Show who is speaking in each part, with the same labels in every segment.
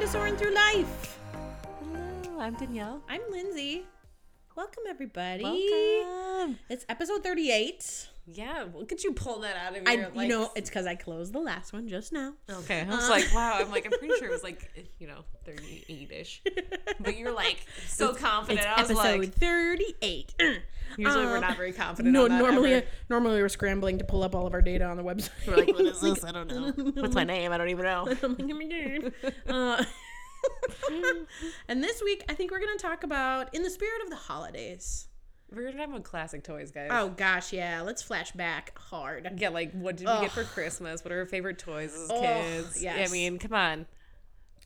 Speaker 1: to Soaring Through Life.
Speaker 2: Hello, I'm Danielle.
Speaker 1: I'm Lindsay. Welcome, everybody.
Speaker 2: Welcome.
Speaker 1: It's episode 38.
Speaker 2: Yeah, look at you pull that out of
Speaker 1: I,
Speaker 2: your.
Speaker 1: you
Speaker 2: like,
Speaker 1: know, uh, it's because I closed the last one just now.
Speaker 2: okay. I was like, wow. I'm like, I'm pretty sure it was like, you know, 38 ish. But you're like so confident.
Speaker 1: It's
Speaker 2: I was
Speaker 1: episode
Speaker 2: like,
Speaker 1: 38.
Speaker 2: usually we're
Speaker 1: um,
Speaker 2: not very confident.
Speaker 1: No,
Speaker 2: on that
Speaker 1: normally,
Speaker 2: ever.
Speaker 1: normally we're scrambling to pull up all of our data on the website.
Speaker 2: we're like, what is this? I don't know. What's my name? I don't even know.
Speaker 1: Oh my God. Uh, and this week, I think we're going to talk about in the spirit of the holidays.
Speaker 2: We're gonna have a classic toys, guys.
Speaker 1: Oh gosh, yeah. Let's flash back hard.
Speaker 2: Yeah, like what did we get for Christmas? What are our favorite toys as
Speaker 1: Ugh,
Speaker 2: kids?
Speaker 1: yes.
Speaker 2: I mean, come on.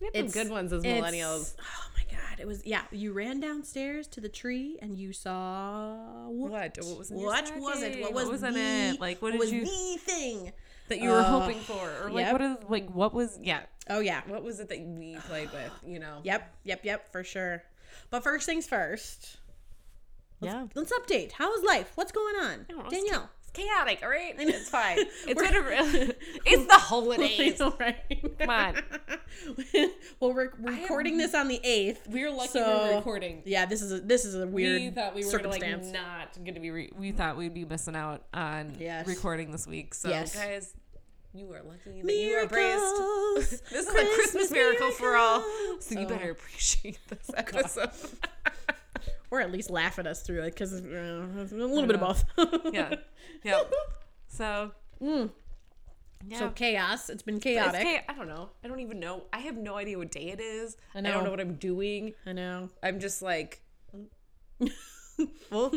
Speaker 2: We had
Speaker 1: It's-
Speaker 2: some good ones as
Speaker 1: It's-
Speaker 2: millennials.
Speaker 1: Oh my god, it was yeah. You ran downstairs to the tree and you saw what?
Speaker 2: What? What was in your
Speaker 1: What was it?
Speaker 2: stocking?
Speaker 1: What was,
Speaker 2: in
Speaker 1: the-
Speaker 2: it? Like what,
Speaker 1: was
Speaker 2: did you
Speaker 1: the thing?
Speaker 2: that you were
Speaker 1: Uh,
Speaker 2: hoping for or like
Speaker 1: yep.
Speaker 2: what is like what was yeah
Speaker 1: Oh yeah.
Speaker 2: what was it that we played with you know
Speaker 1: Yep. Yep. Yep. For sure. But first things first.
Speaker 2: yeah
Speaker 1: Let's update. How is life? What's going on?
Speaker 2: don't know, it's
Speaker 1: Danielle.
Speaker 2: it's chaotic all right it's fine it's
Speaker 1: We're-
Speaker 2: gonna re- it's the holidays
Speaker 1: All right.
Speaker 2: Come on.
Speaker 1: well, we're recording this on the eighth.
Speaker 2: we were lucky we
Speaker 1: So-
Speaker 2: were recording
Speaker 1: Yeah, this is a this is a weird
Speaker 2: we thought we were like
Speaker 1: circumstance.
Speaker 2: not gonna be re- we thought we'd be missing out on
Speaker 1: Yes.
Speaker 2: recording this week so
Speaker 1: Yes.
Speaker 2: guys you are lucky that you are braced
Speaker 1: Miracles,
Speaker 2: this is a Christmas miracle for all,
Speaker 1: miracles.
Speaker 2: so you
Speaker 1: Oh.
Speaker 2: better appreciate this episode.
Speaker 1: or at least laugh at us through it because uh, a little bit of both.
Speaker 2: yeah, yeah. So, Mm. yeah.
Speaker 1: So chaos. It's been
Speaker 2: It's
Speaker 1: chaotic.
Speaker 2: cha- I don't know. I don't even know. I have no idea what day it is.
Speaker 1: I
Speaker 2: I,
Speaker 1: know.
Speaker 2: don't know what I'm doing.
Speaker 1: I know.
Speaker 2: I'm just like,
Speaker 1: Well,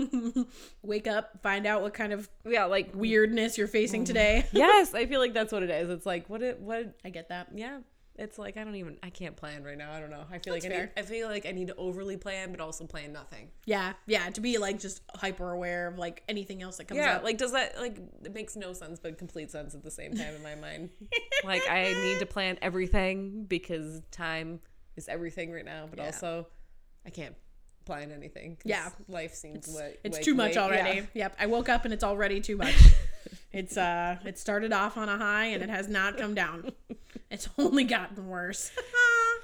Speaker 1: wake up, find out what kind of
Speaker 2: yeah, like we.
Speaker 1: weirdness you're facing
Speaker 2: Mm-hmm.
Speaker 1: today.
Speaker 2: Yes, I feel like that's what it is. It's like what it what.
Speaker 1: I get that.
Speaker 2: Yeah, it's like I don't even. I can't plan right now. I don't know. I feel
Speaker 1: That's
Speaker 2: like I, need, I feel like I need to overly plan, but also plan nothing.
Speaker 1: Yeah, yeah. To be like just hyper aware of like anything else that comes
Speaker 2: Yeah,
Speaker 1: up.
Speaker 2: like does that like it makes no sense but complete sense at the same time in my mind. like I need to plan everything because time is everything right now, but also I can't plan anything. 'cause
Speaker 1: Yeah.
Speaker 2: life seems like
Speaker 1: It's
Speaker 2: like
Speaker 1: too much
Speaker 2: way-
Speaker 1: already.
Speaker 2: yeah.
Speaker 1: Yep. I woke up and it's already too much. it's uh it started off on a high and it has not come down. It's only gotten worse.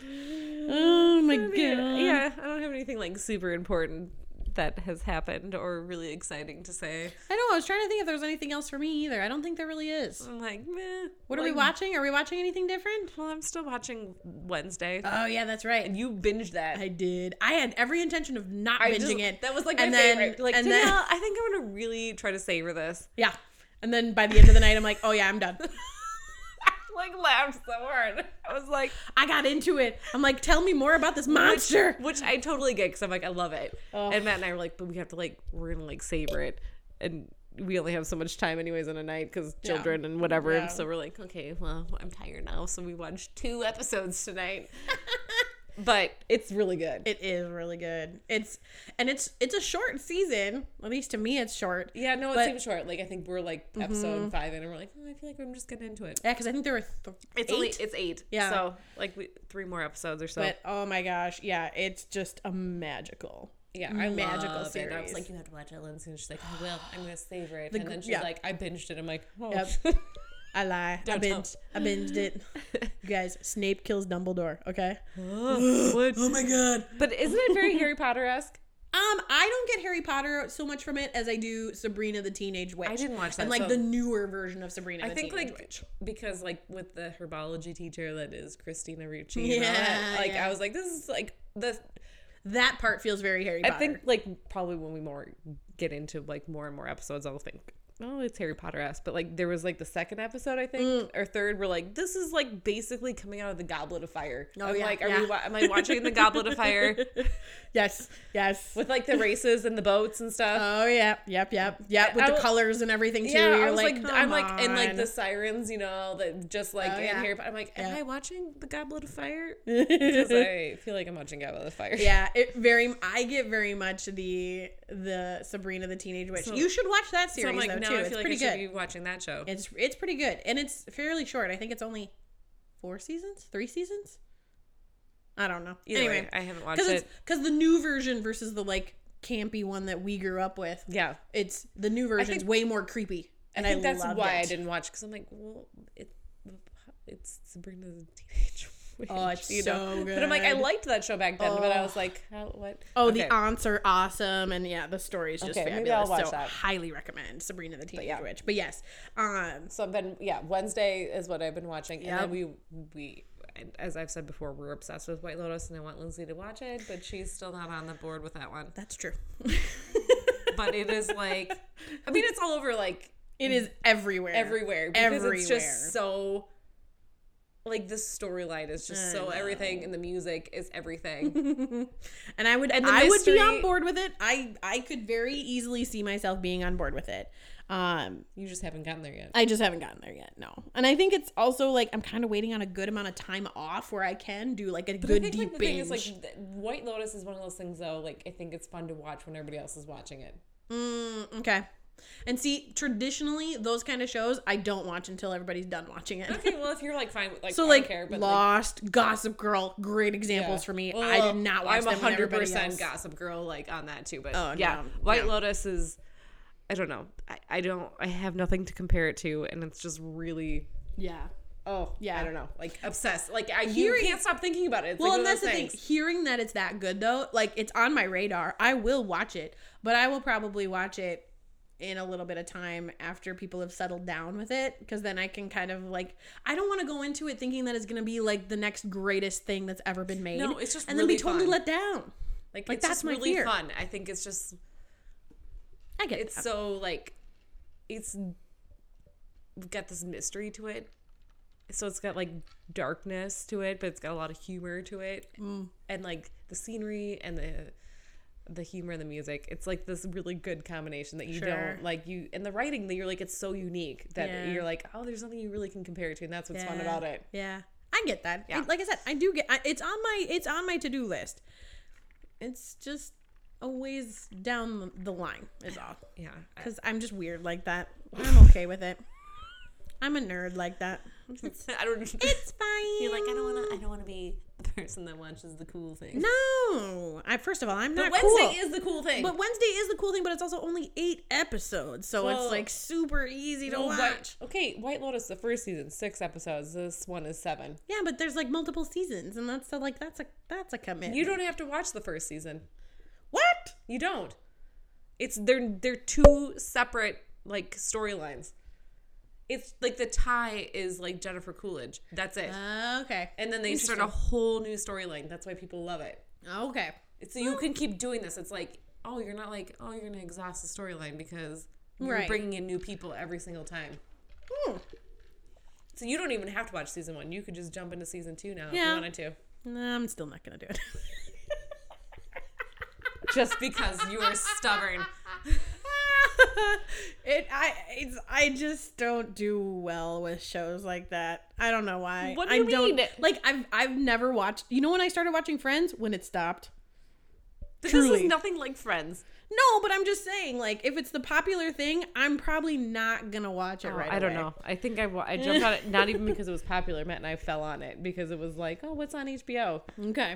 Speaker 1: oh my god.
Speaker 2: Yeah. yeah, I don't have anything like super important that has happened or really exciting to say.
Speaker 1: I know, I was trying to think if there was anything else for me either. I don't think there really is.
Speaker 2: I'm like, meh.
Speaker 1: What are we
Speaker 2: Like,
Speaker 1: watching? Are we watching anything different?
Speaker 2: Well, I'm still watching Wednesday.
Speaker 1: Oh yeah, that's right.
Speaker 2: you binged that.
Speaker 1: I did. I had every intention of not
Speaker 2: I
Speaker 1: binging
Speaker 2: just-
Speaker 1: it.
Speaker 2: That was like
Speaker 1: and
Speaker 2: my
Speaker 1: then,
Speaker 2: favorite. Like,
Speaker 1: and
Speaker 2: Danielle,
Speaker 1: then,
Speaker 2: I think I'm gonna really try to savor this.
Speaker 1: yeah. And then by the end of the night, I'm like, oh yeah, I'm done.
Speaker 2: I like laughed so hard. I was like,
Speaker 1: I got into it. I'm like, tell me more about this monster.
Speaker 2: which I totally get because I'm like, I love it.
Speaker 1: Ugh.
Speaker 2: And Matt and I were like, but we have to like, we're gonna like savor it, and we only have so much time anyways in a night because
Speaker 1: Yeah.
Speaker 2: children and whatever.
Speaker 1: Yeah.
Speaker 2: So we're like, okay, well, I'm tired now, so we watched two episodes tonight. but it's really good.
Speaker 1: It is really good. It's and it's it's a short season. At least to me, it's short.
Speaker 2: yeah, no, it
Speaker 1: But-
Speaker 2: seems short. Like I think we're like episode five in, and we're like, oh, I feel like I'm just getting into it.
Speaker 1: Yeah, because I think there were th-
Speaker 2: It's
Speaker 1: eight.
Speaker 2: only it's eight.
Speaker 1: Yeah.
Speaker 2: So like we, three more episodes or so.
Speaker 1: but oh my gosh, yeah, it's just a magical.
Speaker 2: Yeah, I
Speaker 1: magical
Speaker 2: magical love series. It. I was
Speaker 1: series.
Speaker 2: like, you have to watch it, Lindsay. And she's like, I will. I'm gonna savor it.
Speaker 1: The
Speaker 2: and
Speaker 1: gr-
Speaker 2: then she's
Speaker 1: yeah.
Speaker 2: like, I binged it. I'm like, oh.
Speaker 1: Yep. I lie. I
Speaker 2: Don't tell.
Speaker 1: binged. I binged it. You guys, Snape kills Dumbledore. Okay.
Speaker 2: what?
Speaker 1: Oh my god.
Speaker 2: But isn't it very Harry Potter esque?
Speaker 1: Um, I don't get Harry Potter so much from it as I do Sabrina the Teenage Witch.
Speaker 2: I didn't watch that,
Speaker 1: And like
Speaker 2: so-
Speaker 1: the newer version of Sabrina.
Speaker 2: I
Speaker 1: the
Speaker 2: think
Speaker 1: Teenage
Speaker 2: like
Speaker 1: Witch.
Speaker 2: because like with the herbology teacher that is Christina Ricci. Yeah.
Speaker 1: Yeah,
Speaker 2: Like
Speaker 1: yeah.
Speaker 2: I was like, this is like the.
Speaker 1: that part feels very Harry
Speaker 2: I
Speaker 1: Potter.
Speaker 2: think like probably when we more get into like more and more episodes, I'll think. Oh, it's Harry Potter esque, but like there was like the second episode I think
Speaker 1: Mm.
Speaker 2: or third. We're like, this is like basically coming out of the Goblet of Fire.
Speaker 1: Oh,
Speaker 2: I'm
Speaker 1: yeah,
Speaker 2: like, are
Speaker 1: yeah.
Speaker 2: we? Wa- am I watching the Goblet of Fire?
Speaker 1: Yes. Yes.
Speaker 2: with like the races and the boats and stuff.
Speaker 1: Oh yeah, yep, yep, yep. With
Speaker 2: I
Speaker 1: the
Speaker 2: w-
Speaker 1: colors and everything too.
Speaker 2: yeah,
Speaker 1: You're
Speaker 2: I was like,
Speaker 1: "Come
Speaker 2: I'm like, and like
Speaker 1: on."
Speaker 2: the sirens, you know, that just like
Speaker 1: Oh,
Speaker 2: in
Speaker 1: yeah.
Speaker 2: Harry Potter. I'm like, am
Speaker 1: Yeah.
Speaker 2: I watching the Goblet of Fire? Because I feel like I'm watching Goblet of Fire.
Speaker 1: yeah, it very. I get very much the the Sabrina the Teenage Witch. you should watch that
Speaker 2: So
Speaker 1: series
Speaker 2: I'm like,
Speaker 1: though
Speaker 2: no,
Speaker 1: too.
Speaker 2: I
Speaker 1: It's
Speaker 2: feel like I
Speaker 1: pretty
Speaker 2: should
Speaker 1: good.
Speaker 2: be watching that show.
Speaker 1: It's it's pretty good, and it's fairly short. I think it's only four seasons, three seasons. I don't know.
Speaker 2: Either
Speaker 1: anyway,
Speaker 2: way, I haven't watched
Speaker 1: because
Speaker 2: it.
Speaker 1: because the new version versus the like campy one that we grew up with.
Speaker 2: Yeah.
Speaker 1: It's the new version's way more creepy, and I,
Speaker 2: I think that's
Speaker 1: loved
Speaker 2: why
Speaker 1: it.
Speaker 2: I didn't watch because I'm like, well, it, it's Sabrina the Teenage situation.
Speaker 1: Oh, it's
Speaker 2: you know?
Speaker 1: so
Speaker 2: But I'm like, I
Speaker 1: good.
Speaker 2: liked that show back then, but I
Speaker 1: Oh.
Speaker 2: was like, how, what?
Speaker 1: Oh,
Speaker 2: Okay.
Speaker 1: the aunts are awesome, and yeah, the story is just
Speaker 2: Okay,
Speaker 1: fabulous.
Speaker 2: maybe I'll watch
Speaker 1: so
Speaker 2: that.
Speaker 1: highly recommend Sabrina the Teenage
Speaker 2: yeah.
Speaker 1: Witch. But yes, um,
Speaker 2: So I've been yeah Wednesday is what I've been watching, and
Speaker 1: Yep.
Speaker 2: then we we and as I've said before, we're obsessed with White Lotus, and I want Lindsay to watch it, but she's still not on the board with that one.
Speaker 1: that's true.
Speaker 2: But it is like, I mean, it's all over like
Speaker 1: It is everywhere.
Speaker 2: everywhere because it's
Speaker 1: Everywhere.
Speaker 2: just so like the storyline is just
Speaker 1: I
Speaker 2: so
Speaker 1: know.
Speaker 2: everything, and the music is everything.
Speaker 1: and I would
Speaker 2: And the
Speaker 1: I would be
Speaker 2: mystery-
Speaker 1: on board with it. I I could very easily see myself being on board with it. Um,
Speaker 2: you just haven't gotten there yet.
Speaker 1: I just haven't gotten there yet. No, and I think it's also like I'm kind of waiting on a good amount of time off where I can do like a
Speaker 2: I
Speaker 1: good
Speaker 2: think
Speaker 1: deep
Speaker 2: like the thing
Speaker 1: binge.
Speaker 2: is like th- White Lotus is one of those things though. Like I think it's fun to watch when everybody else is watching it.
Speaker 1: Mm, okay. And see, traditionally, those kind of shows I don't watch until everybody's done watching it.
Speaker 2: Okay, well if you're like fine, with, like
Speaker 1: So
Speaker 2: I
Speaker 1: like
Speaker 2: don't care, but like,
Speaker 1: Lost, Gossip Girl, great examples
Speaker 2: Yeah.
Speaker 1: for me.
Speaker 2: Well,
Speaker 1: I did not watch them.
Speaker 2: I'm
Speaker 1: with everybody
Speaker 2: 100%
Speaker 1: else.
Speaker 2: Gossip Girl like on that too, but
Speaker 1: Oh,
Speaker 2: yeah,
Speaker 1: no,
Speaker 2: White
Speaker 1: no.
Speaker 2: Lotus is. I don't know. I, I don't. I have nothing to compare it to, and it's just really.
Speaker 1: Yeah.
Speaker 2: Oh
Speaker 1: Yeah.
Speaker 2: I don't know. Like obsessed. Like I you can't stop thinking about it. It's
Speaker 1: Well,
Speaker 2: like
Speaker 1: and
Speaker 2: one
Speaker 1: that's
Speaker 2: of
Speaker 1: the
Speaker 2: those
Speaker 1: thing.
Speaker 2: things.
Speaker 1: Hearing that it's that good though, like it's on my radar. I will watch it, but I will probably watch it in a little bit of time after people have settled down with it because then I can kind of like I don't want to go into it thinking that it's going to be like the next greatest thing that's ever been made.
Speaker 2: No, it's just
Speaker 1: and then
Speaker 2: really
Speaker 1: be totally
Speaker 2: fun.
Speaker 1: let down.
Speaker 2: Like,
Speaker 1: like,
Speaker 2: it's
Speaker 1: that's
Speaker 2: just
Speaker 1: my
Speaker 2: really
Speaker 1: fear.
Speaker 2: fun. I think it's just
Speaker 1: I get
Speaker 2: it's
Speaker 1: that.
Speaker 2: so like it's we've got this mystery to it. So it's got like darkness to it, but it's got a lot of humor to it.
Speaker 1: Mm.
Speaker 2: And like the scenery and the the humor and the music. It's like this really good combination that you
Speaker 1: Sure.
Speaker 2: don't like you and the writing that you're like it's so unique that
Speaker 1: Yeah.
Speaker 2: you're like, oh, there's nothing you really can compare it to and that's what's fun
Speaker 1: Yeah.
Speaker 2: about it.
Speaker 1: Yeah, I get that.
Speaker 2: Yeah.
Speaker 1: I- like I said, I do get. I, it's on my it's on my to do list. It's just a ways down the- the line is all
Speaker 2: Yeah. I-
Speaker 1: because I'm just weird like that. I'm okay with it. I'm a nerd like that. It's
Speaker 2: I don't
Speaker 1: it's fine.
Speaker 2: You're like, I don't wanna I don't wanna be the person that watches the cool thing.
Speaker 1: No, I first of all, I'm
Speaker 2: But
Speaker 1: not
Speaker 2: Wednesday
Speaker 1: cool.
Speaker 2: is the cool thing.
Speaker 1: but Wednesday is the cool thing, but it's also only eight episodes, so
Speaker 2: Well-
Speaker 1: it's like super easy to
Speaker 2: Oh,
Speaker 1: watch.
Speaker 2: White, okay, White Lotus, the first season, six episodes. This one is seven.
Speaker 1: Yeah, but there's like multiple seasons, and that's a, like that's a that's a commitment.
Speaker 2: You don't have to watch the first season.
Speaker 1: what?
Speaker 2: You don't. It's they're they're two separate like storylines. It's like the tie is like Jennifer Coolidge. That's it.
Speaker 1: Ah, Okay.
Speaker 2: and then they start a whole new storyline. That's why people love it.
Speaker 1: Okay.
Speaker 2: It's, so you can keep doing this. It's like, oh, you're not like, oh, you're gonna exhaust the storyline because you're
Speaker 1: Right.
Speaker 2: bringing in new people every single time.
Speaker 1: Hmm.
Speaker 2: So you don't even have to watch season one. You could just jump into season two now if you
Speaker 1: Yeah.
Speaker 2: wanted to.
Speaker 1: No, I'm still not gonna do it.
Speaker 2: just because you were stubborn.
Speaker 1: it I it's I just don't do well with shows like that. I don't know why.
Speaker 2: What do you
Speaker 1: I don't,
Speaker 2: mean?
Speaker 1: Like I've I've never watched. You know when I started watching Friends when it stopped.
Speaker 2: This
Speaker 1: Truly.
Speaker 2: is nothing like Friends.
Speaker 1: No, but I'm just saying like if it's the popular thing, I'm probably not gonna watch it right.
Speaker 2: Oh, I don't
Speaker 1: away.
Speaker 2: know. I think I, wa- I jumped on it not even because it was popular. Matt and I fell on it because it was like, oh, what's on HBO?
Speaker 1: Okay.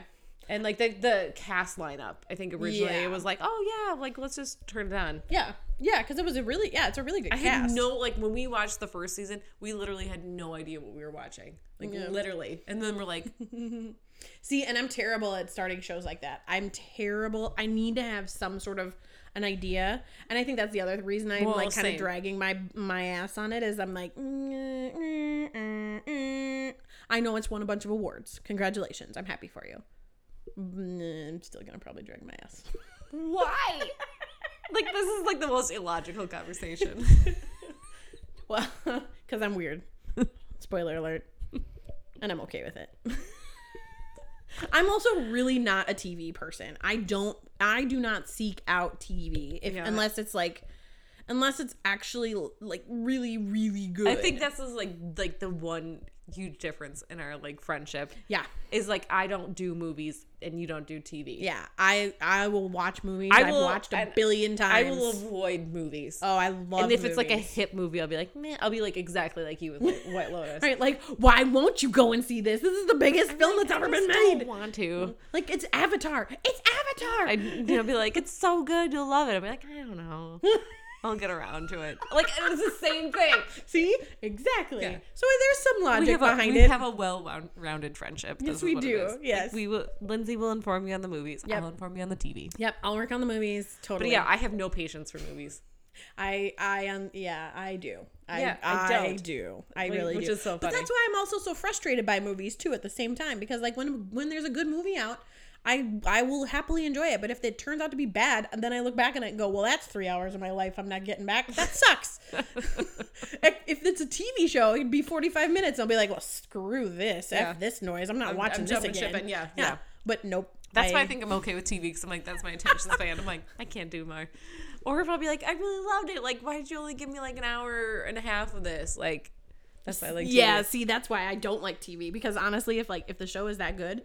Speaker 2: And like the the cast lineup. I think originally
Speaker 1: Yeah.
Speaker 2: it was like, oh yeah, like let's just turn it on.
Speaker 1: Yeah. Yeah, because it was a really yeah, it's a really good
Speaker 2: I had
Speaker 1: cast.
Speaker 2: no like when we watched the first season, we literally had no idea what we were watching. Like
Speaker 1: Yeah.
Speaker 2: literally, and then we're like,
Speaker 1: See, and I'm terrible at starting shows like that. I'm terrible. I need to have some sort of an idea, and I think that's the other reason I'm
Speaker 2: Well,
Speaker 1: like kind
Speaker 2: same.
Speaker 1: of dragging my my ass on it is I'm like, "Mm, mm, mm, mm." I know it's won a bunch of awards. Congratulations, I'm happy for you. Mm, I'm still gonna probably drag my ass.
Speaker 2: why? like this is like the most illogical conversation.
Speaker 1: Well, because I'm weird. Spoiler alert. And I'm okay with it. I'm also really not a TV person. I don't. I do not seek out TV if
Speaker 2: Yeah.
Speaker 1: unless it's like, unless it's actually like really, really good.
Speaker 2: I think this is like like the one huge difference in our like friendship.
Speaker 1: yeah,
Speaker 2: is like I don't do movies and you don't do TV.
Speaker 1: yeah. I I will watch movies.
Speaker 2: I
Speaker 1: I have
Speaker 2: will-
Speaker 1: watched a
Speaker 2: and
Speaker 1: billion
Speaker 2: I
Speaker 1: times.
Speaker 2: will avoid movies.
Speaker 1: oh, I love.
Speaker 2: and if it's like a
Speaker 1: movies.
Speaker 2: hip movie, I'll be like, man, I'll be like exactly like you with like, White Lotus.
Speaker 1: Right, like, why won't you go and see this? This is the biggest film that's ever been
Speaker 2: I
Speaker 1: made.
Speaker 2: don't want to.
Speaker 1: Like, it's Avatar. It's Avatar.
Speaker 2: I'd you know, be like, it's so good, you'll love it. I'll be like, I don't know. I'll get around to it. Like it's the same thing.
Speaker 1: See, exactly.
Speaker 2: Yeah.
Speaker 1: So there's some
Speaker 2: We
Speaker 1: logic
Speaker 2: have a,
Speaker 1: behind
Speaker 2: we
Speaker 1: it.
Speaker 2: have a well-rounded friendship.
Speaker 1: Yes,
Speaker 2: This is
Speaker 1: we
Speaker 2: what it
Speaker 1: do.
Speaker 2: is.
Speaker 1: Yes.
Speaker 2: we will. Lindsay will inform me on the movies.
Speaker 1: Yep.
Speaker 2: I'll inform you on the TV.
Speaker 1: yep, I'll work on the movies
Speaker 2: But
Speaker 1: totally.
Speaker 2: yeah, I have no patience for movies.
Speaker 1: I I um yeah, I do. I,
Speaker 2: Yeah,
Speaker 1: I,
Speaker 2: I don't.
Speaker 1: do. I
Speaker 2: Like,
Speaker 1: really
Speaker 2: which
Speaker 1: do.
Speaker 2: is so
Speaker 1: But
Speaker 2: funny.
Speaker 1: that's why I'm also so frustrated by movies too at the same time because like when when there's a good movie out, I I will happily enjoy it. But if it turns out to be bad, then I look back on it and go, well, that's three hours of my life I'm not getting back. That sucks. if, if it's a TV show, it'd be 45 minutes. I'll be like, well, screw this.
Speaker 2: Yeah.
Speaker 1: F this noise. I'm not
Speaker 2: I'm-
Speaker 1: watching
Speaker 2: I'm
Speaker 1: this
Speaker 2: jumping ship
Speaker 1: again.
Speaker 2: and yeah,
Speaker 1: yeah.
Speaker 2: yeah.
Speaker 1: But nope.
Speaker 2: That's why I think I'm okay with TV because I'm like, that's my attention span. I'm like, I can't do more. Or if I'll be like, I really loved it. Like, why did you only give me like an hour and a half of this? Like, that's why I like.
Speaker 1: yeah
Speaker 2: TV.
Speaker 1: see that's why i don't like tv because honestly if like if the show is that good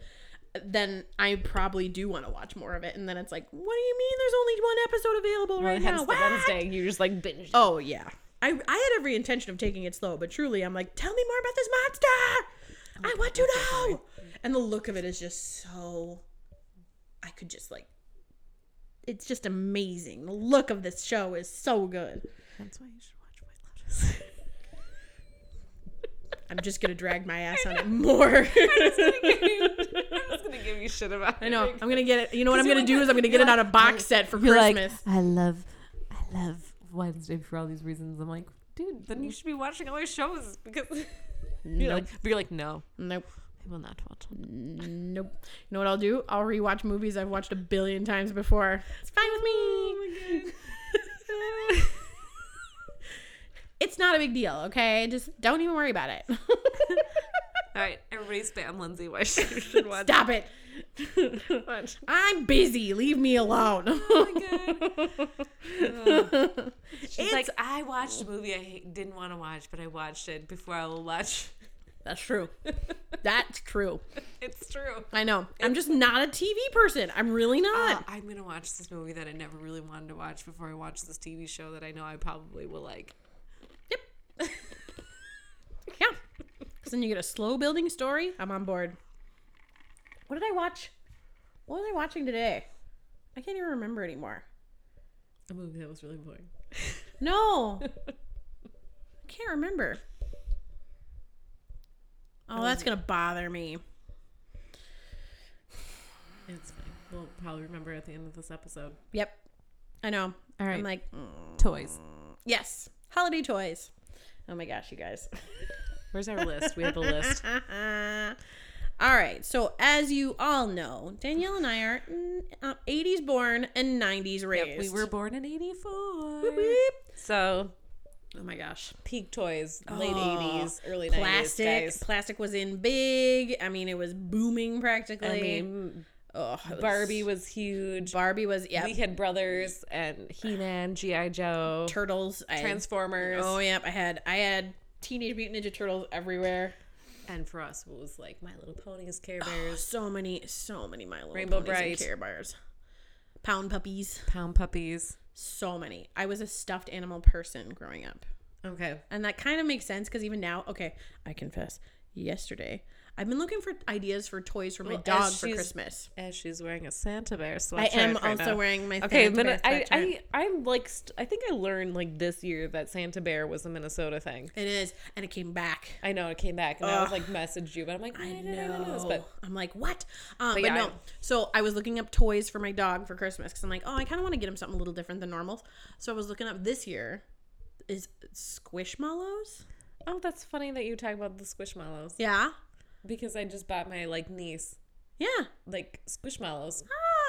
Speaker 1: then i probably do want to watch more of it and then it's like what do you mean there's only one episode available right
Speaker 2: Hence
Speaker 1: now
Speaker 2: the
Speaker 1: What?"
Speaker 2: Wednesday, you just like binge.
Speaker 1: oh yeah I, I had every intention of taking it slow but truly i'm like tell me more about this monster i want to know and the look of it is just so i could just like it's just amazing the look of this show is so good
Speaker 2: That's why you should watch White Lotus.
Speaker 1: i'm just gonna drag my ass on it more
Speaker 2: I'm just gonna give you shit about.
Speaker 1: I know. I'm gonna get it. You know what I'm
Speaker 2: you're
Speaker 1: gonna
Speaker 2: like
Speaker 1: do
Speaker 2: that-
Speaker 1: is I'm gonna get it
Speaker 2: you're
Speaker 1: on a box set for
Speaker 2: You're like,
Speaker 1: Christmas.
Speaker 2: I love, I love Wednesday for all these reasons. I'm like, dude, then you should be watching all your shows because. You're like, but you're like, no,
Speaker 1: nope.
Speaker 2: I will not watch.
Speaker 1: Nope. You know what I'll do? I'll rewatch movies I've watched a billion times before. It's fine with me. it's not a big deal, okay? Just don't even worry about it.
Speaker 2: all right, everybody spam Lindsay. Why she should watch?
Speaker 1: Stop it.
Speaker 2: Watch.
Speaker 1: I'm busy. Leave me alone.
Speaker 2: Oh She's like, I watched a movie I ha- didn't want to watch, but I watched it before I will watch.
Speaker 1: That's true. That's true.
Speaker 2: It's true.
Speaker 1: I know. I'm just not a TV person. I'm really
Speaker 2: Uh,
Speaker 1: not.
Speaker 2: I'm gonna watch this movie that I never really wanted to watch before I watch this TV show that I know I probably will like.
Speaker 1: Yeah. Because then you get a slow building story. I'm on board. What did I watch? What was I watching today? I can't even remember anymore.
Speaker 2: A movie that was really boring.
Speaker 1: No. I can't remember. Oh, that's going to bother me.
Speaker 2: It's fine. We'll probably remember at the end of this episode.
Speaker 1: Yep. I know.
Speaker 2: All
Speaker 1: I'm
Speaker 2: right,
Speaker 1: like, mm,
Speaker 2: toys.
Speaker 1: yes. Holiday toys. Oh my gosh, you guys.
Speaker 2: Where's our list? We have a list.
Speaker 1: all right. So, as you all know, Danielle and I are mm, uh, 80s born and 90s raised.
Speaker 2: Yep, we were born in '84,
Speaker 1: Beep.
Speaker 2: so
Speaker 1: Oh my gosh.
Speaker 2: peak toys, late
Speaker 1: Oh,
Speaker 2: '80s, early
Speaker 1: Plastic.
Speaker 2: '90s. Guys.
Speaker 1: Plastic was in big. I mean, it was booming practically.
Speaker 2: I mean,
Speaker 1: Ugh, it was-
Speaker 2: Barbie was huge.
Speaker 1: Barbie was, yeah.
Speaker 2: We had brothers and He-Man, GI Joe,
Speaker 1: turtles. I,
Speaker 2: Transformers.
Speaker 1: Oh, yep. I had, I had Teenage Mutant Ninja Turtles everywhere.
Speaker 2: And for us, it was like My Little Ponies, Care Bears,
Speaker 1: So many, so many My Little
Speaker 2: Rainbow
Speaker 1: Ponies and
Speaker 2: Bright.
Speaker 1: Care Bears. Pound puppies.
Speaker 2: Pound Puppies.
Speaker 1: So many. I was a stuffed animal person growing up.
Speaker 2: Okay.
Speaker 1: And that kind of makes sense because even now, okay, I confess, yesterday, I've been looking for ideas for toys for my
Speaker 2: Well,
Speaker 1: dog
Speaker 2: as
Speaker 1: for
Speaker 2: she's-
Speaker 1: Christmas.
Speaker 2: As she's wearing a Santa Bear sweatshirt.
Speaker 1: I am
Speaker 2: right
Speaker 1: also
Speaker 2: now.
Speaker 1: wearing my
Speaker 2: Okay,
Speaker 1: Santa
Speaker 2: Min-
Speaker 1: Bear
Speaker 2: I,
Speaker 1: sweatshirt.
Speaker 2: I, I'm like, st- I think I learned like this year that Santa Bear was a Minnesota thing.
Speaker 1: It is, and it came back.
Speaker 2: I know it came back and I was like, messaged you, but I'm like, I didn't know this.
Speaker 1: No.
Speaker 2: But
Speaker 1: I'm like, what? Um, but
Speaker 2: yeah,
Speaker 1: no.
Speaker 2: I-
Speaker 1: So I was looking up toys for my dog for Christmas because I'm like, oh, I kind of want to get him something a little different than normal. So I was looking up this year is Squishmallows.
Speaker 2: oh, that's funny that you talk about the Squishmallows
Speaker 1: Yeah,
Speaker 2: because I just bought my like niece
Speaker 1: yeah,
Speaker 2: like Squishmallows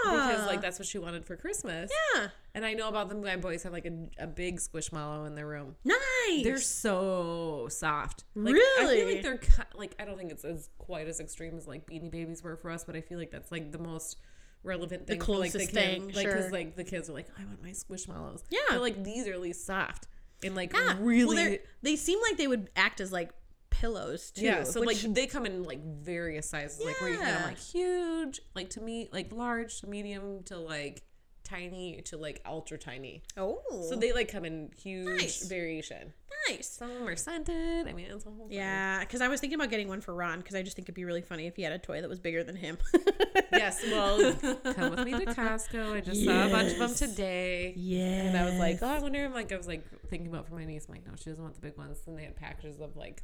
Speaker 1: Ah.
Speaker 2: because like that's what she wanted for Christmas.
Speaker 1: yeah.
Speaker 2: And I know about them. My boys have like a, a big squishmallow in their room.
Speaker 1: Nice.
Speaker 2: They're so soft. Like, I feel
Speaker 1: Really?
Speaker 2: like they're ki- like I don't think it's as quite as extreme as like Beanie Babies were for us, but I feel like that's like the most relevant thing. for, like,
Speaker 1: closest
Speaker 2: the kid-
Speaker 1: thing,
Speaker 2: like because
Speaker 1: sure.
Speaker 2: like the kids are like, I want my squishmallows.
Speaker 1: Yeah.
Speaker 2: but, like these are at least soft and like
Speaker 1: Yeah. Well,
Speaker 2: really.
Speaker 1: they're- they seem like they would act as like pillows too.
Speaker 2: yeah, so
Speaker 1: which-
Speaker 2: like they come in like various sizes, like where you can get
Speaker 1: Yeah.
Speaker 2: them like huge, like to me, like large to medium to like tiny to like ultra tiny.
Speaker 1: Oh,
Speaker 2: So they like come in huge
Speaker 1: Nice.
Speaker 2: variation.
Speaker 1: nice.
Speaker 2: Some of them are scented. I mean, it's a whole thing.
Speaker 1: Yeah, because I was thinking about getting one for Ron because I just think it'd be really funny if he had a toy that was bigger than him.
Speaker 2: Yes. Well, come with me to Costco. I just saw a bunch of them
Speaker 1: Yes.
Speaker 2: today.
Speaker 1: Yeah.
Speaker 2: And I was like, oh, I wonder. I'm like, I was like thinking about for my niece. I'm like, no, she doesn't want the big ones. And they had packages of like.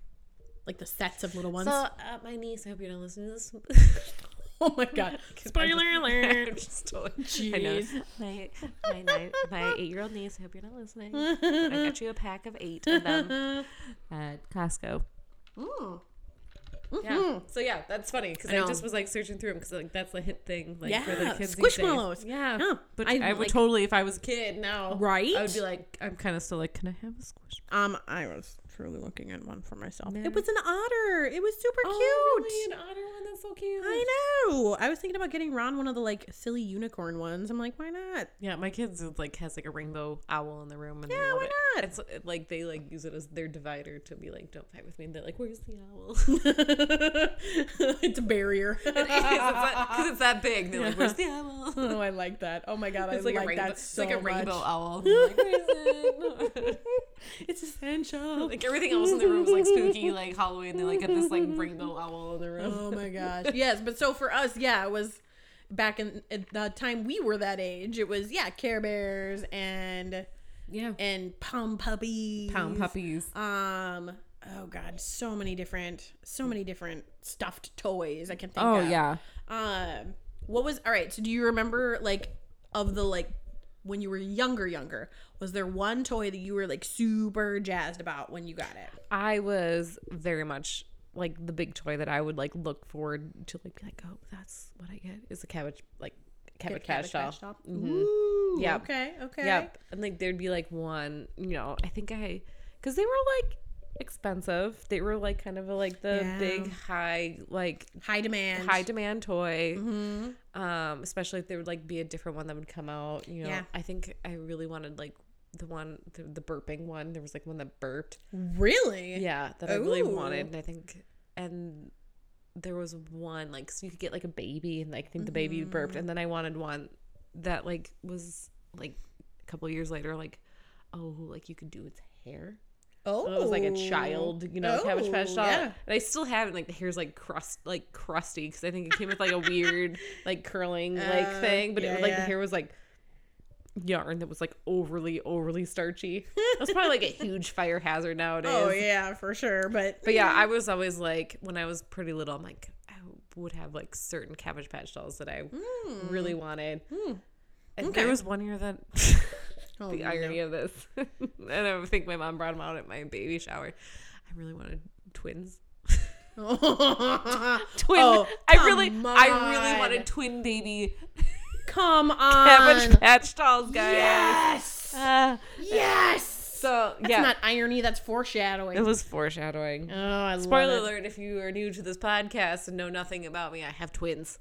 Speaker 1: like the sets of little ones.
Speaker 2: So, uh, my niece. I hope you don't listen to this.
Speaker 1: oh my god. Spoiler alert.
Speaker 2: I'm just totally- I know.
Speaker 1: Jeez.
Speaker 2: My my ni- my eight year old niece. I hope you're not listening. I got you a pack of eight of them at Costco.
Speaker 1: Mm.
Speaker 2: Yeah. So yeah, that's funny because I,
Speaker 1: Hmm. know.
Speaker 2: just was like searching through them because like that's a hit thing like for the
Speaker 1: Yeah,
Speaker 2: kids. These
Speaker 1: squishmallows.
Speaker 2: days. Yeah.
Speaker 1: Yeah,
Speaker 2: But
Speaker 1: I
Speaker 2: I, would
Speaker 1: like-
Speaker 2: totally if I was a kid now.
Speaker 1: Right?
Speaker 2: I would be like, I'm kind of still like, can I have a squish?
Speaker 1: Um, I was truly looking at one for myself.
Speaker 2: Man.
Speaker 1: It was an otter. It was super cute.
Speaker 2: Oh, really? an otter one. That's so cute.
Speaker 1: I know. I was thinking about getting Ron one of the like silly unicorn ones. I'm like, why not?
Speaker 2: Yeah, my kids is, like has like a rainbow owl in the room, and
Speaker 1: Yeah,
Speaker 2: they love
Speaker 1: why
Speaker 2: it.
Speaker 1: not?
Speaker 2: It's uh, like they like use it as their divider to be like, don't fight with me. And they're like, where's the owl?
Speaker 1: it's a barrier.
Speaker 2: Because it's that big. They're like, where's the owl?
Speaker 1: oh, I like that. Oh my god,
Speaker 2: It's
Speaker 1: I
Speaker 2: like,
Speaker 1: like,
Speaker 2: a rainbow.
Speaker 1: that so
Speaker 2: it's like a
Speaker 1: much.
Speaker 2: rainbow owl. And they're like, "Where's it?"
Speaker 1: It's essential.
Speaker 2: Like everything else in the room is like spooky, like Halloween. They like got this like rainbow owl in the room.
Speaker 1: Oh my gosh. Yes, but so for us, yeah, it was back in at the time we were that age. It was yeah, Care Bears and
Speaker 2: Yeah.
Speaker 1: and Pom Puppies.
Speaker 2: Pound puppies.
Speaker 1: Um. Oh God, so many different, so many different stuffed toys I can think.
Speaker 2: Oh
Speaker 1: of.
Speaker 2: yeah.
Speaker 1: Um. What was all right? So do you remember like of the like when you were younger, younger? Was there one toy that you were like super jazzed about when you got it?
Speaker 2: I was very much like the big toy that I would like look forward to like be like, oh, that's what I get is a cabbage like cabbage, patch doll.
Speaker 1: Ooh.
Speaker 2: Mm-hmm. Yep.
Speaker 1: Okay. Okay.
Speaker 2: Yep. And like there'd be like one, you know, I think I because they were like expensive. They were like kind of like the
Speaker 1: Yeah.
Speaker 2: big high like
Speaker 1: High demand.
Speaker 2: high demand toy. Um, especially if there would like be a different one that would come out. You know,
Speaker 1: Yeah.
Speaker 2: I think I really wanted like the one the, the burping one. There was like one that burped.
Speaker 1: Really?
Speaker 2: Yeah, that I really wanted.
Speaker 1: Ooh.
Speaker 2: And I think and there was one like so you could get like a baby and like, I think the baby burped and then I wanted one that like was like a couple years later like oh like you could do its hair.
Speaker 1: Oh.
Speaker 2: So it was like a child, you know, cabbage patch
Speaker 1: Oh,
Speaker 2: doll.
Speaker 1: yeah.
Speaker 2: And I still have it. Like the hair's like crust, like crusty, because I think it came with like a weird, like curling like
Speaker 1: Uh,
Speaker 2: thing. But it
Speaker 1: yeah,
Speaker 2: was like the
Speaker 1: yeah.
Speaker 2: hair was like yarn that was like overly, overly starchy. That's probably like a huge fire hazard nowadays.
Speaker 1: Oh yeah, for sure. But
Speaker 2: But yeah, I was always like when I was pretty little, I'm like I would have like certain Cabbage Patch dolls that I really wanted. And
Speaker 1: Hmm. Okay.
Speaker 2: there was one year that
Speaker 1: Oh,
Speaker 2: the irony of this, and I think my mom brought them out at my baby shower. I really wanted twins. Twin.
Speaker 1: Oh,
Speaker 2: I really,
Speaker 1: come
Speaker 2: I really
Speaker 1: on.
Speaker 2: wanted twin baby
Speaker 1: Come on.
Speaker 2: Cabbage Patch dolls, guys.
Speaker 1: Yes.
Speaker 2: Ah.
Speaker 1: yes.
Speaker 2: so
Speaker 1: That's
Speaker 2: yeah,
Speaker 1: not irony. That's foreshadowing.
Speaker 2: it was foreshadowing.
Speaker 1: oh, I
Speaker 2: Spoiler
Speaker 1: love
Speaker 2: alert if you are new to this podcast and know nothing about me, I have twins.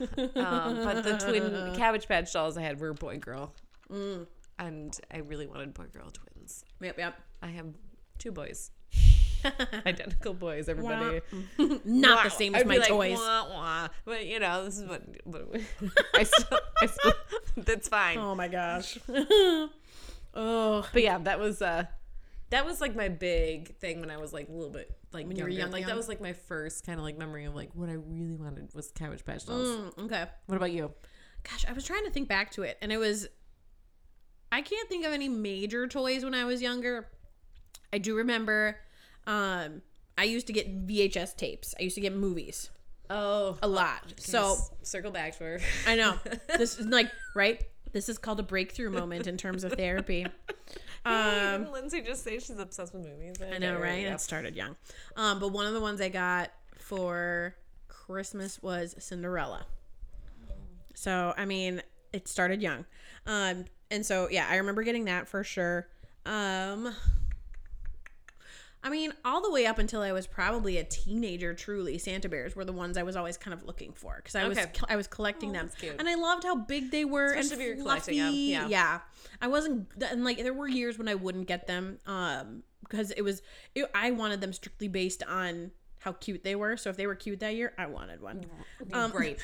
Speaker 2: um, but the twin Cabbage Patch dolls I had were boy girl. And I really wanted boy girl twins.
Speaker 1: it. Yep, yep.
Speaker 2: I have two boys. Identical boys, everybody.
Speaker 1: Not
Speaker 2: Wow.
Speaker 1: the same as
Speaker 2: I'd be
Speaker 1: my
Speaker 2: like,
Speaker 1: toys.
Speaker 2: "Wah, wah." But you know, this is what. what I still, I still, that's fine.
Speaker 1: Oh my gosh. oh,
Speaker 2: But yeah, that was uh that was like my big thing when I was like a little bit like
Speaker 1: you
Speaker 2: younger.
Speaker 1: were young,
Speaker 2: like that
Speaker 1: young.
Speaker 2: was like my first kind of like memory of like what I really wanted was Cabbage Patch Dolls.
Speaker 1: Mm, okay.
Speaker 2: What about you?
Speaker 1: Gosh, I was trying to think back to it, and it was. I can't think of any major toys when I was younger. I do remember. Um, I used to get VHS tapes. I used to get movies
Speaker 2: Oh,
Speaker 1: a lot. So
Speaker 2: circle back to her.
Speaker 1: I know this is like right. This is called a breakthrough moment in terms of therapy. Um,
Speaker 2: Lindsay just says she's obsessed with movies.
Speaker 1: I know, right? It started young. Um, but one of the ones I got for Christmas was Cinderella. So I mean, it started young. Um, and so yeah, I remember getting that for sure. Um, I mean, all the way up until I was probably a teenager. Truly, Santa Bears were the ones I was always kind of looking for because I
Speaker 2: Okay. Oh,
Speaker 1: was I was collecting them,
Speaker 2: that's cute.
Speaker 1: and I loved how big they were
Speaker 2: Especially if
Speaker 1: and
Speaker 2: you're
Speaker 1: fluffy.
Speaker 2: collecting them, yeah.
Speaker 1: yeah, I wasn't, and like there were years when I wouldn't get them, um, because it was it, I wanted them strictly based on how cute they were. So if they were cute that year, I wanted one. Um,
Speaker 2: Great.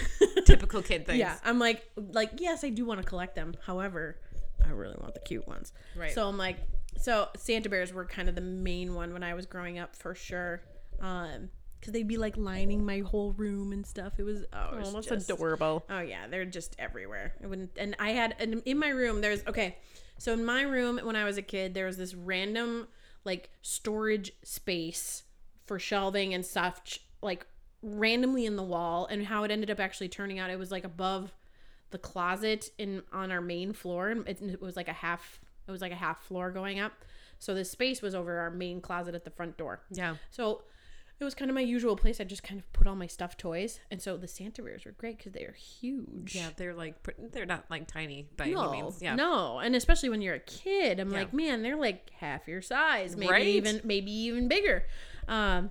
Speaker 2: Typical kid things.
Speaker 1: Yeah, I'm like, like yes, I do want to collect them. However, I really want the cute ones.
Speaker 2: Right.
Speaker 1: So I'm like, so Santa bears were kind of the main one when I was growing up for sure, um, because they'd be like lining my whole room and stuff. It was oh, it was
Speaker 2: Almost
Speaker 1: just-
Speaker 2: adorable.
Speaker 1: Oh yeah, they're just everywhere. I wouldn't, and I had and in my room. There's okay, so in my room when I was a kid, there was this random like storage space for shelving and stuff, like randomly in the wall. And how it ended up actually turning out, it was like above the closet in on our main floor, and it, it was like a half. It was like a half floor going up, so the space was over our main closet at the front door.
Speaker 2: Yeah.
Speaker 1: So it was kind of my usual place. I just kind of put all my stuffed toys, and so the Santa bears were great because they are huge.
Speaker 2: Yeah, they're like pr- they're not like tiny by
Speaker 1: No,
Speaker 2: any means. Yeah.
Speaker 1: no, and especially when you're a kid, I'm
Speaker 2: Yeah.
Speaker 1: like, man, they're like half your size, maybe
Speaker 2: Right?
Speaker 1: even maybe even bigger. Um,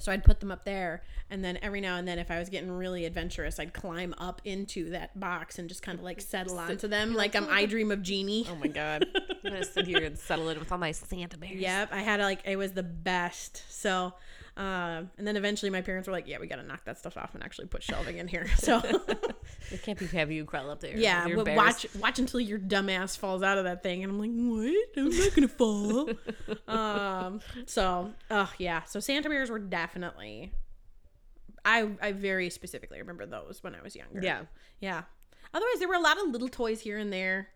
Speaker 1: so I'd put them up there, and then every now and then, if I was getting really adventurous, I'd climb up into that box and just kind of like settle onto them, like I'm I Dream of Genie.
Speaker 2: Oh my god. I'm gonna sit here and settle in with all my Santa bears.
Speaker 1: Yep, I had like it was the best. So, um, and then eventually my parents were like, "Yeah, we got to knock that stuff off and actually put shelving in here." So,
Speaker 2: They can't be having you crawl up there. with
Speaker 1: yeah,
Speaker 2: your
Speaker 1: but
Speaker 2: bears.
Speaker 1: watch watch until your dumbass falls out of that thing, and I'm like, "What? I'm not gonna fall." um, so, oh yeah, so Santa bears were definitely. I I very specifically remember those when I was younger.
Speaker 2: Yeah.
Speaker 1: yeah. Otherwise, there were a lot of little toys here and there,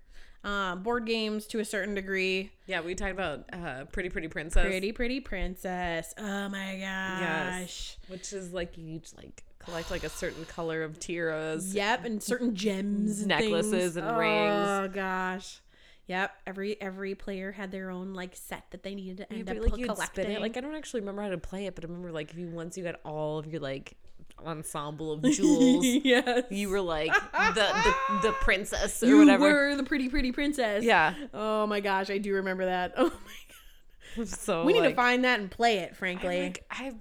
Speaker 1: um, board games to a certain degree.
Speaker 2: Yeah, we talked about uh, Pretty Pretty Princess,
Speaker 1: Pretty Pretty Princess. Oh my gosh.
Speaker 2: which is like you each like collect like a certain color of tiaras.
Speaker 1: Yep, and certain gems, and
Speaker 2: Necklaces
Speaker 1: things.
Speaker 2: and rings.
Speaker 1: Oh gosh. Yep, every every player had their own like set that they needed to
Speaker 2: Yeah,
Speaker 1: end
Speaker 2: but,
Speaker 1: up
Speaker 2: like
Speaker 1: like,
Speaker 2: you'd
Speaker 1: collecting.
Speaker 2: spin it. Like I don't actually remember how to play it, but I remember like if you once you got all of your like ensemble of jewels,
Speaker 1: yes.
Speaker 2: you were like the the, the princess or
Speaker 1: You
Speaker 2: whatever.
Speaker 1: were the pretty pretty princess.
Speaker 2: yeah.
Speaker 1: Oh my gosh, I do remember that. Oh my god.
Speaker 2: So
Speaker 1: We need to
Speaker 2: like,
Speaker 1: find that and play it, frankly.
Speaker 2: Like I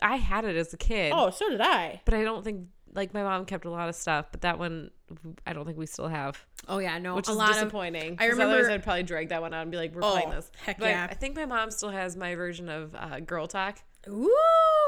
Speaker 2: I had it as a kid.
Speaker 1: oh, so did I.
Speaker 2: but I don't think like my mom kept a lot of stuff, but that one I don't think we still have,
Speaker 1: Oh yeah, no.
Speaker 2: which
Speaker 1: a
Speaker 2: is
Speaker 1: lot of
Speaker 2: disappointing.
Speaker 1: I
Speaker 2: 'cause otherwise
Speaker 1: remember- Oh,
Speaker 2: I'd probably drag that one out and be like, "We're playing this."
Speaker 1: heck
Speaker 2: but
Speaker 1: yeah.
Speaker 2: I think my mom still has my version of uh, Girl Talk,
Speaker 1: Ooh,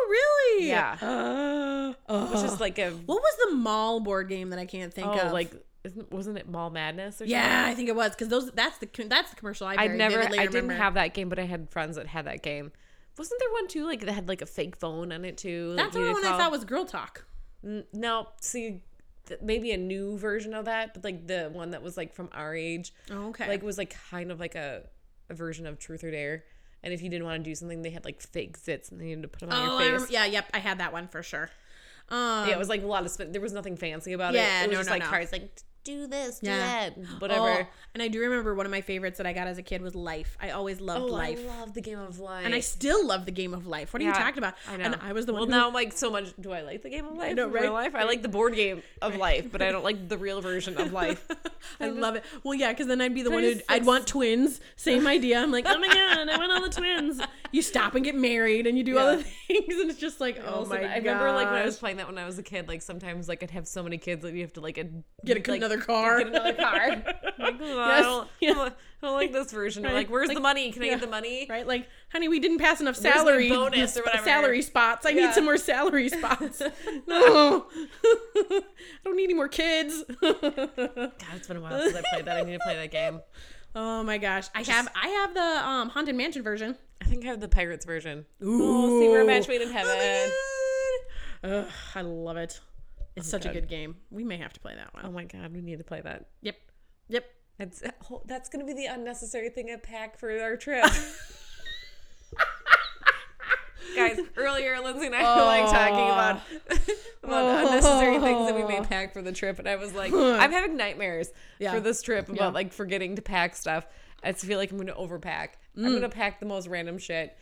Speaker 1: really?
Speaker 2: Yeah.
Speaker 1: Uh,
Speaker 2: which is like a
Speaker 1: What was the mall board game that I can't think
Speaker 2: oh,
Speaker 1: of?
Speaker 2: like isn't, wasn't it Mall Madness or
Speaker 1: yeah, I think it was because those that's the that's the commercial I
Speaker 2: something? I
Speaker 1: very
Speaker 2: never I
Speaker 1: vividly
Speaker 2: didn't
Speaker 1: remember.
Speaker 2: have that game, but I had friends that had that game. Wasn't there one too like that had like a fake phone on it too?
Speaker 1: That's the one I thought was Girl Talk.
Speaker 2: was no. See, th- maybe a new version of that, but like the one that was like from our age.
Speaker 1: Oh, okay.
Speaker 2: like was like kind of like a, a version of truth or dare and if you didn't want to do something they had like fake zits and they needed to put them on
Speaker 1: oh, I
Speaker 2: your
Speaker 1: rem-
Speaker 2: face
Speaker 1: yeah, yep, I had that one for sure. Um,
Speaker 2: yeah it was like a lot of spin there was nothing fancy about
Speaker 1: Yeah,
Speaker 2: it it was
Speaker 1: no,
Speaker 2: just
Speaker 1: no,
Speaker 2: like
Speaker 1: no.
Speaker 2: cards like do this do
Speaker 1: Yeah.
Speaker 2: that whatever
Speaker 1: oh, and I do remember one of my favorites that I got as a kid was Life. I always loved
Speaker 2: oh,
Speaker 1: Life,
Speaker 2: i love the game of life
Speaker 1: and I still love the game of Life. What are you
Speaker 2: Yeah,
Speaker 1: talking about?
Speaker 2: I know.
Speaker 1: And I was the one.
Speaker 2: well
Speaker 1: who-
Speaker 2: now i'm like so much do i like the game of life
Speaker 1: know,
Speaker 2: in
Speaker 1: right?
Speaker 2: real life i like the board game of life but i don't like the real version of life
Speaker 1: I love it. Well, yeah, because then I'd be the one
Speaker 2: I
Speaker 1: who
Speaker 2: just,
Speaker 1: I'd
Speaker 2: like,
Speaker 1: want twins. Same idea. I'm like, oh my god, I want all the twins. You stop and get married, and you do all
Speaker 2: Yeah.
Speaker 1: the things, and it's just like, oh
Speaker 2: Also,
Speaker 1: my god.
Speaker 2: I remember like when I was playing that when I was a kid, like sometimes like I'd have so many kids that you have to like ad-
Speaker 1: Get a-
Speaker 2: like,
Speaker 1: another car.
Speaker 2: Get another car. like, oh, I,
Speaker 1: Yes,
Speaker 2: don't,
Speaker 1: yeah.
Speaker 2: I, don't, I don't like this version. Or,
Speaker 1: Right,
Speaker 2: Like, where's
Speaker 1: like,
Speaker 2: the money? Can I
Speaker 1: yeah.
Speaker 2: get the money?
Speaker 1: right? Like, honey, we didn't pass enough
Speaker 2: my
Speaker 1: salary
Speaker 2: bonus or whatever?
Speaker 1: salary spots. I need
Speaker 2: Yeah.
Speaker 1: some more salary spots. no, I don't need any more kids.
Speaker 2: God, it's been a while since I played that. I need to play that game.
Speaker 1: oh my gosh, I have I have the um, haunted mansion version.
Speaker 2: I think I have the pirates version. Oh, see, we're a match made in heaven.
Speaker 1: Oh my God. Ugh, I love it. It's such
Speaker 2: God.
Speaker 1: a good game. We may have to play that one.
Speaker 2: Oh my god, we need to play that.
Speaker 1: Yep. Yep.
Speaker 2: That's oh, that's gonna be the unnecessary thing I pack for our trip. Guys, earlier Lindsay and I were like talking about, about unnecessary things that we may pack for the trip, and I was like, I'm having nightmares
Speaker 1: Yeah.
Speaker 2: for this trip about
Speaker 1: Yeah.
Speaker 2: like forgetting to pack stuff. I just feel like I'm gonna overpack. I'm gonna pack the most random shit,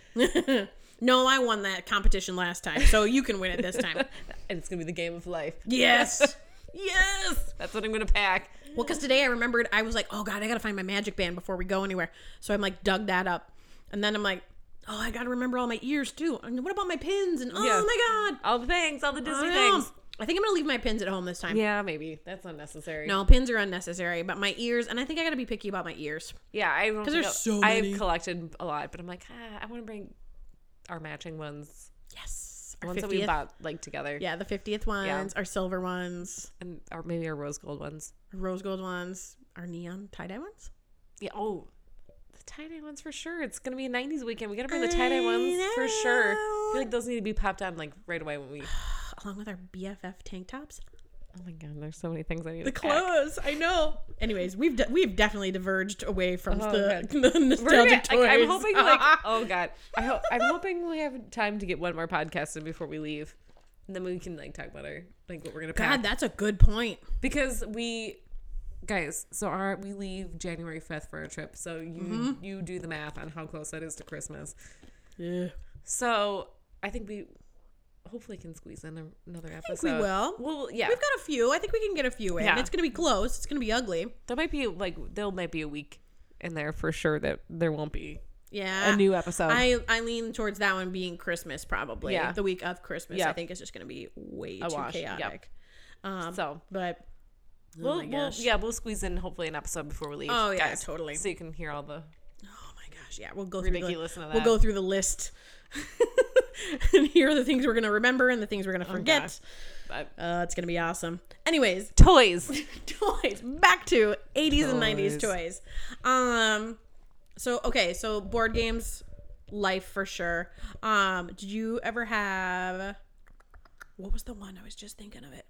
Speaker 1: No, I won that competition last time, so you can win it this time.
Speaker 2: and it's gonna be the game of life.
Speaker 1: yes. Yes.
Speaker 2: That's what I'm gonna pack.
Speaker 1: Well, because today I remembered I was like, oh god, I gotta find my magic band before we go anywhere. So I'm like, dug that up, and then I'm like, oh, I gotta remember all my ears too. And what about my pins? And oh
Speaker 2: Yeah.
Speaker 1: my god,
Speaker 2: All the things, all the
Speaker 1: I,
Speaker 2: Disney
Speaker 1: know.
Speaker 2: things.
Speaker 1: I think I'm gonna leave my pins at home this time.
Speaker 2: Yeah, maybe that's unnecessary.
Speaker 1: No, pins are unnecessary, but my ears, and I think I gotta be picky about my ears.
Speaker 2: Yeah, I because
Speaker 1: there's so
Speaker 2: I've
Speaker 1: many.
Speaker 2: collected a lot, but I'm like, ah, I want to bring our matching ones.
Speaker 1: Yes. Our
Speaker 2: ones that we
Speaker 1: 50th.
Speaker 2: bought like together,
Speaker 1: Yeah, the 50th ones, our silver ones,
Speaker 2: and or maybe our rose gold ones.
Speaker 1: our rose gold ones, our neon tie dye ones.
Speaker 2: Yeah. Oh, the tie dye ones for sure. It's gonna be a '90s weekend. We gotta bring the tie dye ones for sure. I feel like those need to be popped on like right away when we.
Speaker 1: Along with our BFF tank tops.
Speaker 2: Oh my god, there's so many things I need.
Speaker 1: The
Speaker 2: to pack.
Speaker 1: clothes, I know. Anyways, we've de- we've definitely diverged away from
Speaker 2: Oh,
Speaker 1: the,
Speaker 2: good.
Speaker 1: the
Speaker 2: We're gonna,
Speaker 1: nostalgic
Speaker 2: like, I'm
Speaker 1: toys.
Speaker 2: hoping like oh god, I hope I'm hoping we have time to get one more podcast in before we leave, and then we can like talk about our like what we're gonna pack
Speaker 1: God, that's a good point.
Speaker 2: because we guys so our we leave January 5th for a trip so you
Speaker 1: Mm-hmm.
Speaker 2: you do the math on how close that is to Christmas
Speaker 1: Yeah.
Speaker 2: so I think we hopefully can squeeze in a, another episode
Speaker 1: we will.
Speaker 2: well yeah
Speaker 1: We've got a few. I think we can get a few in.
Speaker 2: Yeah.
Speaker 1: It's gonna be close. It's gonna be ugly.
Speaker 2: there might be like there might be a week in there for sure that there won't be
Speaker 1: Yeah.
Speaker 2: a new episode
Speaker 1: I, I lean towards that one being Christmas probably.
Speaker 2: Yeah.
Speaker 1: The week of Christmas,
Speaker 2: Yeah.
Speaker 1: I think is just gonna be way
Speaker 2: A
Speaker 1: too
Speaker 2: wash, yep.
Speaker 1: chaotic. Um,
Speaker 2: so
Speaker 1: but oh
Speaker 2: we'll,
Speaker 1: my
Speaker 2: we'll-
Speaker 1: gosh.
Speaker 2: yeah we'll squeeze in hopefully an episode before we leave
Speaker 1: Oh, yeah,
Speaker 2: guys,
Speaker 1: totally.
Speaker 2: so you can hear all the
Speaker 1: Oh my gosh, yeah, we'll go through
Speaker 2: Ridiculous
Speaker 1: the,
Speaker 2: and all
Speaker 1: we'll
Speaker 2: that.
Speaker 1: go through the list. and here are the things we're gonna remember and the things we're
Speaker 2: Oh,
Speaker 1: gonna forget.
Speaker 2: uh,
Speaker 1: uh, it's gonna be awesome. Anyways,
Speaker 2: toys
Speaker 1: toys. Back to 80s and 90s
Speaker 2: Toys.
Speaker 1: toys. Um, so okay, so board games, life for sure. Um, did you ever have? What was the one I was just thinking of it?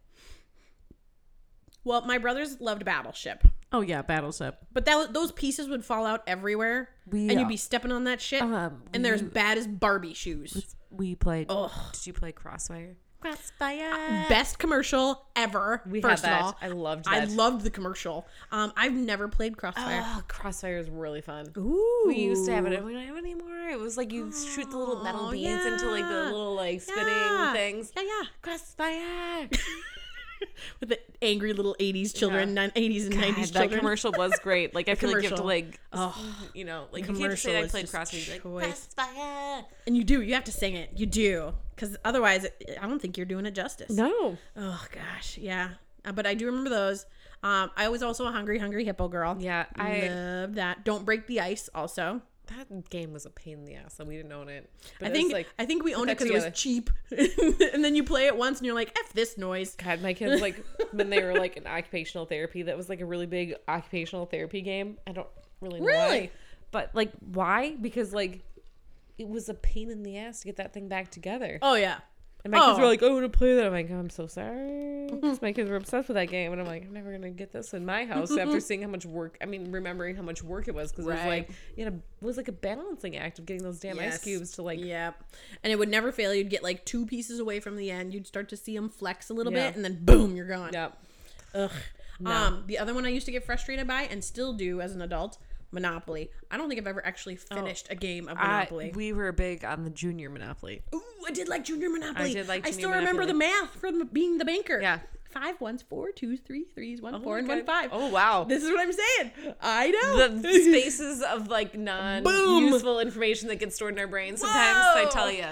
Speaker 1: Well, my brothers loved Battleship.
Speaker 2: oh yeah battleship
Speaker 1: But that was- those pieces would fall out everywhere,
Speaker 2: We,
Speaker 1: and
Speaker 2: uh,
Speaker 1: you'd be stepping on that shit,
Speaker 2: um,
Speaker 1: and they're as bad as Barbie shoes.
Speaker 2: we played
Speaker 1: Ugh.
Speaker 2: did you play crossfire crossfire
Speaker 1: Best commercial ever.
Speaker 2: We
Speaker 1: first
Speaker 2: had that.
Speaker 1: of all,
Speaker 2: I loved
Speaker 1: I
Speaker 2: that.
Speaker 1: loved the commercial. Um, I've never played Crossfire.
Speaker 2: Oh, crossfire is really fun.
Speaker 1: Ooh,
Speaker 2: We used to have it, and we don't have it anymore. It was like you shoot the little metal
Speaker 1: Oh,
Speaker 2: beads into like the
Speaker 1: yeah.
Speaker 2: little like spinning
Speaker 1: Yeah.
Speaker 2: things.
Speaker 1: Yeah, yeah.
Speaker 2: Crossfire.
Speaker 1: With the angry little '80s children, nin- '80s and
Speaker 2: God,
Speaker 1: '90s
Speaker 2: that
Speaker 1: children.
Speaker 2: commercial was great. Like I feel like you have to
Speaker 1: commercial.
Speaker 2: like,
Speaker 1: Oh.
Speaker 2: you know, like you can't just
Speaker 1: commercial
Speaker 2: say I
Speaker 1: is
Speaker 2: played
Speaker 1: just
Speaker 2: crossfire. You'd be Like,
Speaker 1: choice.
Speaker 2: crossfire.
Speaker 1: And you do. You have to sing it. You do, because otherwise, it- I don't think you're doing it justice.
Speaker 2: No.
Speaker 1: Oh gosh, yeah. Uh, but I do remember those. Um, I was also a hungry, hungry hippo girl.
Speaker 2: Yeah, I
Speaker 1: love that. Don't break the ice. Also,
Speaker 2: that game was a pain in the ass, and we didn't own it. But
Speaker 1: I
Speaker 2: it
Speaker 1: think
Speaker 2: was, like
Speaker 1: I think we owned it
Speaker 2: that
Speaker 1: because it was
Speaker 2: together.
Speaker 1: cheap, and then you play it once and you're like, "F this noise."
Speaker 2: God, my kids like when they were like in occupational therapy. That was like a really big occupational therapy game. I don't really know why.
Speaker 1: Really?
Speaker 2: but like why? Because like it was a pain in the ass to get that thing back together.
Speaker 1: Oh yeah,
Speaker 2: And my kids
Speaker 1: oh.
Speaker 2: were like, "I want to play that." I'm like, "I'm so sorry." 'Cause my kids were obsessed with that game, and I'm like, "I'm never gonna get this in my house." after seeing how much work, I mean, remembering how much work it was, because it was
Speaker 1: Right.
Speaker 2: like you know, it was like a balancing act of getting those damn ice
Speaker 1: Yes.
Speaker 2: cubes to like
Speaker 1: yeah. And it would never fail. You'd get like two pieces away from the end. You'd start to see them flex a little
Speaker 2: Yeah.
Speaker 1: bit, and then boom, you're gone.
Speaker 2: yeah.
Speaker 1: Ugh. Um, the other one I used to get frustrated by and still do as an adult, Monopoly. I don't think I've ever actually
Speaker 2: Oh.
Speaker 1: finished a game of Monopoly.
Speaker 2: we were big on the junior Monopoly.
Speaker 1: Ooh, I did like Junior Monopoly.
Speaker 2: I did like
Speaker 1: I
Speaker 2: Junior
Speaker 1: still remember the math from being the banker.
Speaker 2: Yeah.
Speaker 1: Five ones, four twos, three threes, one four,
Speaker 2: my
Speaker 1: and
Speaker 2: God.
Speaker 1: one five.
Speaker 2: Oh, wow.
Speaker 1: This is what I'm saying. I know.
Speaker 2: the spaces of like non
Speaker 1: Boom.
Speaker 2: useful information that gets stored in our brains sometimes i
Speaker 1: Whoa.
Speaker 2: tell you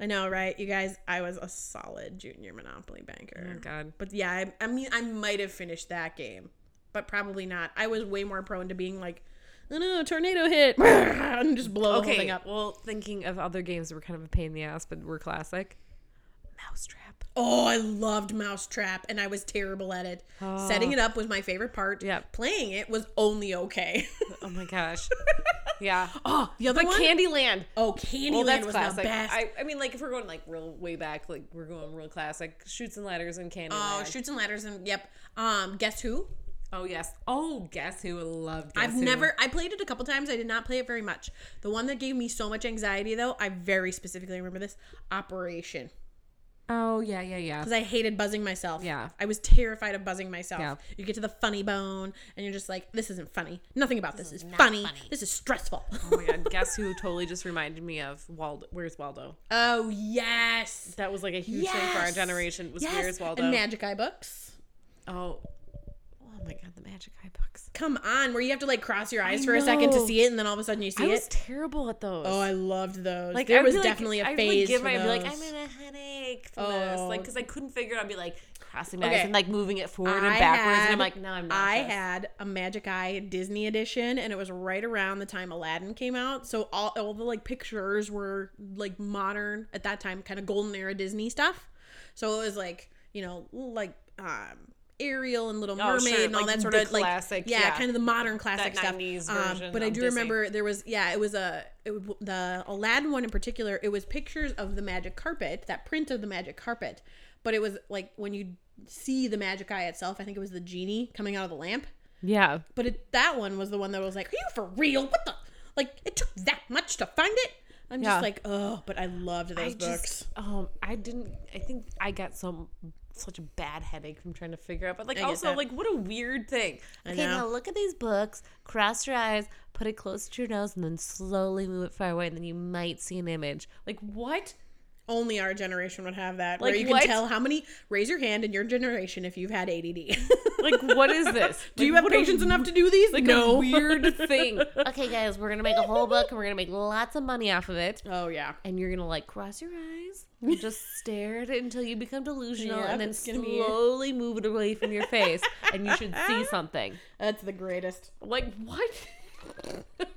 Speaker 1: I know, right? You guys, I was a solid Junior Monopoly banker.
Speaker 2: god
Speaker 1: But yeah, I, I mean, I might have finished that game, but probably not. I was way more prone to being like, oh no, tornado hit, and just blow the whole thing
Speaker 2: okay
Speaker 1: up.
Speaker 2: well thinking of other games that were kind of a pain in the ass but were classic mousetrap
Speaker 1: Oh, I loved Mousetrap, and I was terrible at it. Setting it up was my favorite part.
Speaker 2: Ah. Yep.
Speaker 1: Playing it was only okay.
Speaker 2: oh my gosh yeah
Speaker 1: oh, the other
Speaker 2: but
Speaker 1: one.
Speaker 2: candyland
Speaker 1: oh, Candyland
Speaker 2: well, that's
Speaker 1: was
Speaker 2: classic.
Speaker 1: the best.
Speaker 2: I, I mean, like if we're going like real way back, like we're going real classic, shoots and ladders and Candyland.
Speaker 1: oh,
Speaker 2: Oh,
Speaker 1: shoots and ladders, and yep. Um, guess who?
Speaker 2: yes. Oh, guess who? I love. Guess
Speaker 1: I've
Speaker 2: Who.
Speaker 1: never. I played it a couple times. I did not play it very much. The one that gave me so much anxiety, though, I very specifically remember this Operation.
Speaker 2: Oh yeah, yeah, yeah.
Speaker 1: because I hated buzzing myself.
Speaker 2: Yeah.
Speaker 1: I was terrified of buzzing myself.
Speaker 2: Yeah.
Speaker 1: You get to the funny bone and you're just like, this isn't funny. Nothing about this, is, funny. This is stressful.
Speaker 2: Oh my god. Guess who? Totally just reminded me of Waldo. Where's Waldo?
Speaker 1: oh, yes.
Speaker 2: That was like a huge thing for our
Speaker 1: Yes.
Speaker 2: generation. Was
Speaker 1: yes.
Speaker 2: Where's Waldo?
Speaker 1: And Magic Eye books.
Speaker 2: oh, oh my my god, the Magic Eye books.
Speaker 1: Come on, where you have to like cross your eyes for a second to
Speaker 2: know.
Speaker 1: see it, and then all of a sudden you see
Speaker 2: I
Speaker 1: it.
Speaker 2: was terrible at those.
Speaker 1: oh, I loved those.
Speaker 2: like
Speaker 1: there
Speaker 2: I'd
Speaker 1: was
Speaker 2: be like-
Speaker 1: definitely a
Speaker 2: I'd, like,
Speaker 1: phase
Speaker 2: give
Speaker 1: for
Speaker 2: my- I'd be like,
Speaker 1: those.
Speaker 2: I'm in a headache from this, like
Speaker 1: Oh.
Speaker 2: because I couldn't figure. it out. I'd be like crossing my
Speaker 1: Okay.
Speaker 2: eyes and like moving it forward and
Speaker 1: I
Speaker 2: backwards, and
Speaker 1: had-
Speaker 2: I'm like, no, I'm not.
Speaker 1: I had a Magic Eye Disney edition, and it was right around the time Aladdin came out. So all all the like pictures were like modern at that time, kind of golden era Disney stuff. So it was like you know like um, Ariel and Little
Speaker 2: Oh,
Speaker 1: Mermaid
Speaker 2: sure,
Speaker 1: and all
Speaker 2: like
Speaker 1: that sort
Speaker 2: the
Speaker 1: of like
Speaker 2: classic,
Speaker 1: yeah,
Speaker 2: yeah.
Speaker 1: kind of the modern classic stuff. Um,
Speaker 2: 90s version
Speaker 1: but I
Speaker 2: of
Speaker 1: do
Speaker 2: Disney.
Speaker 1: remember there was yeah, it was a it, w- the Aladdin one in particular. It was pictures of the magic carpet, that print of the magic carpet. But it was like when you see the magic eye itself, I think it was the genie coming out of the lamp.
Speaker 2: Yeah,
Speaker 1: But it, that one was the one that was like, "Are you for real? What the? Like it took that much to find it?" I'm
Speaker 2: Yeah.
Speaker 1: just like, oh, but I loved those
Speaker 2: I
Speaker 1: books.
Speaker 2: just um I didn't I think I got some such a bad headache from trying to figure out but like
Speaker 1: get
Speaker 2: also
Speaker 1: that.
Speaker 2: like what a weird thing. okay,
Speaker 1: know.
Speaker 2: now look at these books, cross your eyes, put it close to your nose and then slowly move it far away and then you might see an image. Like what?
Speaker 1: Only our generation would have that, where
Speaker 2: Like,
Speaker 1: you
Speaker 2: what?
Speaker 1: can tell how many. Raise your hand in your generation if you've had ADD.
Speaker 2: Like what is this?
Speaker 1: Do you have patience enough to do these?
Speaker 2: like a weird thing. Okay guys, we're gonna make a whole book and we're gonna make lots of money off of it.
Speaker 1: Oh yeah.
Speaker 2: And you're gonna like cross your eyes, and just stare at it until you become delusional,
Speaker 1: Yep,
Speaker 2: and then
Speaker 1: it's gonna be-
Speaker 2: slowly move it away from your face, and you should see something.
Speaker 1: That's the greatest.
Speaker 2: Like what?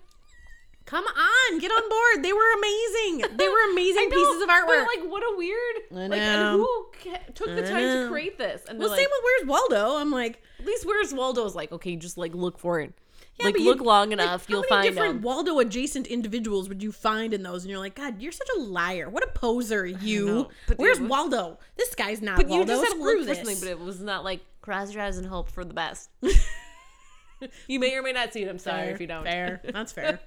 Speaker 1: Come on, get on board. They were amazing. They were amazing pieces of
Speaker 2: But,
Speaker 1: artwork.
Speaker 2: like what a weird.
Speaker 1: I
Speaker 2: Like and
Speaker 1: know.
Speaker 2: who ca- took the
Speaker 1: I
Speaker 2: time to
Speaker 1: know.
Speaker 2: create this? And
Speaker 1: well,
Speaker 2: they're
Speaker 1: same
Speaker 2: like,
Speaker 1: with Where's Waldo. I'm like,
Speaker 2: at least where's Waldo's? Like okay, just like look for it. like
Speaker 1: but you-
Speaker 2: look long
Speaker 1: like,
Speaker 2: enough,
Speaker 1: how
Speaker 2: you'll
Speaker 1: many
Speaker 2: find
Speaker 1: different
Speaker 2: them.
Speaker 1: Waldo adjacent individuals would you find in those? And you're like, God, you're such a liar. What a poser, you.
Speaker 2: know, but
Speaker 1: Where's
Speaker 2: it was-
Speaker 1: Waldo? This guy's not
Speaker 2: But
Speaker 1: Waldo.
Speaker 2: you just had to
Speaker 1: Screw
Speaker 2: look for
Speaker 1: this.
Speaker 2: something, but it was not like cross your eyes and hope for the best. you may or may not see it. I'm sorry
Speaker 1: fair,
Speaker 2: if you don't.
Speaker 1: fair. That's fair.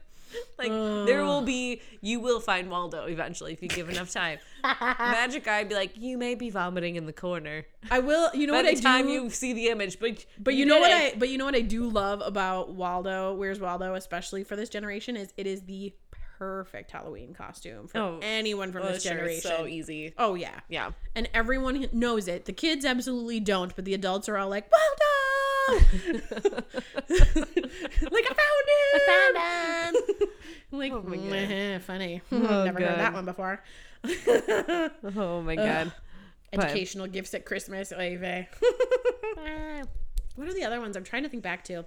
Speaker 2: Like there will be, you will find Waldo eventually if you give enough time. Magic Eye would be like, you may be vomiting in the corner.
Speaker 1: I will. You know
Speaker 2: By
Speaker 1: what I
Speaker 2: the time
Speaker 1: do?
Speaker 2: you see the image, but
Speaker 1: But you, know
Speaker 2: did
Speaker 1: what
Speaker 2: it.
Speaker 1: I but you know what I do love about Waldo, Where's Waldo, especially for this generation, is it is the perfect Halloween costume for
Speaker 2: Oh,
Speaker 1: anyone from
Speaker 2: Oh,
Speaker 1: this
Speaker 2: sure, it's
Speaker 1: generation.
Speaker 2: so easy.
Speaker 1: Oh yeah.
Speaker 2: Yeah,
Speaker 1: And everyone h- knows it. The kids absolutely don't, but the adults are all like, Waldo Like I found him.
Speaker 2: I found him. Oh
Speaker 1: Like
Speaker 2: my God.
Speaker 1: "Meh, funny.
Speaker 2: Oh,
Speaker 1: Never
Speaker 2: God.
Speaker 1: heard that one before.
Speaker 2: oh my god. But-
Speaker 1: Educational gifts at Christmas. Oy vey. what are the other ones? I'm trying to think back to.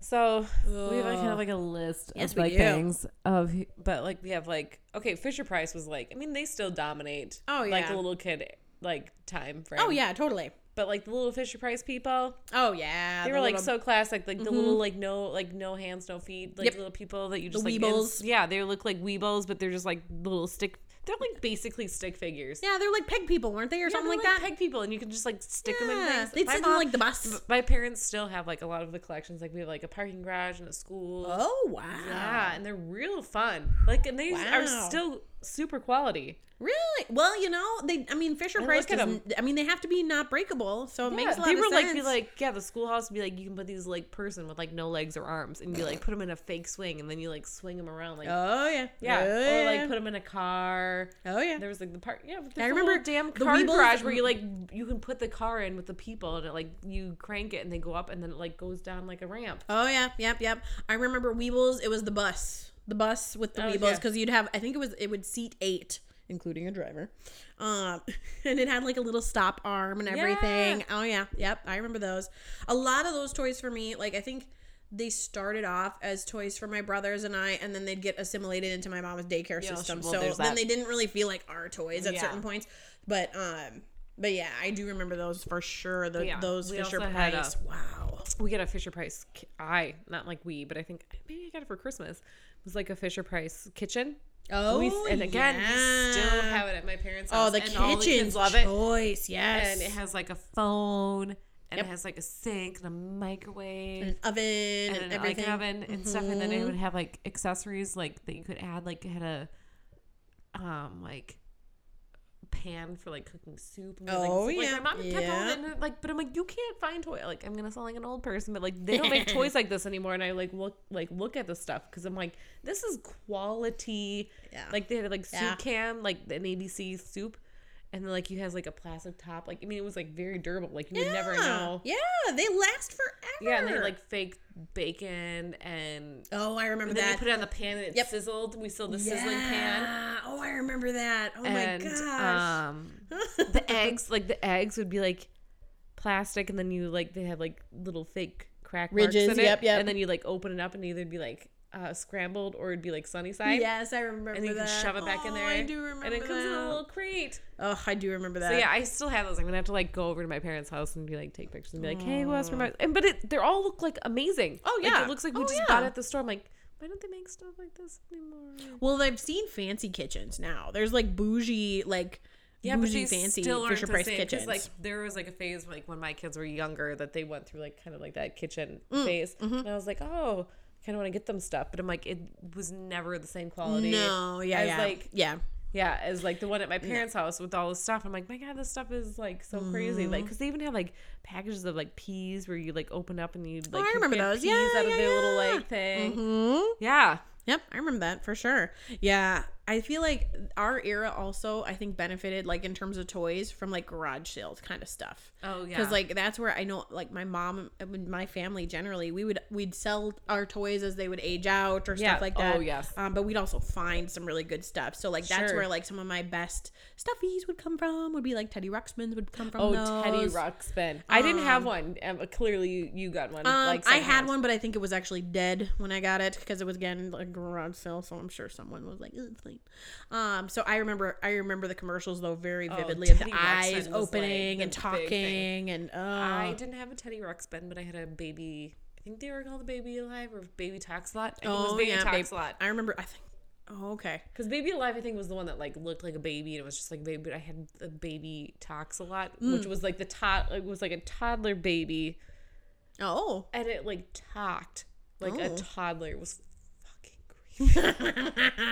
Speaker 2: So we have like, kind of like a list
Speaker 1: Yes,
Speaker 2: of
Speaker 1: we
Speaker 2: like
Speaker 1: do.
Speaker 2: things of, but like we have like okay, Fisher Price was like, I mean they still dominate.
Speaker 1: Oh,
Speaker 2: like
Speaker 1: yeah.
Speaker 2: the little kid like time frame.
Speaker 1: Oh yeah, totally.
Speaker 2: but like the little Fisher Price people,
Speaker 1: Oh yeah.
Speaker 2: they
Speaker 1: the
Speaker 2: were like
Speaker 1: little-
Speaker 2: so classic, like the little like no like no hands, no feet, like
Speaker 1: Yep.
Speaker 2: little people that you just like ins-
Speaker 1: Weebles.
Speaker 2: yeah, they look like weebles, but they're just like little stick. They're like basically stick figures.
Speaker 1: Yeah, they're like peg people, weren't they, or something
Speaker 2: they're
Speaker 1: like that?
Speaker 2: Peg people, and you can just like stick them in
Speaker 1: Yeah,
Speaker 2: things.
Speaker 1: they'd
Speaker 2: My
Speaker 1: sit in
Speaker 2: mom-
Speaker 1: like the bus.
Speaker 2: my parents still have like a lot of the collections. Like we have like a parking garage and a school.
Speaker 1: Oh wow!
Speaker 2: Yeah, and they're real fun. Like, and they are
Speaker 1: Wow.
Speaker 2: still super quality.
Speaker 1: Really? Well, you know, they. I mean, Fisher
Speaker 2: I
Speaker 1: Price.
Speaker 2: look at 'em.
Speaker 1: doesn't- I mean, they have to be not breakable, so it makes a lot
Speaker 2: they
Speaker 1: of
Speaker 2: were
Speaker 1: sense.
Speaker 2: like, be like, yeah, the schoolhouse would be like, you can put these like person with like no legs or arms, and you like put them in a fake swing, and then you like swing them around, like
Speaker 1: oh yeah,
Speaker 2: yeah,
Speaker 1: oh
Speaker 2: or
Speaker 1: yeah.
Speaker 2: like put them in a car.
Speaker 1: oh yeah.
Speaker 2: There was like the part, yeah. But
Speaker 1: I
Speaker 2: I remember
Speaker 1: remember
Speaker 2: damn
Speaker 1: the
Speaker 2: car
Speaker 1: Weebles-
Speaker 2: garage where you like you can put the car in with the people, and it like you crank it, and they go up, and then it like goes down like a ramp.
Speaker 1: Oh yeah, yep, yep. I remember Weebles. It was the bus, the bus with the
Speaker 2: Oh,
Speaker 1: Weebles,
Speaker 2: yeah.
Speaker 1: because you'd have. I think it was it would seat eight, including a driver, um, and it had like a little stop arm and everything. Oh yeah, yep. I remember those. A lot of those toys for me, like I think they started off as toys for my brothers and I, and then they'd get assimilated into my mom's daycare
Speaker 2: Yeah,
Speaker 1: system.
Speaker 2: well,
Speaker 1: so
Speaker 2: there's
Speaker 1: then
Speaker 2: that.
Speaker 1: they didn't really feel like our toys at
Speaker 2: Yeah.
Speaker 1: certain points, but um. But yeah, I do remember those for sure. The,
Speaker 2: Yeah,
Speaker 1: Those
Speaker 2: we
Speaker 1: Fisher
Speaker 2: also had a-
Speaker 1: Price. Wow.
Speaker 2: we got a Fisher Price. ki- I not like we, but I think maybe I got it for Christmas. It was like a Fisher Price kitchen.
Speaker 1: Oh,
Speaker 2: We- and again, we still
Speaker 1: yeah.
Speaker 2: have it at my parents'
Speaker 1: Oh,
Speaker 2: house.
Speaker 1: the
Speaker 2: and all
Speaker 1: kitchen's
Speaker 2: kids love it.
Speaker 1: choice, yes.
Speaker 2: And it has like a phone, and it has like a sink and a microwave.
Speaker 1: an oven and,
Speaker 2: and like,
Speaker 1: everything. Mm-hmm.
Speaker 2: an oven and stuff, and then it would have like accessories like that you could add, like it had a um like pan for like cooking soup. And
Speaker 1: Oh,
Speaker 2: like, soup. Like,
Speaker 1: yeah.
Speaker 2: my mom kept all
Speaker 1: Yeah.
Speaker 2: of it, and, like, but I'm like, you can't find toy. Like, I'm gonna sound like an old person, but like they don't make toys like this anymore. And I like look like look at the stuff because I'm like, this is quality.
Speaker 1: Yeah.
Speaker 2: Like they had like soup
Speaker 1: Yeah.
Speaker 2: can, like an ABC soup. and then like you has like a plastic top. Like I mean, it was like very durable. Like you would never
Speaker 1: Yeah.
Speaker 2: know.
Speaker 1: Yeah, they last forever.
Speaker 2: Yeah, and they had, like fake bacon and
Speaker 1: oh, I remember
Speaker 2: and then
Speaker 1: that.
Speaker 2: we put it on the pan and it
Speaker 1: Yep.
Speaker 2: sizzled. We sold the sizzling pan.
Speaker 1: Yeah. Oh, I remember that. Oh
Speaker 2: and uh,
Speaker 1: my gosh.
Speaker 2: um the eggs like the eggs would be like plastic and then you like they have like little fake crack
Speaker 1: Ridges,
Speaker 2: marks in it
Speaker 1: yep, yep.
Speaker 2: and then you like open it up and either be like uh, scrambled or it'd be like sunny side
Speaker 1: yes, I remember
Speaker 2: and then you can
Speaker 1: that.
Speaker 2: shove it back in
Speaker 1: Oh,
Speaker 2: there
Speaker 1: I do remember
Speaker 2: and it comes in
Speaker 1: that.
Speaker 2: a little crate
Speaker 1: Oh, I do remember that.
Speaker 2: so yeah i still have those i'm gonna have to like go over to my parents house and be like take pictures and be like hey who else reminds and but it they are all look like amazing
Speaker 1: Oh,
Speaker 2: Like,
Speaker 1: yeah.
Speaker 2: it looks like we
Speaker 1: Oh,
Speaker 2: just
Speaker 1: yeah.
Speaker 2: bought it at the store i'm like why don't they make stuff like this anymore
Speaker 1: Well, I've seen fancy kitchens now. There's like bougie, like bougie
Speaker 2: these
Speaker 1: fancy
Speaker 2: aren't
Speaker 1: Fisher
Speaker 2: the
Speaker 1: Price
Speaker 2: same, 'cause,
Speaker 1: kitchens.
Speaker 2: Like there was like a phase like when my kids were younger that they went through like kind of like that kitchen phase, and I was like, oh, I kind of want to get them stuff, but I'm like, it was never the same quality.
Speaker 1: no, yeah,
Speaker 2: as,
Speaker 1: yeah,
Speaker 2: like
Speaker 1: yeah.
Speaker 2: yeah, as like the one at my parents' house with all this stuff. I'm like, my god, this stuff is like so crazy. Like,
Speaker 1: Mm.
Speaker 2: cause they even had like packages of like peas where you like open up and you like
Speaker 1: Oh, I
Speaker 2: you
Speaker 1: remember
Speaker 2: get
Speaker 1: those.
Speaker 2: peas
Speaker 1: Yeah,
Speaker 2: out of
Speaker 1: yeah,
Speaker 2: their little
Speaker 1: yeah.
Speaker 2: like thing.
Speaker 1: Hmm.
Speaker 2: Yeah,
Speaker 1: Yep, I remember that for sure. Yeah, I feel like our era also, I think, benefited like in terms of toys from like garage sales kind of stuff.
Speaker 2: Oh, yeah.
Speaker 1: because like that's where I know like my mom, and my family generally, we would we'd sell our toys as they would age out or
Speaker 2: Yeah.
Speaker 1: stuff like
Speaker 2: Oh,
Speaker 1: that.
Speaker 2: yes.
Speaker 1: um, but we'd also find some really good stuff. So like that's
Speaker 2: Sure.
Speaker 1: where like some of my best stuffies would come from. Would be like Teddy Ruxpin's would come from.
Speaker 2: Oh, Teddy
Speaker 1: those.
Speaker 2: Ruxpin. I didn't have one. Um, clearly, you, you got one.
Speaker 1: Um,
Speaker 2: like
Speaker 1: I
Speaker 2: somehow.
Speaker 1: had one, but I think it was actually dead when I got it because it was again a garage sale. So I'm sure someone was like, "Ew, "It's lame." Um, so I remember, I remember the commercials though very vividly of the
Speaker 2: Teddy Ruxpin Oh, was,
Speaker 1: eyes
Speaker 2: like,
Speaker 1: opening
Speaker 2: the
Speaker 1: and
Speaker 2: big thing.
Speaker 1: talking, and oh,
Speaker 2: I didn't have a Teddy Ruxpin, but I had a baby. I think they were called the Baby Alive or Baby Toxlot. I think it was
Speaker 1: oh
Speaker 2: Baby
Speaker 1: yeah, babe.
Speaker 2: Toxlot.
Speaker 1: I remember. I think. Oh, okay.
Speaker 2: Because Baby Alive, I think, was the one that like looked like a baby and it was just like a baby. But I had the Baby Toxlot,
Speaker 1: Mm.
Speaker 2: which was like the tot. It was like a toddler baby,
Speaker 1: Oh,
Speaker 2: and it like talked like a
Speaker 1: Oh.
Speaker 2: toddler. It was fucking creepy. and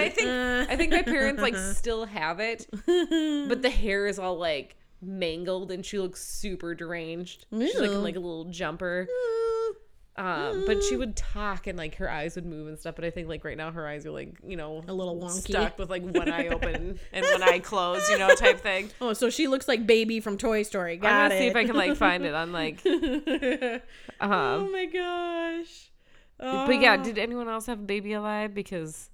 Speaker 2: I think I think my parents like still have it, but the hair is all like mangled and she looks super deranged. She's like
Speaker 1: Ew.
Speaker 2: in like a little jumper. Um, but she would talk and like her eyes would move and stuff. But I think like right now her eyes are like you know
Speaker 1: A little wonky.
Speaker 2: stuck with like one eye open and one eye closed, you know, type thing.
Speaker 1: oh, so she looks like Baby from Toy Story. Got
Speaker 2: I'm gonna
Speaker 1: it.
Speaker 2: see if I can like find it on like.
Speaker 1: oh
Speaker 2: Um,
Speaker 1: my gosh.
Speaker 2: but yeah, did anyone else have a baby alive? Because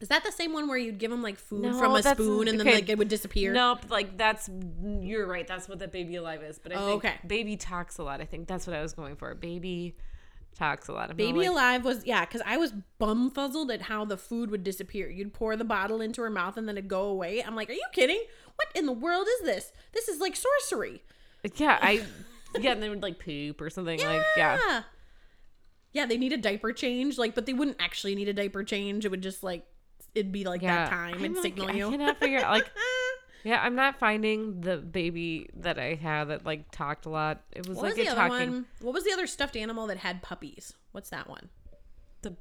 Speaker 1: is that the same one where you'd give them like food
Speaker 2: No,
Speaker 1: from a
Speaker 2: that's-
Speaker 1: spoon and
Speaker 2: okay.
Speaker 1: then like it would disappear?
Speaker 2: Nope, like that's you're right. That's what that baby alive is. But I
Speaker 1: Oh,
Speaker 2: think
Speaker 1: okay.
Speaker 2: baby talks a lot. I think that's what I was going for. Baby talks a lot. I'm
Speaker 1: Baby
Speaker 2: like,
Speaker 1: Alive was yeah, because I was bumfuzzled at how the food would disappear. You'd pour the bottle into her mouth and then it'd go away. I'm like, are you kidding? What in the world is this? This is like sorcery.
Speaker 2: Yeah, I. Yeah, and they would like poop or something. Like yeah,
Speaker 1: Ah. Yeah, they need a diaper change, like, but they wouldn't actually need a diaper change. It would just like it'd be like
Speaker 2: yeah.
Speaker 1: that time
Speaker 2: I'm
Speaker 1: and
Speaker 2: like,
Speaker 1: signal
Speaker 2: I
Speaker 1: you.
Speaker 2: cannot figure out like. Yeah, I'm not finding the baby that I had that like talked a lot. It was
Speaker 1: What was
Speaker 2: like
Speaker 1: the
Speaker 2: a
Speaker 1: other
Speaker 2: talking
Speaker 1: one? What was the other stuffed animal that had puppies? What's that one?
Speaker 2: the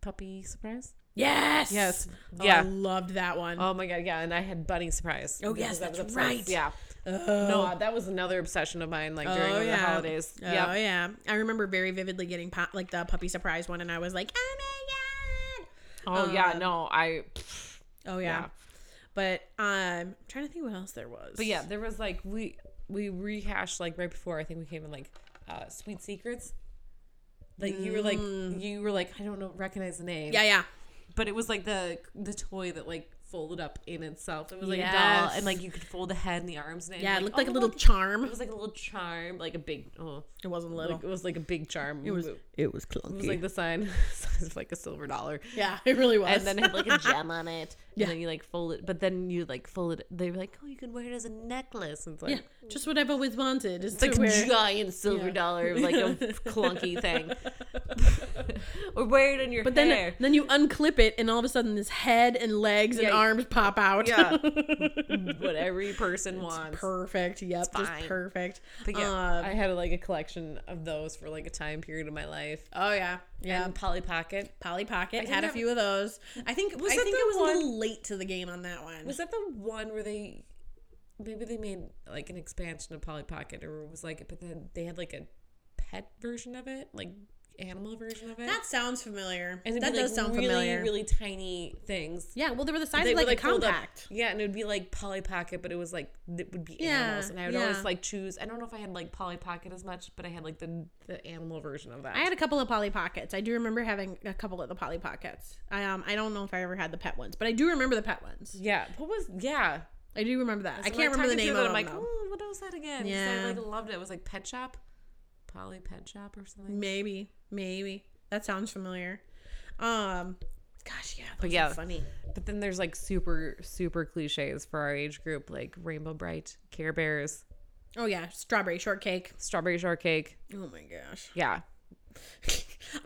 Speaker 2: puppy surprise.
Speaker 1: Yes.
Speaker 2: Yes.
Speaker 1: Oh,
Speaker 2: Yeah.
Speaker 1: I loved that one.
Speaker 2: Oh my god, yeah, and I had bunny surprise.
Speaker 1: Oh,
Speaker 2: because
Speaker 1: yes,
Speaker 2: I was
Speaker 1: that's
Speaker 2: obsessed.
Speaker 1: right.
Speaker 2: Yeah, no, uh, that was another obsession of mine. Like during the holidays.
Speaker 1: Oh yeah. I remember very vividly getting po- like the puppy surprise one, and I was like, oh my
Speaker 2: Oh
Speaker 1: uh,
Speaker 2: yeah, no, I.
Speaker 1: god. Oh yeah. But um, I'm trying to think what else there was.
Speaker 2: But yeah, there was like we we rehashed like right before I think we came in like uh Sweet Secrets. Like you were like you were like I don't know recognize the name.
Speaker 1: Mm. yeah, yeah.
Speaker 2: But it was like the the toy that like folded up in itself. It was like a doll
Speaker 1: Yes.
Speaker 2: and like you could fold the head and the arms and
Speaker 1: Yeah, it looked like
Speaker 2: oh,
Speaker 1: a little
Speaker 2: look.
Speaker 1: charm.
Speaker 2: It was like a little charm, like a big oh
Speaker 1: It wasn't little.
Speaker 2: like, it was like a big charm. It was it
Speaker 1: it was clunky.
Speaker 2: was like the sign size of like a silver dollar.
Speaker 1: yeah, it really was.
Speaker 2: and then it had like a gem on it. And then you like fold it, but then you like fold it. They were like, "Oh, you can wear it as a necklace." And it's like,
Speaker 1: yeah, just what I've always wanted is
Speaker 2: it's like
Speaker 1: to
Speaker 2: a
Speaker 1: wear.
Speaker 2: giant silver
Speaker 1: Yeah.
Speaker 2: dollar, like a clunky thing, or wear it in your
Speaker 1: but then,
Speaker 2: hair.
Speaker 1: then you unclip it, and all of a sudden, this head and legs
Speaker 2: Yeah.
Speaker 1: and arms pop out.
Speaker 2: yeah, what every person wants.
Speaker 1: perfect. Yep, just
Speaker 2: fine.
Speaker 1: perfect.
Speaker 2: But yeah,
Speaker 1: Um,
Speaker 2: I had like a collection of those for like a time period of my life.
Speaker 1: oh yeah, yeah.
Speaker 2: And Polly Pocket
Speaker 1: Polly Pocket
Speaker 2: didn't
Speaker 1: had a
Speaker 2: have-
Speaker 1: few of those. I think was I
Speaker 2: that
Speaker 1: think
Speaker 2: the
Speaker 1: I was
Speaker 2: one-
Speaker 1: a little late to the game on that one.
Speaker 2: was that the one where they maybe they made like an expansion of Polly Pocket, or it was like, but then they had like a pet version of it, like animal version of it.
Speaker 1: That sounds familiar.
Speaker 2: and it'd
Speaker 1: that
Speaker 2: be, like,
Speaker 1: does sound
Speaker 2: really,
Speaker 1: familiar.
Speaker 2: Really tiny things.
Speaker 1: yeah, well, they were the size
Speaker 2: They
Speaker 1: of
Speaker 2: were,
Speaker 1: like, a
Speaker 2: rolled up.
Speaker 1: compact.
Speaker 2: Yeah, and it would be like Polly Pocket, but it was like it would be
Speaker 1: Yeah,
Speaker 2: animals, and I would
Speaker 1: yeah.
Speaker 2: always like choose. I don't know if I had like Polly Pocket as much, but I had like the the animal version of that.
Speaker 1: I had a couple of Polly Pockets. I do remember having a couple of the Polly Pockets. I um I don't know if I ever had the pet ones, but I do remember the pet ones.
Speaker 2: yeah, what was yeah?
Speaker 1: I do remember that. I
Speaker 2: So,
Speaker 1: can't
Speaker 2: like,
Speaker 1: remember the
Speaker 2: talking
Speaker 1: name of
Speaker 2: through that,
Speaker 1: them.
Speaker 2: I'm like,
Speaker 1: though.
Speaker 2: oh, what was that again?
Speaker 1: Yeah.
Speaker 2: Yeah, I like loved it. It was like Pet Shop, Polly Pet Shop or something.
Speaker 1: Maybe, maybe that sounds familiar. Um, gosh, yeah, those
Speaker 2: yeah.
Speaker 1: are funny.
Speaker 2: But then there's like super super cliches for our age group, like Rainbow Bright, Care Bears,
Speaker 1: Oh yeah, strawberry shortcake.
Speaker 2: Strawberry Shortcake.
Speaker 1: Oh my gosh,
Speaker 2: Yeah,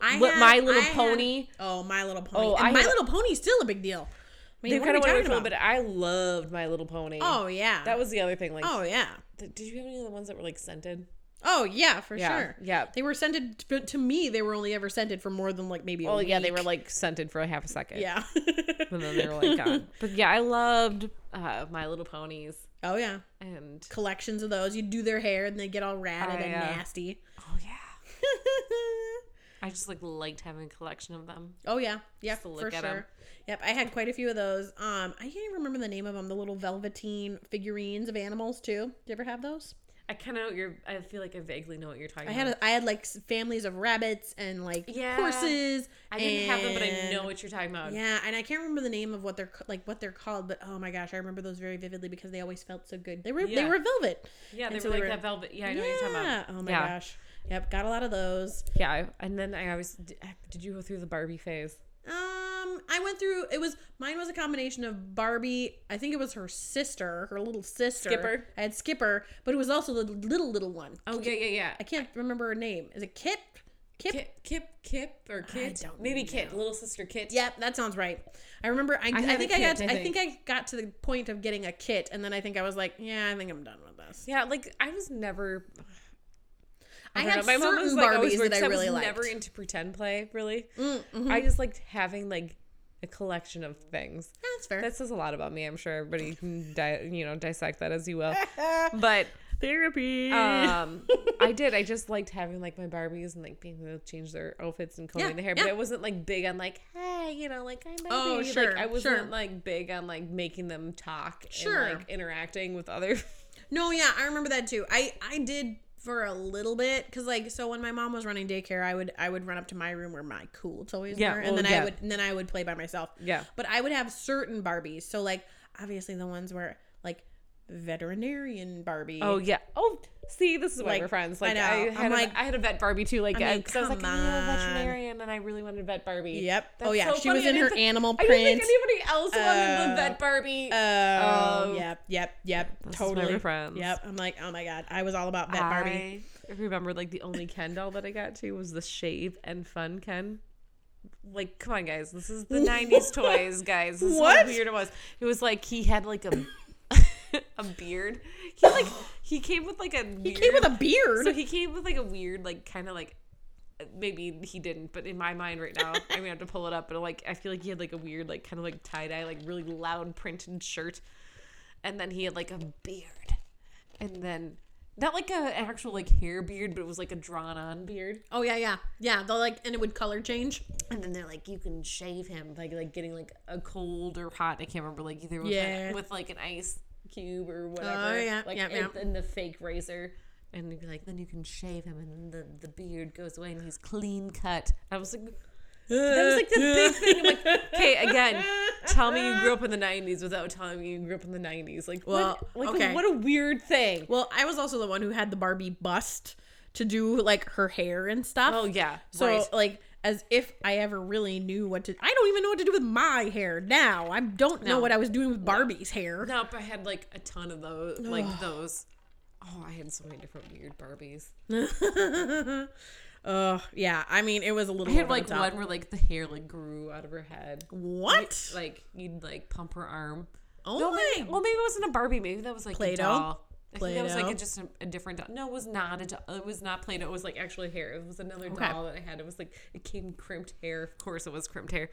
Speaker 1: I
Speaker 2: Li- My Little
Speaker 1: had-
Speaker 2: Pony.
Speaker 1: oh, My Little Pony.
Speaker 2: Oh,
Speaker 1: and
Speaker 2: I
Speaker 1: My
Speaker 2: had-
Speaker 1: Little Pony's still a big deal. I mean,
Speaker 2: they
Speaker 1: what are
Speaker 2: kind
Speaker 1: we
Speaker 2: of went away
Speaker 1: talking
Speaker 2: from it,
Speaker 1: about?
Speaker 2: but I loved My Little Pony.
Speaker 1: oh yeah,
Speaker 2: that was the other thing. Like,
Speaker 1: oh yeah,
Speaker 2: th- did you have any of the ones that were like scented?
Speaker 1: oh yeah, for
Speaker 2: Yeah,
Speaker 1: sure.
Speaker 2: yeah.
Speaker 1: they were scented. But to me, they were only ever scented for more than like maybe. a
Speaker 2: Oh yeah, they
Speaker 1: week.
Speaker 2: were like scented for a half a second.
Speaker 1: Yeah.
Speaker 2: and then they were like gone. But yeah, I loved uh, My Little Ponies
Speaker 1: oh yeah,
Speaker 2: and
Speaker 1: collections of those. You do their hair and they get all ratted
Speaker 2: Oh,
Speaker 1: and
Speaker 2: yeah.
Speaker 1: nasty.
Speaker 2: oh yeah, I just like liked having a collection of them.
Speaker 1: Oh yeah, yeah,
Speaker 2: to
Speaker 1: for
Speaker 2: look
Speaker 1: sure.
Speaker 2: at 'em.
Speaker 1: Yep, I had quite a few of those. Um, I can't even remember the name of them. The little velveteen figurines of animals too. Did you ever have those?
Speaker 2: I kind of you're. I feel like I vaguely know what you're talking
Speaker 1: I had
Speaker 2: about.
Speaker 1: a, I had like s- families of rabbits and like
Speaker 2: Yeah.
Speaker 1: horses.
Speaker 2: I didn't have them, but I
Speaker 1: and-
Speaker 2: know what you're talking about.
Speaker 1: Yeah, and I can't remember the name of what they're c- like what they're called, but oh my gosh, I remember those very vividly because they always felt so good. They were they
Speaker 2: Yeah.
Speaker 1: were velvet.
Speaker 2: Yeah, they
Speaker 1: And so
Speaker 2: were
Speaker 1: they
Speaker 2: like
Speaker 1: were-
Speaker 2: that velvet. Yeah, I know what you're talking about.
Speaker 1: Yeah. Oh my
Speaker 2: Yeah.
Speaker 1: gosh. Yep, got a lot of those.
Speaker 2: Yeah, I- and then I always did, did. You go through the Barbie phase?
Speaker 1: Um, I went through. It was mine was a combination of Barbie. I think it was her sister, her little sister.
Speaker 2: Skipper.
Speaker 1: I had Skipper, but it was also the little little one.
Speaker 2: Oh yeah, yeah, yeah.
Speaker 1: I can't remember her name. Is it Kip? Kip.
Speaker 2: Kip, Kip, Kip, or Kit?
Speaker 1: don't
Speaker 2: Maybe Kit, little sister Kit.
Speaker 1: Yep, that sounds right. I remember. I, I,
Speaker 2: had a
Speaker 1: think I
Speaker 2: kit,
Speaker 1: got.
Speaker 2: didn't
Speaker 1: I think I got to the point of getting a kit, and then I think I was like, yeah, I think I'm done with this.
Speaker 2: Yeah, like I was never.
Speaker 1: I,
Speaker 2: don't
Speaker 1: had
Speaker 2: know, my mom was
Speaker 1: certain
Speaker 2: like always
Speaker 1: Barbies
Speaker 2: worried
Speaker 1: that I
Speaker 2: because
Speaker 1: really
Speaker 2: was
Speaker 1: liked.
Speaker 2: Never e-" into pretend play, really.
Speaker 1: Mm, mhm.
Speaker 2: I just liked having like a collection of things.
Speaker 1: That's fair.
Speaker 2: That says a lot about me. I'm sure everybody can di- you know dissect that as you will. But
Speaker 1: Therapy.
Speaker 2: um, I did. I just liked having like my Barbies and like being able to change their outfits and combing
Speaker 1: Yeah,
Speaker 2: their hair.
Speaker 1: yeah.
Speaker 2: But I wasn't like big on like hey, you know, like I'm Barbie.
Speaker 1: Oh, sure,
Speaker 2: Like, I wasn't
Speaker 1: sure.
Speaker 2: like big on like making them talk.
Speaker 1: Sure.
Speaker 2: And, like interacting with other.
Speaker 1: No, yeah, I remember that too. I I did for a little bit because like so when my mom was running daycare, I would I would run up to my room where my cool toys
Speaker 2: Yeah,
Speaker 1: were, and
Speaker 2: well,
Speaker 1: then I
Speaker 2: yeah.
Speaker 1: would and then I would play by myself.
Speaker 2: Yeah.
Speaker 1: but I would have certain Barbies. So like obviously the ones where like veterinarian Barbie.
Speaker 2: Oh yeah. Oh, see, this is why
Speaker 1: Like,
Speaker 2: we're friends.
Speaker 1: I
Speaker 2: Like I,
Speaker 1: know.
Speaker 2: had
Speaker 1: I'm
Speaker 2: a,
Speaker 1: like-
Speaker 2: I had a vet Barbie too. Like
Speaker 1: I
Speaker 2: I,
Speaker 1: mean,
Speaker 2: 'cause I was like
Speaker 1: come
Speaker 2: I'm a
Speaker 1: on.
Speaker 2: veterinarian and I really wanted a vet Barbie.
Speaker 1: Yep.
Speaker 2: That's
Speaker 1: oh yeah,
Speaker 2: so
Speaker 1: she was
Speaker 2: funny. I
Speaker 1: in
Speaker 2: didn't
Speaker 1: her
Speaker 2: think-
Speaker 1: animal
Speaker 2: I didn't
Speaker 1: print.
Speaker 2: think anybody else wanted
Speaker 1: Uh,
Speaker 2: the vet Barbie.
Speaker 1: Oh,
Speaker 2: Oh.
Speaker 1: yep, yep, yep.
Speaker 2: This is why we're
Speaker 1: totally.
Speaker 2: friends.
Speaker 1: Yep. I'm like, oh my god, I was all about that Barbie.
Speaker 2: I remember like the only Ken doll that I got to was the shave and fun Ken. Like, come on, guys, this is the '90s toys, guys. This is
Speaker 1: What?
Speaker 2: how weird it was. It was like he had like a a beard. He like he came with like a
Speaker 1: He came with a beard.
Speaker 2: so he came with like a weird, like kind of like uh, maybe he didn't, but in my mind right now, I'm gonna have to pull it up. But like, I feel like he had like a weird, like kind of like tie dye, like really loud printed shirt, and then he had like a beard, and then not like a an actual like hair beard, but it was like a drawn on beard.
Speaker 1: oh yeah, yeah, yeah. They'll like, and it would color change.
Speaker 2: And then they're like, you can shave him, like like getting like a cold or hot. I can't remember, like either with,
Speaker 1: Yeah. Oh,
Speaker 2: an, with like an ice cube or whatever.
Speaker 1: yeah,
Speaker 2: like,
Speaker 1: yeah,
Speaker 2: and,
Speaker 1: yeah.
Speaker 2: and the fake razor. And you'd be like, then you can shave him, and the, the beard goes away, and he's clean cut. I was like, that was like the big thing. I'm like, okay, again, tell me you grew up in the '90s without telling me you grew up in the '90s. Like,
Speaker 1: Well,
Speaker 2: what, like
Speaker 1: okay.
Speaker 2: what a weird thing.
Speaker 1: Well, I was also the one who had the Barbie bust to do like her hair and stuff.
Speaker 2: Oh yeah,
Speaker 1: So
Speaker 2: right.
Speaker 1: like as if I ever really knew what to I don't even know what to do with my hair now. I don't know
Speaker 2: No.
Speaker 1: what I was doing with Barbie's hair.
Speaker 2: Nope, I had like a ton of those, like those. Oh, I had so many different weird Barbies.
Speaker 1: Ugh, yeah. I mean, it was a
Speaker 2: I
Speaker 1: little
Speaker 2: had
Speaker 1: over
Speaker 2: like
Speaker 1: the top.
Speaker 2: one where like the hair like grew out of her head.
Speaker 1: What?
Speaker 2: Like you'd like pump her arm.
Speaker 1: oh
Speaker 2: No,
Speaker 1: my.
Speaker 2: maybe, well, maybe it wasn't a Barbie. Maybe that was like
Speaker 1: Play-Doh?
Speaker 2: a doll. I think that was like
Speaker 1: Play-Doh?
Speaker 2: a, just a, a different doll. No, it was not a doll. It was not Play-Doh. It was like actually hair. It was another doll that I had. It was like it came crimped hair. Of course, it was crimped hair.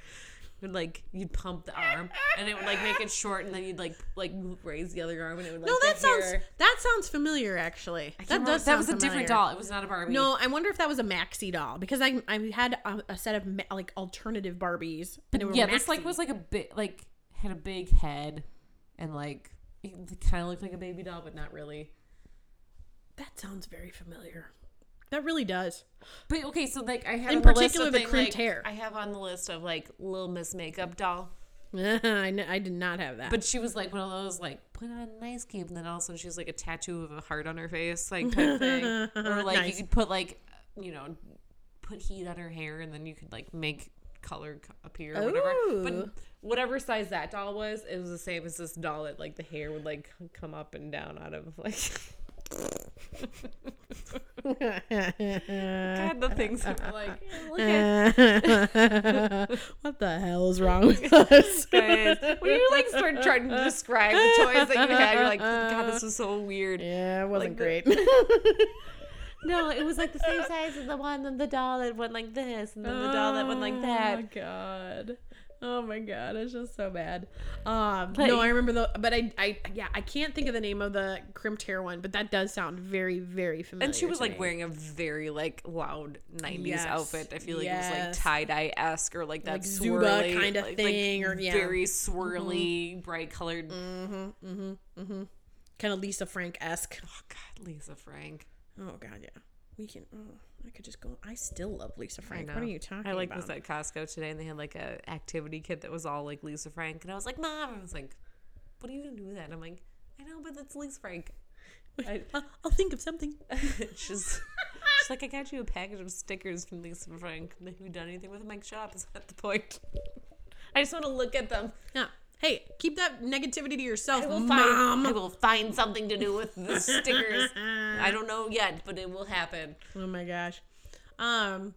Speaker 2: would like you'd pump the arm and it would like make it short and then you'd like like raise the other arm and it would like
Speaker 1: No, that
Speaker 2: fit
Speaker 1: sounds
Speaker 2: here.
Speaker 1: that sounds familiar. Actually,
Speaker 2: I can't
Speaker 1: that
Speaker 2: remember-
Speaker 1: does.
Speaker 2: that
Speaker 1: sound
Speaker 2: was a
Speaker 1: familiar.
Speaker 2: different doll. It was not a Barbie.
Speaker 1: No, I wonder if that was a maxi doll because I I had a, a set of ma- like alternative Barbies and they were
Speaker 2: yeah, this like
Speaker 1: maxi.
Speaker 2: was like a bit like had a big head and like it kind of looked like a baby doll but not really.
Speaker 1: that sounds very familiar. That really does.
Speaker 2: But okay, so like I have
Speaker 1: In
Speaker 2: on the list
Speaker 1: particular,
Speaker 2: of
Speaker 1: the
Speaker 2: thing,
Speaker 1: crimped
Speaker 2: like,
Speaker 1: hair.
Speaker 2: I have on the list of like Little Miss makeup doll,
Speaker 1: I, kn- I did not have that.
Speaker 2: but she was like one of those like put on an ice cube, and then all of a sudden she was like a tattoo of a heart on her face, like type thing, or like
Speaker 1: Nice.
Speaker 2: you could put like you know put heat on her hair, and then you could like make color co- appear or whatever. But
Speaker 1: Ooh.
Speaker 2: whatever size that doll was, it was the same as this doll that like the hair would like c- come up and down out of like. God, the things that were like "Eh, look at
Speaker 1: what the hell is wrong with us?
Speaker 2: guys. When you like start trying to describe the toys that you had, you're like, God, this was so weird.
Speaker 1: yeah, it wasn't
Speaker 2: Like
Speaker 1: great.
Speaker 2: No, it was like the same size as the one and the doll that went like this, and then the doll that went like
Speaker 1: Oh
Speaker 2: that.
Speaker 1: god. Oh my god, it's just so bad. Um,
Speaker 2: But-
Speaker 1: no, I remember the, but I, I, yeah, I can't think of the name of the crimped hair one, but that does sound very, very familiar.
Speaker 2: And she was
Speaker 1: to
Speaker 2: like
Speaker 1: me.
Speaker 2: wearing a very like loud '90s
Speaker 1: Yes.
Speaker 2: outfit. I feel like it was
Speaker 1: Yes.
Speaker 2: like tie dye esque or like that
Speaker 1: Like Zumba
Speaker 2: swirly
Speaker 1: kinda
Speaker 2: like- like
Speaker 1: thing or- yeah. Mm-hmm. Mm.
Speaker 2: very swirly, bright colored.
Speaker 1: kind of Lisa Frank esque.
Speaker 2: Oh God, Lisa Frank.
Speaker 1: Oh god, yeah. We can. Oh, I could just go. I still love Lisa Frank.
Speaker 2: know.
Speaker 1: What are you talking
Speaker 2: I like
Speaker 1: about?
Speaker 2: was at Costco today and they had like a activity kit that was all like Lisa Frank and I was like, Mom, I was like, What are you gonna do with that? And I'm like, I know, but that's Lisa Frank. I-
Speaker 1: I'll, I'll think of something.
Speaker 2: she's she's like, I got you a package of stickers from Lisa Frank. Have you done anything with them? I'm like, shut up, is that the point? I just want to look at them.
Speaker 1: Yeah. Hey, keep that negativity to yourself,
Speaker 2: I will
Speaker 1: mom.
Speaker 2: find I will find something to do with the stickers. I don't know yet, but it will happen.
Speaker 1: Oh my gosh. Um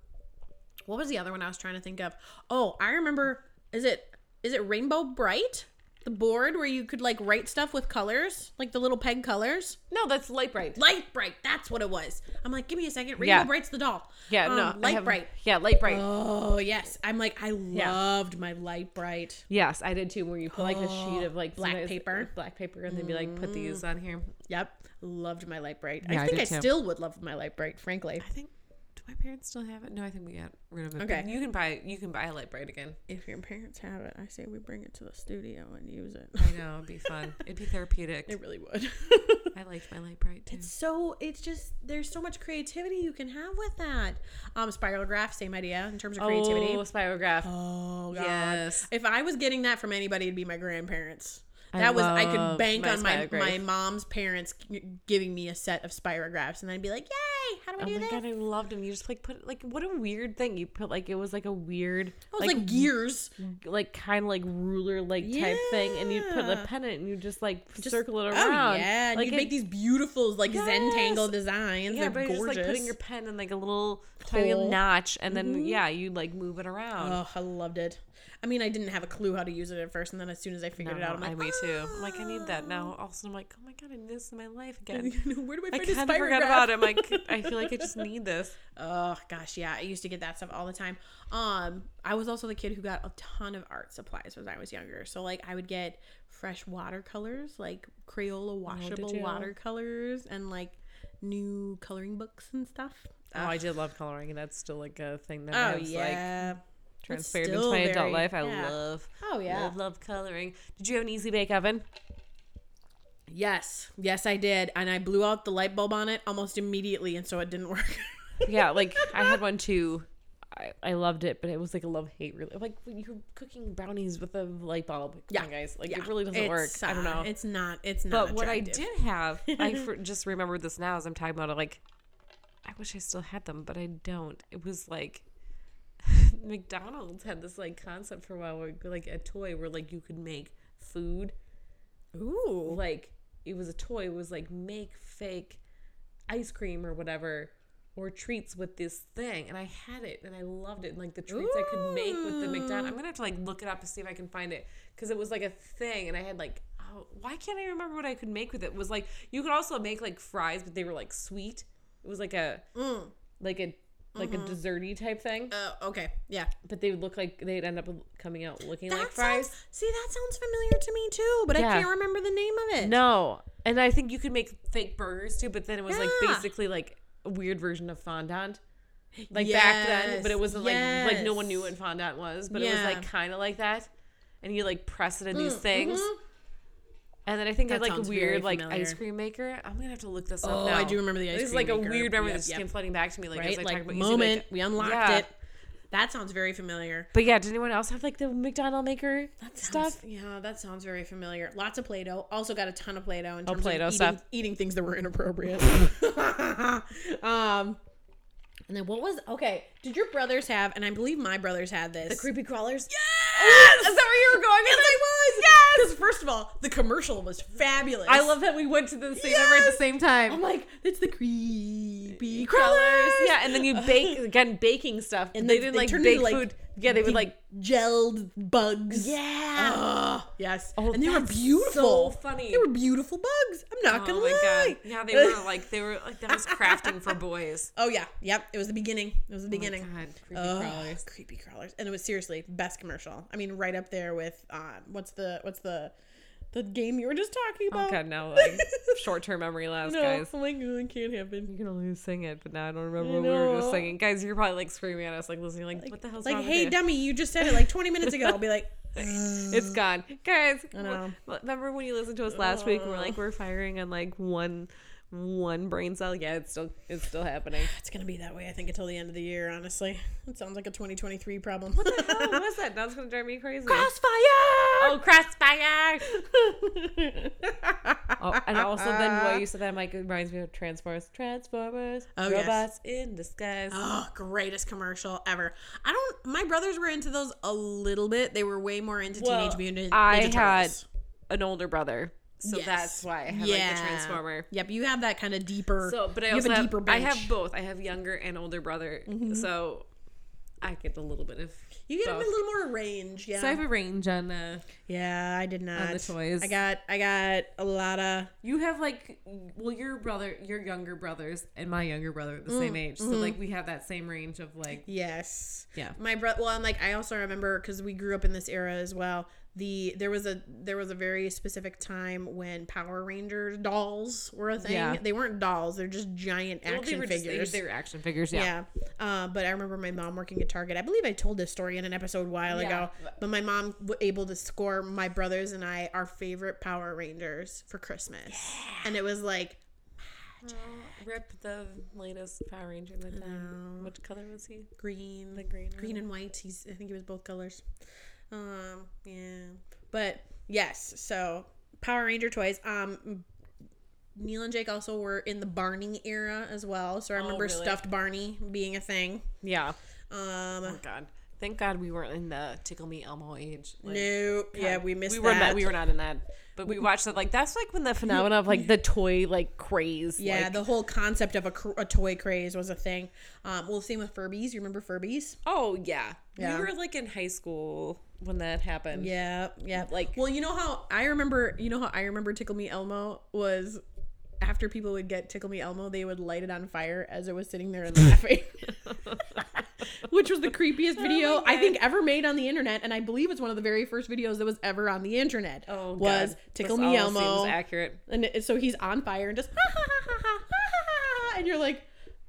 Speaker 1: what was the other one I was trying to think of? Oh, I remember is it is it Rainbow Bright? The board where you could like write stuff with colors, like the little peg colors.
Speaker 2: No, that's light bright.
Speaker 1: Light bright, that's what it was. I'm like, give me a second. Rainbow
Speaker 2: Yeah.
Speaker 1: bright's the doll.
Speaker 2: Yeah,
Speaker 1: Um,
Speaker 2: no. I
Speaker 1: Light
Speaker 2: have-
Speaker 1: bright.
Speaker 2: Yeah, light bright.
Speaker 1: Oh yes. I'm like, I loved my light bright.
Speaker 2: Yes, I did too. Where you put like a sheet
Speaker 1: Oh,
Speaker 2: of like
Speaker 1: black
Speaker 2: sometimes-
Speaker 1: paper.
Speaker 2: black paper, and then be like, put these on here.
Speaker 1: Yep. Loved my light bright.
Speaker 2: Yeah,
Speaker 1: I
Speaker 2: I
Speaker 1: think I,
Speaker 2: did too.
Speaker 1: still would love my light bright, frankly.
Speaker 2: I think do my parents still have it? No, I think we got rid of it.
Speaker 1: Okay.
Speaker 2: But you can buy you can buy a light bright again.
Speaker 1: If your parents have it, I say we bring it to the studio and use it.
Speaker 2: I know it'd be fun. it'd be therapeutic.
Speaker 1: It really would.
Speaker 2: I liked my light bright too.
Speaker 1: It's so it's just there's so much creativity you can have with that. Um, spirograph, same idea in terms of creativity.
Speaker 2: Oh, Spirograph.
Speaker 1: Oh god.
Speaker 2: Yes.
Speaker 1: If I was getting that from anybody, it'd be my grandparents. That was I could
Speaker 2: love
Speaker 1: bank
Speaker 2: my
Speaker 1: on my
Speaker 2: Spirograph.
Speaker 1: my mom's parents g- giving me a set of spirographs, and I'd be like, "Yay! How do I
Speaker 2: Oh
Speaker 1: do
Speaker 2: my
Speaker 1: this?"
Speaker 2: god, I loved him. You just like put like what a weird thing you put like it was like a weird
Speaker 1: I was like, gears.
Speaker 2: like, kind of like ruler like type thing, and you put a
Speaker 1: Yeah.
Speaker 2: pennant and you just like circle it
Speaker 1: Oh
Speaker 2: around.
Speaker 1: yeah, and
Speaker 2: like
Speaker 1: you'd
Speaker 2: it-
Speaker 1: make these beautiful like
Speaker 2: Yes.
Speaker 1: Zentangle designs.
Speaker 2: Yeah,
Speaker 1: They're
Speaker 2: but
Speaker 1: gorgeous.
Speaker 2: it's just like putting your pen in like a little tiny
Speaker 1: Hole.
Speaker 2: notch, and then yeah, you like move it around.
Speaker 1: Oh, I loved it. I mean, I didn't have a clue how to use it at first, and then as soon as I figured it out, I'm like,
Speaker 2: I me too. I'm like, I need that now. Also, I'm like, oh my god, I need this in my life again.
Speaker 1: Where do I
Speaker 2: I
Speaker 1: find a
Speaker 2: kind of forgot about
Speaker 1: spirograph?
Speaker 2: it. I'm like, I feel like I just need this.
Speaker 1: Oh gosh, yeah. I used to get that stuff all the time. Um, I was also the kid who got a ton of art supplies when I was younger. So like I would get fresh watercolors, like Crayola washable
Speaker 2: Oh, you?
Speaker 1: watercolors and like new coloring books and stuff. Um,
Speaker 2: Oh, I did love coloring, and that's still like a thing that
Speaker 1: Oh
Speaker 2: has like
Speaker 1: yeah.
Speaker 2: transpired into
Speaker 1: still
Speaker 2: my adult
Speaker 1: very-
Speaker 2: life. I
Speaker 1: yeah.
Speaker 2: love,
Speaker 1: oh yeah.
Speaker 2: love, love coloring. Did you have an easy bake oven?
Speaker 1: Yes. Yes, I did. And I blew out the light bulb on it almost immediately and so it didn't work.
Speaker 2: yeah, like I had one too. I, I loved it, but it was like a love hate. Really, like when you're cooking brownies with a light bulb. Come
Speaker 1: Yeah.
Speaker 2: on, guys, like
Speaker 1: Yeah.
Speaker 2: it really doesn't work.
Speaker 1: It's,
Speaker 2: I don't
Speaker 1: uh,
Speaker 2: know.
Speaker 1: It's not it's not
Speaker 2: But what I
Speaker 1: attractive.
Speaker 2: did have, I fr- just remembered this now as I'm talking about it. Like, I wish I still had them, but I don't. It was like McDonald's had this like concept for a while, where, like a toy where like you could make food.
Speaker 1: Ooh.
Speaker 2: Like it was a toy. It was like make fake ice cream or whatever. Or treats with this thing, and I had it, and I loved it. And like the treats I could make with the McDonald's, I'm gonna have to like look it up to see if I can find it, because it was like a thing, and I had like, oh, why can't I remember what I could make with it? it? Was like you could also make like fries, but they were like sweet. It was like a like a like a desserty type thing.
Speaker 1: Oh, okay. Yeah.
Speaker 2: But they would look like they'd end up coming out looking
Speaker 1: That
Speaker 2: like
Speaker 1: sounds,
Speaker 2: fries.
Speaker 1: see, that sounds familiar to me too, but I
Speaker 2: Yeah.
Speaker 1: can't remember the name of it.
Speaker 2: No, and I think you could make fake burgers too, but then it was like
Speaker 1: Yeah.
Speaker 2: basically like a weird version of fondant. Like back then, but
Speaker 1: Yes,
Speaker 2: it wasn't like like no one
Speaker 1: yes.
Speaker 2: knew what fondant was, but it was
Speaker 1: Yeah. Mm,
Speaker 2: like kind of like that. And you like press it in these
Speaker 1: Mm-hmm.
Speaker 2: things. And then I think
Speaker 1: That
Speaker 2: I had like a
Speaker 1: sounds very
Speaker 2: weird like
Speaker 1: familiar.
Speaker 2: ice cream maker. I'm gonna have to look this
Speaker 1: Oh,
Speaker 2: up now.
Speaker 1: I do remember the ice
Speaker 2: This is
Speaker 1: cream
Speaker 2: like a
Speaker 1: maker.
Speaker 2: weird memory
Speaker 1: Yep,
Speaker 2: that just
Speaker 1: yep.
Speaker 2: came flooding back to me, like as I
Speaker 1: Right?
Speaker 2: talked
Speaker 1: Like,
Speaker 2: about Easy
Speaker 1: moment,
Speaker 2: Bake It.
Speaker 1: we unlocked
Speaker 2: Yeah.
Speaker 1: it. That sounds very familiar.
Speaker 2: But yeah, did anyone else have like the McDonald maker
Speaker 1: Sounds-
Speaker 2: stuff?
Speaker 1: yeah, that sounds very familiar. Lots of Play-Doh. Also got a ton of Play-Doh in terms
Speaker 2: Oh, Play-Doh
Speaker 1: of eating,
Speaker 2: stuff.
Speaker 1: eating things that were inappropriate. um, and then what was okay? Did your brothers have? And I believe my brothers had this. The
Speaker 2: Creepy crawlers. Yeah.
Speaker 1: Yes, is that where you were going? Yes, I was. Yes. Because first of all, the commercial was fabulous.
Speaker 2: I love that we went to the same number at the same time.
Speaker 1: I'm like, it's the creepy crawlers.
Speaker 2: crawlers. Yeah, and then you bake again, baking stuff. And they,
Speaker 1: they-
Speaker 2: didn't
Speaker 1: they
Speaker 2: like
Speaker 1: turned
Speaker 2: bake
Speaker 1: into, like,
Speaker 2: food. Yeah, they would like.
Speaker 1: gelled bugs.
Speaker 2: Yeah.
Speaker 1: Ugh, yes.
Speaker 2: Oh,
Speaker 1: and they were
Speaker 2: that's
Speaker 1: beautiful.
Speaker 2: so funny. Oh
Speaker 1: They were beautiful bugs. I'm not gonna lie.
Speaker 2: Yeah, they were like they were like that was crafting for boys.
Speaker 1: Oh yeah. Yep. It was the beginning. It was the beginning.
Speaker 2: Oh God, creepy
Speaker 1: Ugh,
Speaker 2: crawlers.
Speaker 1: creepy crawlers. And it was seriously best commercial. I mean, right up there with um, what's the what's the the game you were just talking about?
Speaker 2: Oh god, now like short term memory loss,
Speaker 1: No,
Speaker 2: guys.
Speaker 1: I'm like, "Oh, it can't happen.
Speaker 2: You can only sing it, but now I don't remember
Speaker 1: I
Speaker 2: what we were just
Speaker 1: know.
Speaker 2: singing. Guys, you're probably like screaming at us, like listening, like, what the hell's
Speaker 1: Like,
Speaker 2: wrong
Speaker 1: hey,
Speaker 2: with you?
Speaker 1: dummy, you just said it like 20 minutes ago. I'll be like,
Speaker 2: It's gone, guys.
Speaker 1: I know.
Speaker 2: wh- Remember when you listened to us last week? and We're like, we're firing on like one, one brain cell. Yeah, it's still, it's still happening.
Speaker 1: it's gonna be that way. I think until the end of the year. Honestly, it sounds like a 2023 problem.
Speaker 2: Oh, What was that? That's gonna drive me crazy.
Speaker 1: Crossfire.
Speaker 2: Oh, crossfire! oh, and also then what you said that Mike reminds me of Transformers. Transformers,
Speaker 1: Oh, yes.
Speaker 2: robots in disguise.
Speaker 1: Oh, greatest commercial ever. I don't my brothers were into those a little bit. They were way more into
Speaker 2: Well,
Speaker 1: Teenage Mutant Ninja
Speaker 2: I had
Speaker 1: Turtles.
Speaker 2: an older brother, so
Speaker 1: Yes.
Speaker 2: that's why I had like the Transformer.
Speaker 1: Yep, you have that kind of deeper
Speaker 2: So, but I
Speaker 1: you
Speaker 2: also
Speaker 1: have a
Speaker 2: have,
Speaker 1: deeper
Speaker 2: I
Speaker 1: bench.
Speaker 2: have both. I have younger and older brother, so I get a little bit of.
Speaker 1: you get
Speaker 2: both.
Speaker 1: a little more range, yeah.
Speaker 2: So I have a range on. Uh,
Speaker 1: yeah, I did not.
Speaker 2: the toys.
Speaker 1: I got I got a lot of
Speaker 2: you have like, well, your brother, your younger brothers, and my younger brother at the same
Speaker 1: Mm,
Speaker 2: age,
Speaker 1: mm-hmm.
Speaker 2: so like we have that same range of like.
Speaker 1: yes.
Speaker 2: Yeah.
Speaker 1: my brother well and like i also remember because we grew up in this era as well the there was a there was a very specific time when power rangers dolls were a thing
Speaker 2: Yeah.
Speaker 1: they weren't dolls they're just giant action figures
Speaker 2: they, were action figures.
Speaker 1: yeah, Uh, but i remember my mom working at target i believe i told this story in an episode a while
Speaker 2: Yeah.
Speaker 1: ago but my mom was able to score my brothers and i our favorite power rangers for christmas and it was like
Speaker 2: Rip the latest Power Ranger that time. What color was he?
Speaker 1: green,
Speaker 2: The green
Speaker 1: green and white. He's I think he was both colors. Um, yeah, but yes. So Power Ranger toys. Um, Neil and Jake also were in the Barney era as well. So I remember
Speaker 2: Oh, really?
Speaker 1: stuffed Barney being a thing.
Speaker 2: Yeah.
Speaker 1: Um,
Speaker 2: Oh God. Thank God we weren't in the Tickle Me Elmo age. Like,
Speaker 1: nope. Yeah, we missed
Speaker 2: We were
Speaker 1: that.
Speaker 2: not, we were not in that, but we watched it. Like that's like when the phenomena of like the toy like craze.
Speaker 1: yeah,
Speaker 2: like-
Speaker 1: the whole concept of a, cr- a toy craze was a thing. Um, well, same with Furbies. You remember Furbies?
Speaker 2: oh yeah.
Speaker 1: Yeah.
Speaker 2: We were like in high school when that happened.
Speaker 1: Yeah, yeah.
Speaker 2: Like-
Speaker 1: well, you know how I remember. You know how I remember Tickle Me Elmo was after people would get Tickle Me Elmo, they would light it on fire as it was sitting there and laughing, which was the
Speaker 2: Oh
Speaker 1: creepiest video I think ever made on the internet, and I believe it's one of the very first videos that was ever on the internet.
Speaker 2: Oh,
Speaker 1: was
Speaker 2: God.
Speaker 1: Tickle
Speaker 2: This
Speaker 1: Me
Speaker 2: all
Speaker 1: Elmo,
Speaker 2: Seems accurate.
Speaker 1: and it, so he's on fire and just ha ha ha ha ha ha ha, and you're like,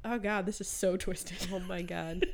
Speaker 1: oh god, this is so twisted.
Speaker 2: Oh my God.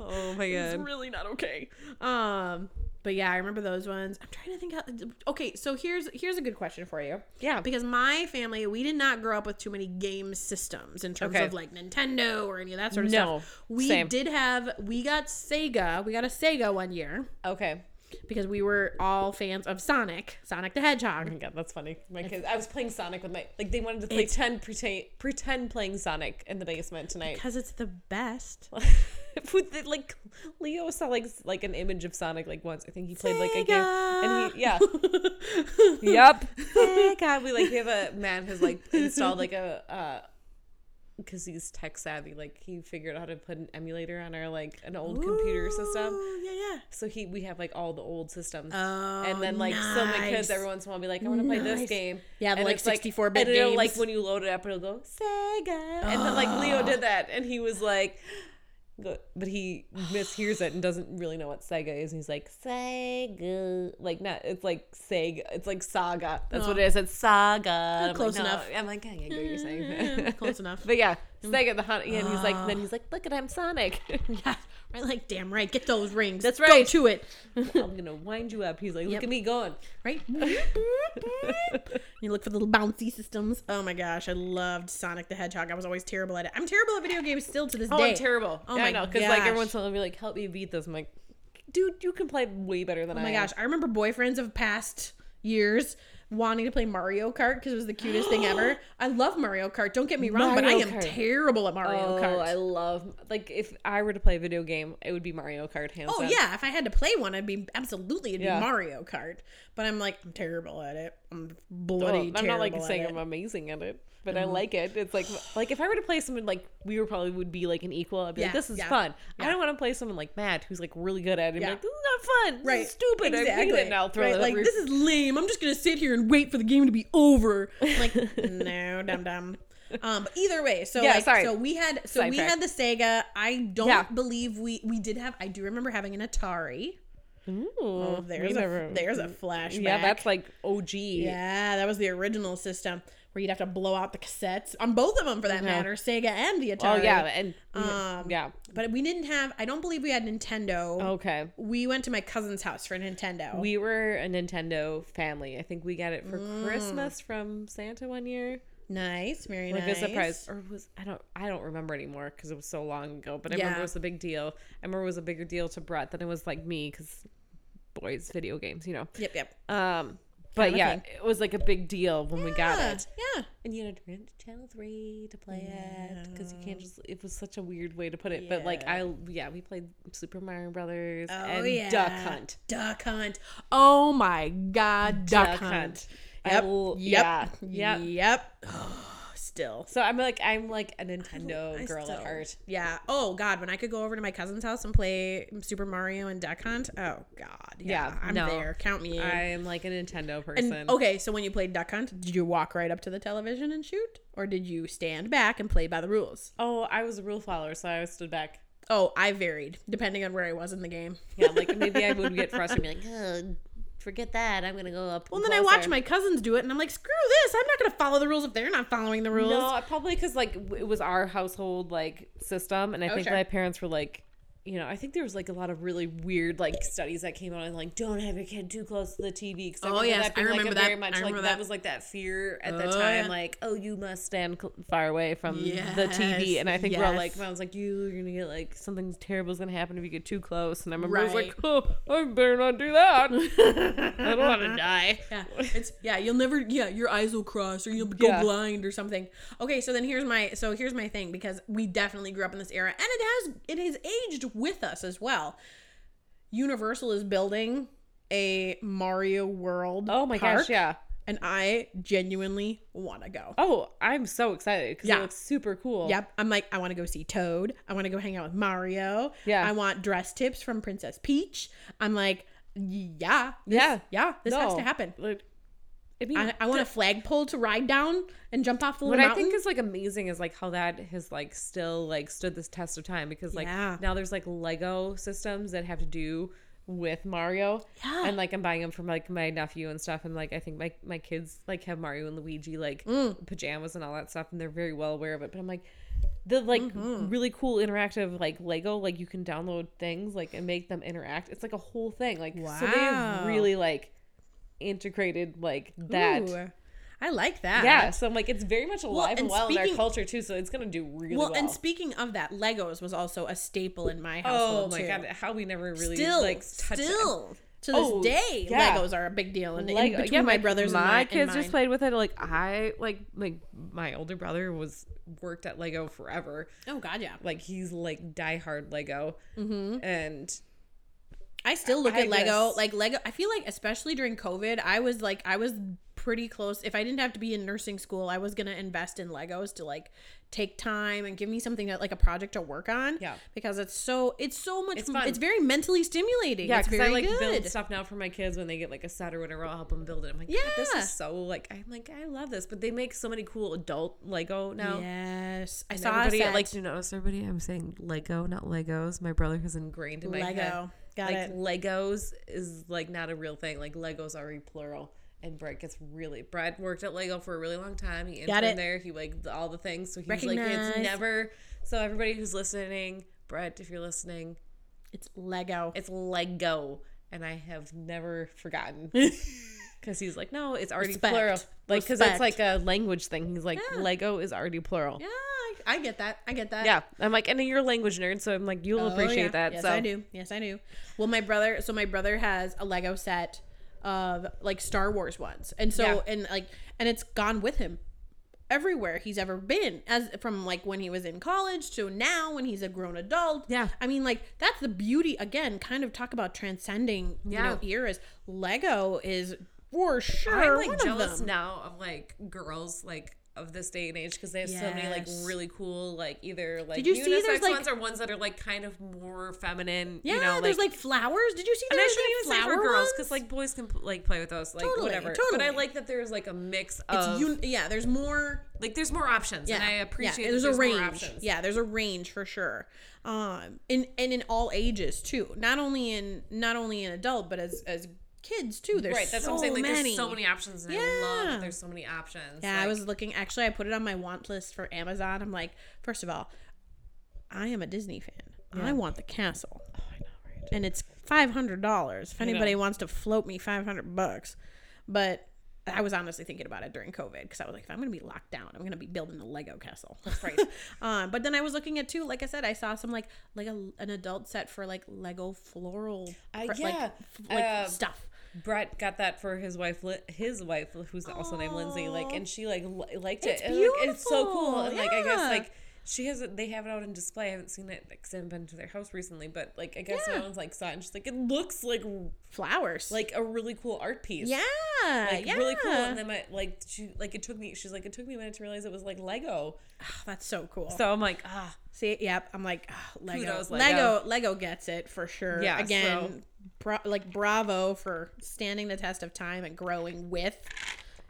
Speaker 2: Oh my
Speaker 1: It's
Speaker 2: God.
Speaker 1: really not okay. Um, but yeah, I remember those ones. I'm trying to think. How, okay, so here's here's a good question for you.
Speaker 2: Yeah.
Speaker 1: Because my family, we did not grow up with too many game systems in terms
Speaker 2: Okay.
Speaker 1: of like Nintendo or any of that sort of
Speaker 2: No,
Speaker 1: stuff. We
Speaker 2: same.
Speaker 1: did have. We got Sega. We got a Sega one year
Speaker 2: Okay.
Speaker 1: because we were all fans of Sonic, Sonic the Hedgehog.
Speaker 2: Oh my god, that's funny. My kids. I was playing Sonic with my like. They wanted to play pretend pretend pretend playing Sonic in the basement tonight.
Speaker 1: Because it's the best.
Speaker 2: with the, like Leo saw like s- like an image of Sonic like once. I think he played like a game and he yeah yep. God, we like we have a man who's like installed like a uh because he's tech savvy, like he figured out how to put an emulator on our like an old computer system.
Speaker 1: Ooh, Oh, Yeah, yeah.
Speaker 2: So he we have like all the old systems.
Speaker 1: Oh,
Speaker 2: and then like so my kids
Speaker 1: nice.
Speaker 2: every once in a while be like, I want to play
Speaker 1: Nice.
Speaker 2: this game.
Speaker 1: Yeah,
Speaker 2: and
Speaker 1: like
Speaker 2: it's
Speaker 1: 64-bit
Speaker 2: and it'll, Like
Speaker 1: games.
Speaker 2: when you load it up, it'll go Sega, and then like Leo did that, and he was like, go- but he mishears it and doesn't really know what Sega is. And he's like Sega, like not. It's like Sega. It's like Saga. That's what it is. It's Saga. I'm like,
Speaker 1: Close
Speaker 2: "No."
Speaker 1: enough.
Speaker 2: I'm like, "Yeah, I get what you're saying.
Speaker 1: Close enough.
Speaker 2: But yeah, Sega the hunt, and he's like, then he's like, look at I'm Sonic.
Speaker 1: yeah, right. Like damn right. Get those rings.
Speaker 2: That's
Speaker 1: Go
Speaker 2: right.
Speaker 1: to it.
Speaker 2: I'm gonna wind you up. He's like, look
Speaker 1: Yep.
Speaker 2: at me going.
Speaker 1: Right. you look for the little bouncy systems. Oh my gosh, I loved Sonic the Hedgehog. I was always terrible at it. I'm terrible at video games still to this
Speaker 2: Oh,
Speaker 1: day.
Speaker 2: I'm terrible.
Speaker 1: Oh
Speaker 2: Yeah,
Speaker 1: my
Speaker 2: I know, because like
Speaker 1: gosh.
Speaker 2: everyone's telling me like, help me beat this. I'm like, dude, you can play way better than I.
Speaker 1: Oh my gosh, I remember boyfriends of past years wanting to play Mario Kart because it was the cutest thing ever. I love Mario Kart. Don't get me wrong, but I
Speaker 2: Mario
Speaker 1: am
Speaker 2: Kart.
Speaker 1: terrible at Mario
Speaker 2: Oh,
Speaker 1: Kart.
Speaker 2: I love like if I were to play a video game, it would be Mario Kart hands
Speaker 1: Oh
Speaker 2: down.
Speaker 1: yeah, if I had to play one, I'd be absolutely it'd
Speaker 2: Yeah.
Speaker 1: be Mario Kart. But I'm like, I'm terrible at it. I'm
Speaker 2: Well,
Speaker 1: bloody
Speaker 2: I'm not
Speaker 1: terrible.
Speaker 2: like
Speaker 1: at
Speaker 2: saying
Speaker 1: it.
Speaker 2: I'm amazing at it, but I like it. It's like like if I were to play someone like we were probably would be like an equal. I'd be
Speaker 1: Yeah,
Speaker 2: like, this is
Speaker 1: yeah,
Speaker 2: fun. I don't want to play someone like Matt who's like really good at it. And
Speaker 1: Yeah.
Speaker 2: be like, this is not fun.
Speaker 1: right,
Speaker 2: This is stupid. I hate
Speaker 1: Exactly.
Speaker 2: it. And I'll throw
Speaker 1: right,
Speaker 2: it
Speaker 1: like
Speaker 2: over.
Speaker 1: this is lame. I'm just gonna sit here and wait for the game to be over. I'm like no, dum dum. Um, but either way, so
Speaker 2: Yeah,
Speaker 1: like,
Speaker 2: sorry.
Speaker 1: so we had so we
Speaker 2: Sidetrack.
Speaker 1: had the Sega. I don't
Speaker 2: Yeah.
Speaker 1: believe we we did have. I do remember having an Atari.
Speaker 2: Ooh,
Speaker 1: Oh,
Speaker 2: we
Speaker 1: there's a
Speaker 2: never-
Speaker 1: there's a flashback.
Speaker 2: mm, yeah, that's like OG.
Speaker 1: Yeah, that was the original system where you'd have to blow out the cassettes on both of them for that matter, Sega and the
Speaker 2: Mm-hmm. Oh
Speaker 1: Atari.
Speaker 2: yeah, and
Speaker 1: Um,
Speaker 2: yeah. Oh.
Speaker 1: But we didn't have. I don't believe we had Nintendo.
Speaker 2: Okay.
Speaker 1: We went to my cousin's house for Nintendo.
Speaker 2: We were a Nintendo family. I think we got it for Christmas from Santa one year,
Speaker 1: nice, very
Speaker 2: like
Speaker 1: nice.
Speaker 2: a surprise, or was I don't I don't remember anymore because it was so long ago. But I
Speaker 1: Yeah.
Speaker 2: remember it was a big deal. I remember it was a bigger deal to Brett than it was like me because boys, video games, you know.
Speaker 1: Yep, yep.
Speaker 2: Um, but
Speaker 1: a
Speaker 2: yeah,
Speaker 1: thing.
Speaker 2: it was like a big deal when we got
Speaker 1: yeah,
Speaker 2: it.
Speaker 1: yeah.
Speaker 2: And you had to turn to channel three to play it because you can't just. It was such a weird way to put it, but like I yeah, Oh, we played Super Mario Brothers and Duck
Speaker 1: yeah.
Speaker 2: Hunt.
Speaker 1: Duck Hunt. Oh my God, Duck,
Speaker 2: Duck
Speaker 1: Hunt.
Speaker 2: Hunt.
Speaker 1: Yep.
Speaker 2: I l-
Speaker 1: yep.
Speaker 2: yeah, yeah.
Speaker 1: Yep. Oh, still.
Speaker 2: So I'm like I'm like a Nintendo
Speaker 1: I
Speaker 2: girl
Speaker 1: still-
Speaker 2: at heart.
Speaker 1: Yeah. Oh God, when I could go over to my cousin's house and play Super Mario and Duck Hunt. Oh God. Yeah.
Speaker 2: Yeah,
Speaker 1: I'm
Speaker 2: no.
Speaker 1: there. Count me in.
Speaker 2: I am like a Nintendo person.
Speaker 1: And- okay, so when you played Duck Hunt, did you walk right up to the television and shoot, or did you stand back and play by the rules?
Speaker 2: oh, I was a rule follower, so I stood back.
Speaker 1: Oh, I varied depending on where I was in the game.
Speaker 2: Yeah, like maybe I would get frustrated, and be like, "Ugh, forget that. I'm gonna go up.
Speaker 1: Well, then I watch my cousins do it, and I'm like, screw this! I'm not gonna follow the rules if they're not following the rules.
Speaker 2: No, probably because like w- it was our household like system, and I think
Speaker 1: Oh, sure.
Speaker 2: my parents were like, you know, I think there was like a lot of really weird like studies that came out and like don't have your kid too close to the TV. Cause
Speaker 1: Oh,
Speaker 2: I remember
Speaker 1: yes, I
Speaker 2: that being,
Speaker 1: remember
Speaker 2: like, a
Speaker 1: that.
Speaker 2: Very much
Speaker 1: I
Speaker 2: like
Speaker 1: remember
Speaker 2: that.
Speaker 1: that.
Speaker 2: was like that fear at
Speaker 1: Oh,
Speaker 2: the time,
Speaker 1: yeah.
Speaker 2: like oh you must stand cl- far away from the TV,
Speaker 1: Yes,
Speaker 2: and I think we're all
Speaker 1: yes.
Speaker 2: like mom's like you you're gonna get like something terrible is gonna happen if you get too close, and I remember I was
Speaker 1: Right.
Speaker 2: like oh I better not do that. I don't want to die.
Speaker 1: Yeah, it's yeah. You'll never yeah. Your eyes will cross, or you'll go
Speaker 2: Yeah.
Speaker 1: blind, or something. Okay, so then here's my so here's my thing because we definitely grew up in this era, and it has it has aged with us as well. Universal is building a Mario World.
Speaker 2: Oh my
Speaker 1: park,
Speaker 2: gosh, yeah.
Speaker 1: and I genuinely want to go.
Speaker 2: Oh, I'm so excited because
Speaker 1: Yeah.
Speaker 2: it looks super cool.
Speaker 1: Yep, I'm like I want to go see Toad. I want to go hang out with Mario.
Speaker 2: Yeah.
Speaker 1: I want dress tips from Princess Peach. I'm like, yeah, this-
Speaker 2: Yeah.
Speaker 1: yeah. This has to
Speaker 2: No.
Speaker 1: happen.
Speaker 2: Like, I mean,
Speaker 1: I, I want a flagpole to ride down and jump off the
Speaker 2: what
Speaker 1: little
Speaker 2: I
Speaker 1: mountain.
Speaker 2: think is like amazing is like how that has like still like stood this test of time because like
Speaker 1: Yeah.
Speaker 2: now there's like Lego systems that have to do with Mario.
Speaker 1: Yeah.
Speaker 2: And like I'm buying them from like my nephew and stuff and like I think my my kids like have Mario and Luigi like pajamas and all that stuff and they're very well aware of it. But I'm like the like really cool interactive like Lego like you can download things like and make them interact. It's like a whole thing. Like so
Speaker 1: Wow.
Speaker 2: they've really like integrated like that.
Speaker 1: Ooh, I like that.
Speaker 2: Yeah, so I'm like, it's very much alive
Speaker 1: and
Speaker 2: and well in
Speaker 1: speaking-
Speaker 2: our culture too. So it's gonna do really well.
Speaker 1: Well, and speaking of that, Legos was also a staple in my
Speaker 2: oh
Speaker 1: household
Speaker 2: my
Speaker 1: too.
Speaker 2: god, how we never really
Speaker 1: still,
Speaker 2: like touch
Speaker 1: still to this
Speaker 2: Oh,
Speaker 1: day,
Speaker 2: yeah.
Speaker 1: Legos are a big deal. And in
Speaker 2: Like
Speaker 1: between my, brothers,
Speaker 2: my,
Speaker 1: and my
Speaker 2: kids
Speaker 1: and
Speaker 2: just played with it. Like I like like my older brother was worked at Lego forever.
Speaker 1: Oh god, yeah.
Speaker 2: Like he's like diehard Lego, mm-hmm. and
Speaker 1: I still look
Speaker 2: I
Speaker 1: at Lego
Speaker 2: just-
Speaker 1: like Lego. I feel like especially during COVID, I was like I was pretty close. If I didn't have to be in nursing school, I was gonna invest in Legos to like take time and give me something that like a project to work on.
Speaker 2: Yeah.
Speaker 1: because it's so it's so much.
Speaker 2: It's
Speaker 1: It's,
Speaker 2: fun.
Speaker 1: very mentally stimulating.
Speaker 2: Yeah,
Speaker 1: it's
Speaker 2: because
Speaker 1: very
Speaker 2: I like
Speaker 1: good.
Speaker 2: build stuff now for my kids when they get like a set or whatever. I'll help them build it. I'm like, yeah, this
Speaker 1: Yeah.
Speaker 2: is so like I'm like I love this. But they make so many cool adult Lego now.
Speaker 1: Yes, I
Speaker 2: And
Speaker 1: saw a
Speaker 2: everybody
Speaker 1: set.
Speaker 2: like do you notice everybody? I'm saying Lego, not Legos. My brother has ingrained in my head.
Speaker 1: Lego. Got
Speaker 2: like
Speaker 1: it.
Speaker 2: Legos is like not a real thing. Like Legos are a plural. And Brett gets really. Brett worked at Lego for a really long time. He
Speaker 1: Got
Speaker 2: interned
Speaker 1: it.
Speaker 2: there. He like the- all the things. So he's like,
Speaker 1: Recognize.
Speaker 2: it's never. So everybody who's listening, Brett, if you're listening,
Speaker 1: It's Lego.
Speaker 2: it's Lego, and I have never forgotten. Because he's like, no, it's already
Speaker 1: Respect.
Speaker 2: plural. Like, because it's like
Speaker 1: Respect.
Speaker 2: a language thing. He's like,
Speaker 1: Yeah.
Speaker 2: Lego is already plural.
Speaker 1: yeah, I, I get that. I get that.
Speaker 2: Yeah. I'm like, and you're a language nerd, so I'm like, you'll
Speaker 1: Oh,
Speaker 2: appreciate
Speaker 1: yeah.
Speaker 2: that.
Speaker 1: Yes,
Speaker 2: so
Speaker 1: I do. Yes, I do. Well, my brother. So my brother has a Lego set of like Star Wars ones, and so
Speaker 2: Yeah.
Speaker 1: and like and it's gone with him everywhere he's ever been as from like when he was in college to now when he's a grown adult
Speaker 2: Yeah.
Speaker 1: i mean like that's the beauty again kind of talk about transcending
Speaker 2: Yeah.
Speaker 1: you know eras lego is for sure
Speaker 2: I'm like
Speaker 1: one of
Speaker 2: jealous
Speaker 1: them
Speaker 2: now of like girls like of this day and age because they have so many like
Speaker 1: Yes.
Speaker 2: really cool like either like
Speaker 1: Did you see there's,
Speaker 2: unisex
Speaker 1: like-
Speaker 2: ones or ones that are like kind of more feminine.
Speaker 1: yeah
Speaker 2: you know,
Speaker 1: there's like flowers did you see
Speaker 2: And I
Speaker 1: there's
Speaker 2: shouldn't
Speaker 1: like
Speaker 2: even say for
Speaker 1: flower
Speaker 2: girls
Speaker 1: ones?
Speaker 2: because like boys can like play with those like
Speaker 1: Totally,
Speaker 2: whatever. But I
Speaker 1: totally.
Speaker 2: like that there's like a mix
Speaker 1: it's
Speaker 2: of
Speaker 1: un- yeah there's more
Speaker 2: like there's more options and i appreciate
Speaker 1: there's,
Speaker 2: that
Speaker 1: a range
Speaker 2: more options.
Speaker 1: yeah there's a range for sure um in and in all ages too not only in not only in adult but as as kids too there's
Speaker 2: right that's
Speaker 1: so
Speaker 2: what i'm saying like
Speaker 1: many.
Speaker 2: there's so many options and i love
Speaker 1: Yeah.
Speaker 2: that there's so many options
Speaker 1: yeah i
Speaker 2: Like,
Speaker 1: was looking actually i put it on my want list for amazon i'm like first of all i am a disney fan i want the castle
Speaker 2: Oh,
Speaker 1: and it's five hundred dollars. If anybody wants to float me five hundred bucks, but I was honestly thinking about it during COVID because I was like, if I'm going to be locked down, I'm going to be building a Lego castle. That's right. um, but then I was looking at too, like I said, I saw some like like a, an adult set for like Lego floral,
Speaker 2: Uh,
Speaker 1: fr- like,
Speaker 2: yeah.
Speaker 1: f- like
Speaker 2: Uh,
Speaker 1: stuff.
Speaker 2: brett got that for his wife Li- his wife who's also named lindsay like and she like li- liked it
Speaker 1: It's
Speaker 2: And, like, it's so cool
Speaker 1: beautiful,
Speaker 2: and like i guess
Speaker 1: yeah.
Speaker 2: like she has it they have it out in display i haven't seen it because i haven't been to their house recently but like i guess
Speaker 1: Yeah.
Speaker 2: no one's like saw it and she's like it looks like
Speaker 1: Flowers.
Speaker 2: like a really cool art piece
Speaker 1: yeah,
Speaker 2: like
Speaker 1: yeah,
Speaker 2: really cool and then my, like she like it took me she's like it took me a minute to realize it was like lego
Speaker 1: Oh, that's so cool.
Speaker 2: so i'm like ah
Speaker 1: See, yep. I'm like "Ah, Lego.
Speaker 2: Kudos, Lego.
Speaker 1: Lego. Lego. gets it for sure.
Speaker 2: Yeah,
Speaker 1: Again,
Speaker 2: so-
Speaker 1: bra- like bravo for standing the test of time and growing with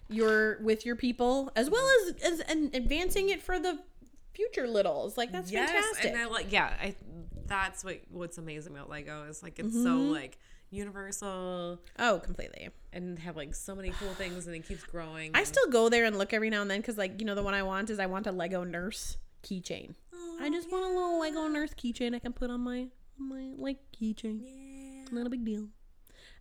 Speaker 1: your with your people as well as as and advancing it for the future littles. Like that's fantastic.
Speaker 2: and I like yeah, I that's what what's amazing about Lego is like it's so
Speaker 1: Mm-hmm.
Speaker 2: like universal
Speaker 1: oh, completely.
Speaker 2: and have like so many cool things and it keeps growing.
Speaker 1: I still go there and look every now and then because like you know the one I want is I want a Lego nurse keychain. I just want a little Lego nurse keychain I can put on my on my like keychain. Not a big deal. And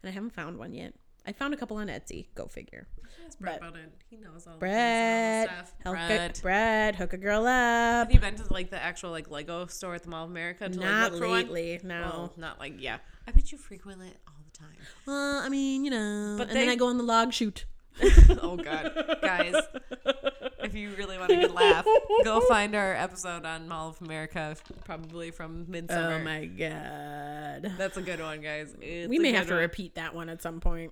Speaker 1: I haven't found one yet. I found a couple on Etsy. Go figure.
Speaker 2: Ask Brett
Speaker 1: Brett.
Speaker 2: about it. He knows all
Speaker 1: Brett,
Speaker 2: the things and all
Speaker 1: help
Speaker 2: the
Speaker 1: Brett.
Speaker 2: stuff.
Speaker 1: Brett, hook a girl up.
Speaker 2: Have you been to like the actual like Lego store at the Mall of America to
Speaker 1: Not
Speaker 2: like look for one? Oh.
Speaker 1: lately,
Speaker 2: Well,
Speaker 1: no.
Speaker 2: not like yeah. I bet you frequent it all the time.
Speaker 1: Well, I mean, you know.
Speaker 2: But
Speaker 1: and then
Speaker 2: they-
Speaker 1: I go on the log shoot.
Speaker 2: oh god guys if you really want a good laugh go find our episode on mall of america probably from midsummer
Speaker 1: Oh, my god.
Speaker 2: that's a good one guys It's
Speaker 1: we
Speaker 2: a
Speaker 1: may
Speaker 2: good
Speaker 1: have to
Speaker 2: one.
Speaker 1: repeat that one at some point.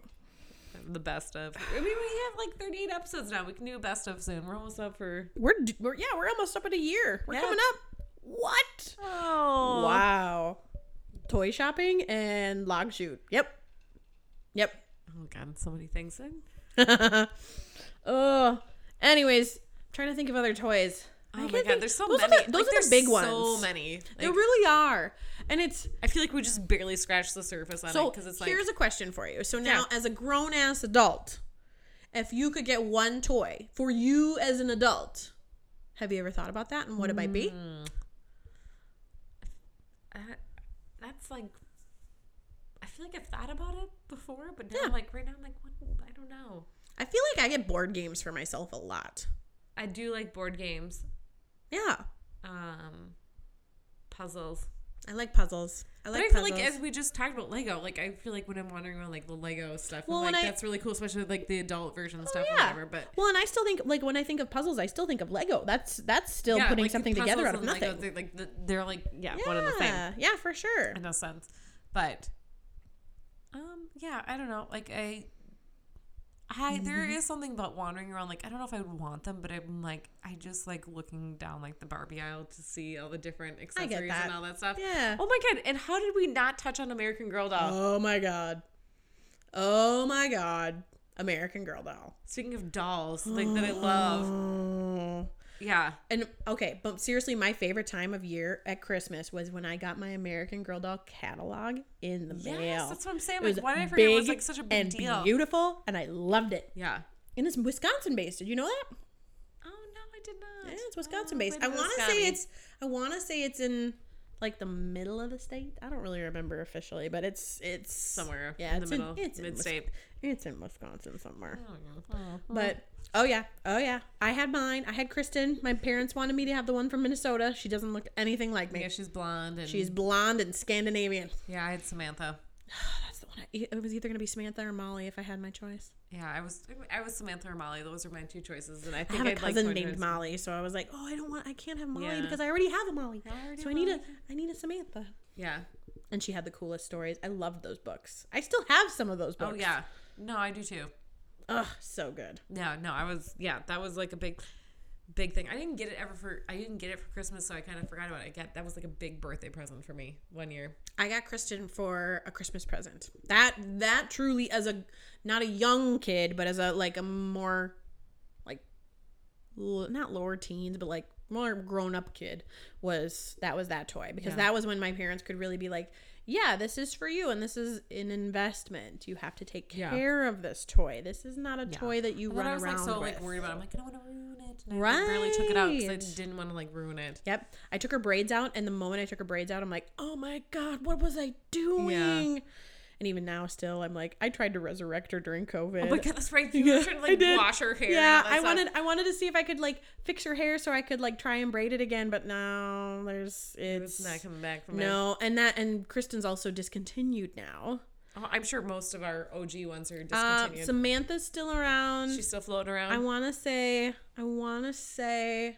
Speaker 2: the best of i mean we have like 38 episodes now we can do a best of soon we're almost up for
Speaker 1: We're, d- we're yeah, we're almost up at a year. We're
Speaker 2: Yeah.
Speaker 1: coming up. What?
Speaker 2: oh
Speaker 1: Wow. Toy shopping and log shoot. Yep. Yep.
Speaker 2: oh god so many things in
Speaker 1: Oh. Anyways, trying to think of other toys. I
Speaker 2: oh my
Speaker 1: can't
Speaker 2: god
Speaker 1: think-
Speaker 2: there's so
Speaker 1: those
Speaker 2: many
Speaker 1: Are the, those
Speaker 2: Like,
Speaker 1: are the
Speaker 2: there's
Speaker 1: big
Speaker 2: so
Speaker 1: ones.
Speaker 2: many
Speaker 1: There
Speaker 2: Like,
Speaker 1: really are. And it's
Speaker 2: i feel like we just barely scratched the surface on it
Speaker 1: so
Speaker 2: because it's like
Speaker 1: here's a question for you. So now as a grown ass adult, if you could get one toy for you as an adult, have you ever thought about that and what it might be?
Speaker 2: Uh, that's like I feel like I've thought about it before, but now like right now I'm like what I don't know.
Speaker 1: I feel like I get board games for myself a lot.
Speaker 2: I do like board games,
Speaker 1: Yeah.
Speaker 2: um puzzles.
Speaker 1: I like puzzles. I
Speaker 2: But
Speaker 1: like
Speaker 2: I feel
Speaker 1: puzzles.
Speaker 2: like as we just talked about Lego, like I feel like when I'm wandering around like the Lego stuff,
Speaker 1: Well,
Speaker 2: I'm
Speaker 1: and
Speaker 2: like
Speaker 1: I- Oh,
Speaker 2: that's really cool, especially like the adult version stuff
Speaker 1: yeah.
Speaker 2: or whatever. But
Speaker 1: well, and I still think like when I think of puzzles, I still think of Lego. That's that's still
Speaker 2: yeah,
Speaker 1: putting
Speaker 2: like,
Speaker 1: something together
Speaker 2: puzzles
Speaker 1: out of
Speaker 2: and Lego,
Speaker 1: nothing.
Speaker 2: they're like the- they're like yeah,
Speaker 1: yeah,
Speaker 2: one of the same
Speaker 1: yeah, for sure.
Speaker 2: in a sense. But um yeah, I don't know. Like I I there
Speaker 1: Mm-hmm.
Speaker 2: is something about wandering around. Like I don't know if I would want them, but I'm like I just like looking down like the Barbie aisle to see all the different
Speaker 1: I get
Speaker 2: accessories
Speaker 1: that.
Speaker 2: and all that stuff.
Speaker 1: Yeah.
Speaker 2: Oh my god! And how did we not touch on American Girl doll?
Speaker 1: Oh my god. Oh my god. American Girl doll.
Speaker 2: Speaking of dolls, like that I love.
Speaker 1: Oh.
Speaker 2: Yeah.
Speaker 1: And okay, but seriously, my favorite time of year at Christmas was when I got my American Girl doll catalog in the mail.
Speaker 2: Yes, that's what I'm saying.
Speaker 1: It was
Speaker 2: Like, why did I forget it was
Speaker 1: big
Speaker 2: like such a big
Speaker 1: and
Speaker 2: deal?
Speaker 1: beautiful, and I loved it.
Speaker 2: yeah.
Speaker 1: And it's Wisconsin based. Did you know that?
Speaker 2: Oh no, I did not.
Speaker 1: Yeah, it's
Speaker 2: Oh,
Speaker 1: Wisconsin based.
Speaker 2: way
Speaker 1: I
Speaker 2: to go,
Speaker 1: want to
Speaker 2: Scotty.
Speaker 1: say it's. I want to say it's in like the middle of the state. I don't really remember officially, but it's it's
Speaker 2: somewhere
Speaker 1: Yeah,
Speaker 2: in the
Speaker 1: it's
Speaker 2: middle,
Speaker 1: it's in Wis-
Speaker 2: mid-state.
Speaker 1: It's in Wisconsin somewhere.
Speaker 2: I don't know. Oh.
Speaker 1: But oh yeah, oh yeah. I had mine. I had Kristen. My parents wanted me to have the one from Minnesota. She doesn't look anything like me.
Speaker 2: Yeah, she's blonde and
Speaker 1: She's blonde and Scandinavian.
Speaker 2: yeah. I had Samantha.
Speaker 1: That's the one. I, it was either gonna be Samantha or Molly if I had my choice.
Speaker 2: Yeah, I was I was Samantha or Molly. Those are my two choices, and I
Speaker 1: I
Speaker 2: think
Speaker 1: have a
Speaker 2: I'd like
Speaker 1: cousin
Speaker 2: to
Speaker 1: named
Speaker 2: address-
Speaker 1: Molly, so I was like, oh, I don't want. I can't have Molly
Speaker 2: Yeah.
Speaker 1: because I already have a Molly.
Speaker 2: I already
Speaker 1: so I
Speaker 2: have
Speaker 1: need a.
Speaker 2: Molly.
Speaker 1: I need a Samantha.
Speaker 2: Yeah.
Speaker 1: And she had the coolest stories. I loved those books. I still have some of those books.
Speaker 2: Oh yeah. No, I do too.
Speaker 1: Ugh, so good.
Speaker 2: No, no, I was yeah. That was like a big, big thing. I didn't get it ever for I didn't get it for Christmas, so I kind of forgot about it. I got that was like a big birthday present for me one year.
Speaker 1: I got Kristen for a Christmas present. That that truly as a not a young kid, but as a like a more like l- not lower teens, but like more grown up kid was that was that toy because
Speaker 2: Yeah.
Speaker 1: that was when my parents could really be like, yeah, this is for you and this is an investment. You have to take
Speaker 2: Yeah.
Speaker 1: care of this toy. This is not a
Speaker 2: Yeah.
Speaker 1: toy that you
Speaker 2: And then
Speaker 1: run
Speaker 2: I was
Speaker 1: around
Speaker 2: like so
Speaker 1: with.
Speaker 2: like worried about. It. I'm like I don't want to ruin it. And I like, barely took it out because I
Speaker 1: Right.
Speaker 2: didn't want to like ruin it.
Speaker 1: Yep. I took her braids out, and the moment I took her braids out, I'm like, oh my God, what was I doing? And even now, still, I'm like, I tried to resurrect her during COVID.
Speaker 2: Oh my god, that's right. You were trying to like
Speaker 1: did.
Speaker 2: wash her hair. and
Speaker 1: yeah,
Speaker 2: all that
Speaker 1: I
Speaker 2: stuff.
Speaker 1: wanted I wanted to see if I could like fix her hair so I could like try and braid it again, but no, there's it's,
Speaker 2: It's not coming back from it.
Speaker 1: no, and that and Kristen's also discontinued now.
Speaker 2: Oh, I'm sure most of our OG ones are
Speaker 1: Uh,
Speaker 2: discontinued.
Speaker 1: Samantha's still around.
Speaker 2: She's still floating around.
Speaker 1: I want to say I want to say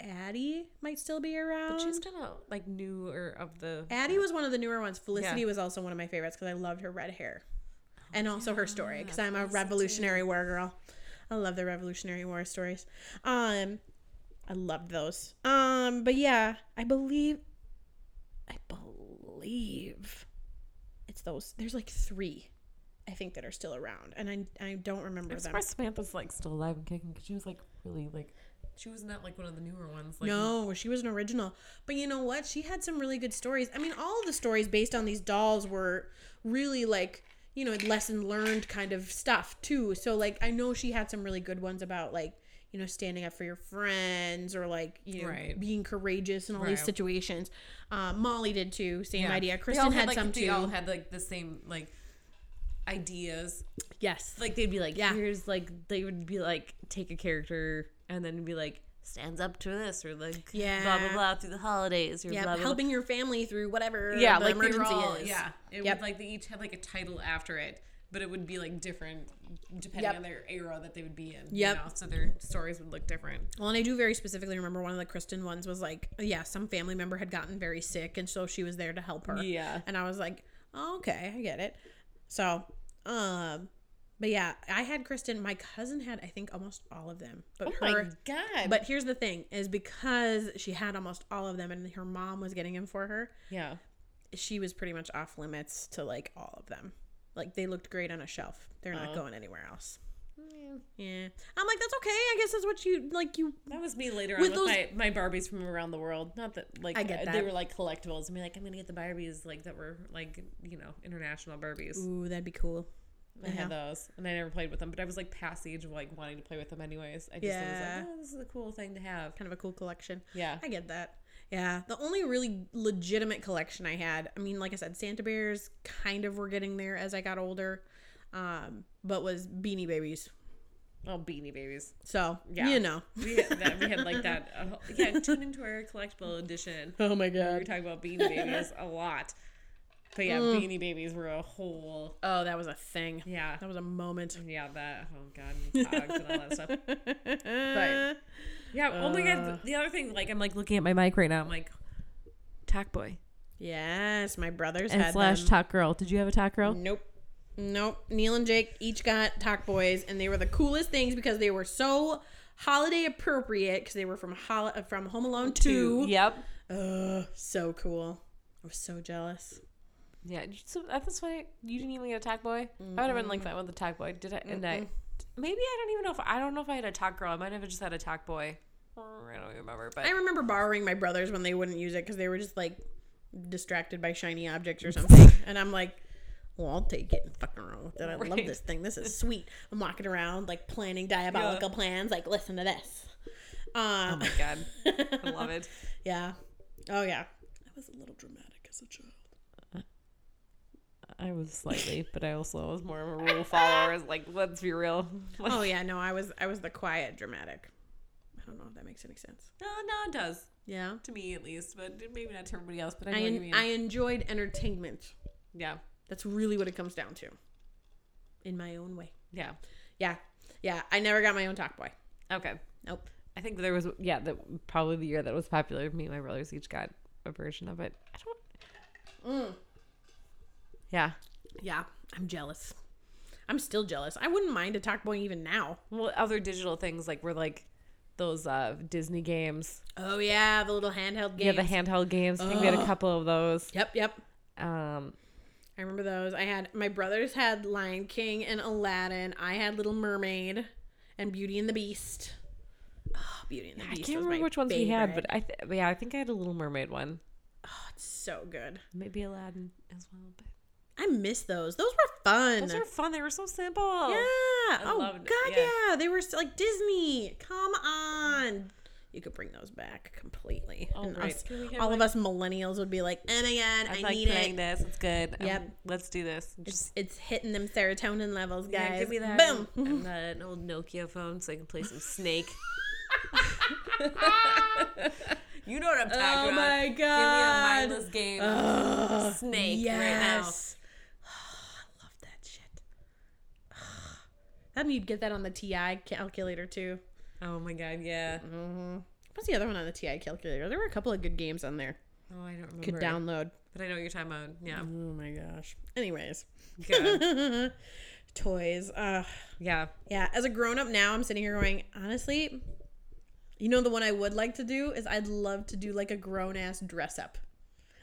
Speaker 1: Addie might still be around.
Speaker 2: But she's kind of like newer of the.
Speaker 1: Addie was one of the newer ones. Felicity
Speaker 2: Yeah. Oh,
Speaker 1: was also one of my favorites because I loved her red hair, and also her story because
Speaker 2: yeah,
Speaker 1: I'm a
Speaker 2: Felicity.
Speaker 1: Revolutionary War girl. I love the Revolutionary War stories. Um, I loved those. Um, but yeah, I believe, I believe, it's those. There's like three, I think that are still around, and I I don't remember
Speaker 2: I'm
Speaker 1: them.
Speaker 2: surprised Samantha's like still alive and kicking because she was like really like she was not like one of the newer ones. Like,
Speaker 1: No, she was an original. But you know what? She had some really good stories. I mean, all of the stories based on these dolls were really like, you know, lesson learned kind of stuff too. So like I know she had some really good ones about like, you know, standing up for your friends or like, you know,
Speaker 2: Right.
Speaker 1: being courageous in all these
Speaker 2: Right.
Speaker 1: situations. Uh, Molly did too. Same
Speaker 2: Yeah. They
Speaker 1: idea.
Speaker 2: all
Speaker 1: Kristen had,
Speaker 2: like,
Speaker 1: some
Speaker 2: they
Speaker 1: too.
Speaker 2: all had like the same like ideas.
Speaker 1: yes.
Speaker 2: Like they'd be like,
Speaker 1: Yeah.
Speaker 2: here's like they would be like take a character and then be like stands up to this or like blah
Speaker 1: Yeah.
Speaker 2: blah blah through the holidays or
Speaker 1: yeah,
Speaker 2: blah blah. blah.
Speaker 1: helping your family through whatever
Speaker 2: yeah,
Speaker 1: the
Speaker 2: like
Speaker 1: emergency
Speaker 2: they were all,
Speaker 1: is.
Speaker 2: yeah. It
Speaker 1: Yep.
Speaker 2: would like they each had like a title after it, but it would be like different depending
Speaker 1: Yep.
Speaker 2: on their era that they would be in.
Speaker 1: Yep.
Speaker 2: You know? So their stories would look different.
Speaker 1: Well, and I do very specifically remember one of the Kristen ones was like, yeah, some family member had gotten very sick, and so she was there to help her.
Speaker 2: Yeah.
Speaker 1: And I was like, oh, okay, I get it. So, um, but yeah, I had Kristen. My cousin had, I think, almost all of them. But her,
Speaker 2: Oh god.
Speaker 1: but here's the thing: is because she had almost all of them, and her mom was getting them for her.
Speaker 2: yeah.
Speaker 1: She was pretty much off limits to like all of them. Like they looked great on a shelf. They're not
Speaker 2: Oh.
Speaker 1: going anywhere else. Yeah. I'm like, that's okay. I guess that's what you like. You
Speaker 2: That was me later
Speaker 1: With
Speaker 2: on with my, my Barbies from around the world. Not that like
Speaker 1: I get
Speaker 2: they
Speaker 1: that.
Speaker 2: were like collectibles. I mean, like I'm gonna get the Barbies like that were like you know international Barbies.
Speaker 1: ooh, that'd be cool.
Speaker 2: I had those, and I never played with them. But I was like past the age of like wanting to play with them anyways. I just
Speaker 1: Yeah.
Speaker 2: was like, oh, this is a cool thing to have.
Speaker 1: kind of a cool collection.
Speaker 2: Yeah.
Speaker 1: I get that. Yeah. The only really legitimate collection I had, I mean, like I said, Santa Bears kind of were getting there as I got older, um, but was Beanie Babies.
Speaker 2: Oh, Beanie Babies.
Speaker 1: So,
Speaker 2: Yeah.
Speaker 1: you know.
Speaker 2: We had, that, we had like that. Uh, yeah, tune into our collectible edition.
Speaker 1: Oh my
Speaker 2: We were
Speaker 1: God.
Speaker 2: talking about Beanie Babies a lot. But yeah, Beanie Babies were a whole.
Speaker 1: Oh, that was a thing.
Speaker 2: Yeah.
Speaker 1: That was a moment.
Speaker 2: Yeah, that. Oh, God. and Pogs and all that stuff. But yeah, oh my God. The other thing, like, I'm like looking at my mic right now. I'm like, Talk Boy
Speaker 1: yes, my brothers
Speaker 2: and
Speaker 1: had
Speaker 2: slash
Speaker 1: them.
Speaker 2: Talk Girl. Did you have a Talk Girl?
Speaker 1: Nope. Nope. Neil and Jake each got Talk Boys, and they were the coolest things because they were so holiday appropriate because they were from Hol- uh, from Home Alone Two.
Speaker 2: Yep.
Speaker 1: Ugh, so cool. I was so jealous.
Speaker 2: Yeah. So that's why you didn't even get a talk boy. I would have been like that with the talk boy. Did I? And I. Maybe I don't even know if I don't know if I had a talk girl. I might have just had a talk boy. I don't even remember. But oh
Speaker 1: I remember borrowing my brother's when they wouldn't use it because they were just like distracted by shiny objects or something, and I'm like. Well, I'll take it and fucking run with it. I love
Speaker 2: Right.
Speaker 1: this thing. This is sweet. I'm walking around like planning diabolical plans. Like, listen to this. Um,
Speaker 2: oh my god, I love it.
Speaker 1: Yeah. Oh yeah. I was a little dramatic as a child.
Speaker 2: I was slightly, but I also was more of a rule follower. It's Like, let's be real. Like,
Speaker 1: Oh yeah, no, I was I was the quiet dramatic. I don't know if that makes any sense.
Speaker 2: no, no, it does
Speaker 1: Yeah.
Speaker 2: to me at least, but maybe not to everybody else. But I know
Speaker 1: I
Speaker 2: what you
Speaker 1: en-
Speaker 2: mean.
Speaker 1: I enjoyed entertainment.
Speaker 2: yeah,
Speaker 1: That's really what it comes down to. In my own way.
Speaker 2: yeah.
Speaker 1: Yeah. Yeah, I never got my own talk boy.
Speaker 2: Okay,
Speaker 1: Nope.
Speaker 2: I think there was yeah, that probably the year that was popular. Me and my brothers each got a version of it. I don't.
Speaker 1: Mm.
Speaker 2: Yeah.
Speaker 1: Yeah, I'm jealous. I'm still jealous. I wouldn't mind a talk boy even now.
Speaker 2: Well, other digital things like were like those uh Disney games.
Speaker 1: Oh yeah, the little handheld
Speaker 2: Yeah,
Speaker 1: games.
Speaker 2: the handheld games. I think we had a couple of those.
Speaker 1: yep, yep.
Speaker 2: Um,
Speaker 1: I remember those. I had my brothers had Lion King and Aladdin. I had Little Mermaid and Beauty and the Beast. Oh, Beauty and the
Speaker 2: I
Speaker 1: Beast.
Speaker 2: can't
Speaker 1: was my
Speaker 2: remember which ones we had, but
Speaker 1: favorite.
Speaker 2: I th- yeah, I think I had a Little Mermaid one.
Speaker 1: It's so good.
Speaker 2: Maybe Aladdin as well. But
Speaker 1: I miss those. Those were fun.
Speaker 2: those are fun. They were so simple.
Speaker 1: yeah. oh
Speaker 2: loved it.
Speaker 1: God,
Speaker 2: Yeah.
Speaker 1: yeah. They were so, like Disney. Come on. You could bring those back completely.
Speaker 2: Oh,
Speaker 1: and
Speaker 2: right.
Speaker 1: us-
Speaker 2: Can we get,
Speaker 1: all of us millennials would be like, "Oh my God,
Speaker 2: I
Speaker 1: I,
Speaker 2: like
Speaker 1: need
Speaker 2: playing
Speaker 1: it."
Speaker 2: this. It's good. Um,
Speaker 1: Yep.
Speaker 2: let's do this. Just
Speaker 1: It's, it's hitting them serotonin levels, guys.
Speaker 2: yeah, give me that.
Speaker 1: Boom.
Speaker 2: I'm not an old Nokia phone, so I can play some Snake. you know what I'm talking
Speaker 1: Oh
Speaker 2: about.
Speaker 1: my
Speaker 2: Give me a
Speaker 1: God.
Speaker 2: mindless game.
Speaker 1: Ugh,
Speaker 2: snake right
Speaker 1: I
Speaker 2: now.
Speaker 1: love that shit. Then you'd get that on the TI calculator too.
Speaker 2: oh my god, yeah.
Speaker 1: What's the other one on the TI calculator? There were a couple of good games on there.
Speaker 2: Oh, I don't remember.
Speaker 1: Could download.
Speaker 2: But I know what you're talking about. Yeah.
Speaker 1: Oh my gosh. Anyways,
Speaker 2: Good.
Speaker 1: toys. Uh,
Speaker 2: yeah.
Speaker 1: yeah. As a grown up now, I'm sitting here going, honestly, you know the one I would like to do is I'd love to do like a grown ass dress up.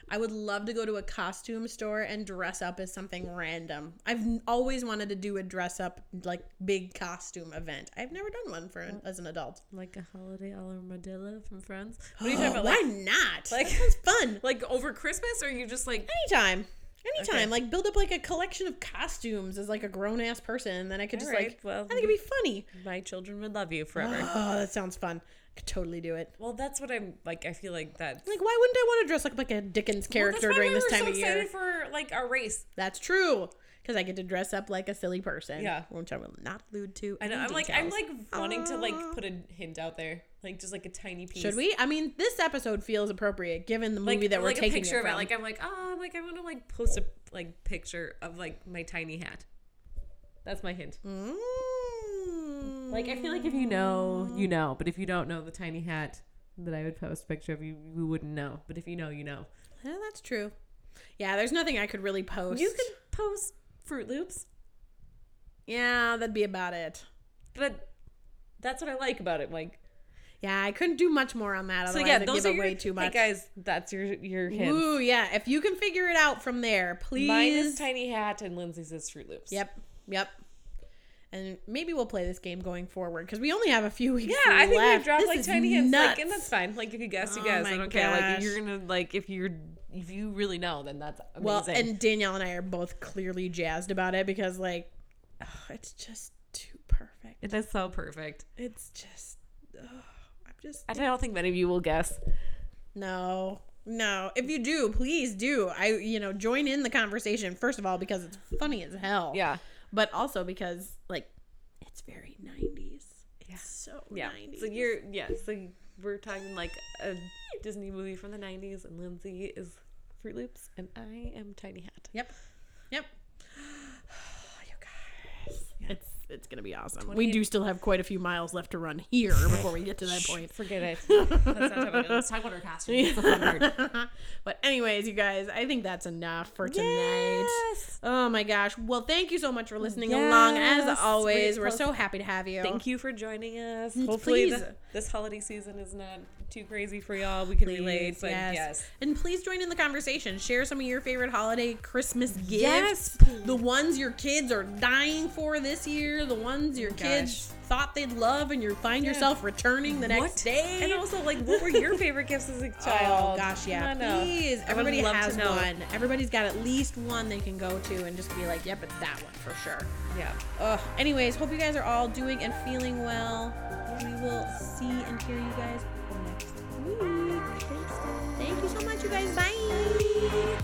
Speaker 1: I would love to go to a costume store and dress up as something random. I've n- always wanted to do a dress up like big costume event. I've never done one for an, as an adult.
Speaker 2: Like a holiday a la Armadillo from Friends. What are you talking about?
Speaker 1: Why
Speaker 2: Like,
Speaker 1: not? Like
Speaker 2: like-
Speaker 1: it's fun.
Speaker 2: like over Christmas? Or are you just like "Eh,
Speaker 1: Anytime. Anytime.
Speaker 2: Okay.
Speaker 1: Like build up like a collection of costumes as like a grown ass person and then I could just
Speaker 2: Alright,
Speaker 1: like
Speaker 2: well-
Speaker 1: I think it'd be funny.
Speaker 2: my children would love you forever?
Speaker 1: Oh, that sounds fun. I could totally do it.
Speaker 2: well, that's what I'm like. I feel like that's
Speaker 1: Like why wouldn't I want to dress up like a Dickens character during this time of year?
Speaker 2: for like our race.
Speaker 1: That's true. Because I get to dress up like a silly person.
Speaker 2: Yeah.
Speaker 1: Which I will not allude to.
Speaker 2: I know.
Speaker 1: in
Speaker 2: I'm like I'm
Speaker 1: details.
Speaker 2: like wanting to like put a hint out there, like just like a tiny piece.
Speaker 1: Should we? I mean, this episode feels appropriate given the
Speaker 2: Like,
Speaker 1: movie that we're
Speaker 2: like
Speaker 1: taking
Speaker 2: a picture
Speaker 1: it
Speaker 2: of
Speaker 1: from.
Speaker 2: it. Like I'm like oh like I want to like post a like picture of like my tiny hat. That's my hint.
Speaker 1: Mm.
Speaker 2: Like I feel like if you know, you know. But if you don't know the tiny hat that I would post a picture of, you you wouldn't know. But if you know, you know.
Speaker 1: Yeah, that's true. Yeah, there's nothing I could really post.
Speaker 2: You could post Fruit Loops,
Speaker 1: Yeah, that'd be about it.
Speaker 2: but that's what I like about it. Like
Speaker 1: Yeah, I couldn't do much more on that.
Speaker 2: so,
Speaker 1: Otherwise,
Speaker 2: yeah,
Speaker 1: I'd
Speaker 2: those
Speaker 1: give
Speaker 2: are
Speaker 1: away
Speaker 2: your,
Speaker 1: too much.
Speaker 2: Hey guys, that's your your hint.
Speaker 1: Ooh, yeah. If you can figure it out from there, please.
Speaker 2: Mine is Tiny Hat and Lindsay's is Fruit Loops.
Speaker 1: Yep. Yep. And maybe we'll play this game going forward because we only have a few weeks.
Speaker 2: Yeah, I think
Speaker 1: left.
Speaker 2: we've dropped
Speaker 1: This
Speaker 2: like
Speaker 1: is
Speaker 2: tiny hints, like, and
Speaker 1: nuts.
Speaker 2: that's fine. Like if you guess, you
Speaker 1: Oh
Speaker 2: guess.
Speaker 1: my
Speaker 2: I don't care. Like
Speaker 1: gosh.
Speaker 2: if you're gonna like if you're if you really know, then that's amazing.
Speaker 1: Well, and Danielle and I are both clearly jazzed about it because, like, ugh, it's just too perfect.
Speaker 2: it is so perfect.
Speaker 1: It's just, ugh, I'm just
Speaker 2: I don't think many of you will guess.
Speaker 1: no, no. If you do, please do. I, you know, join in the conversation first of all because it's funny as hell.
Speaker 2: Yeah,
Speaker 1: but also because like it's very 90s. It's
Speaker 2: Yeah.
Speaker 1: so
Speaker 2: yeah.
Speaker 1: 90s.
Speaker 2: So you're yeah. So we're talking like a Disney movie from the '90s, and Lindsay is Fruit Loops, and I am Tiny Hat.
Speaker 1: Yep. Yep. you guys. It's it's it's gonna be awesome. We do still have quite a few miles left to run here before we get to that point.
Speaker 2: Forget it. Let's, not talk about it. Let's talk about her costume. It's the fun part.
Speaker 1: But anyways, you guys, I think that's enough for tonight.
Speaker 2: Yes.
Speaker 1: Oh my gosh. Well, thank you so much for listening along. As
Speaker 2: Yes.
Speaker 1: always,
Speaker 2: We-
Speaker 1: we're so happy to have you.
Speaker 2: Thank you for joining us. Hopefully,
Speaker 1: please.
Speaker 2: th- this holiday season is not too crazy for y'all. We can relate, but yes.
Speaker 1: And please join in the conversation. Share some of your favorite holiday Christmas gifts.
Speaker 2: Yes,
Speaker 1: The ones your kids are dying for this year, the ones your kids thought they'd love and you find yourself returning the next day.
Speaker 2: And also, like, what were your favorite gifts as a child?
Speaker 1: Oh gosh, yeah.
Speaker 2: Come on up.
Speaker 1: Please,
Speaker 2: I would
Speaker 1: everybody
Speaker 2: love to
Speaker 1: has
Speaker 2: know.
Speaker 1: one. Everybody's got at least one they can go to and just be like, yep, it's that one for sure.
Speaker 2: Yeah.
Speaker 1: Ugh. Anyways, hope you guys are all doing and feeling well. We will see and hear you guys next week. Thank you so much, you guys. Bye.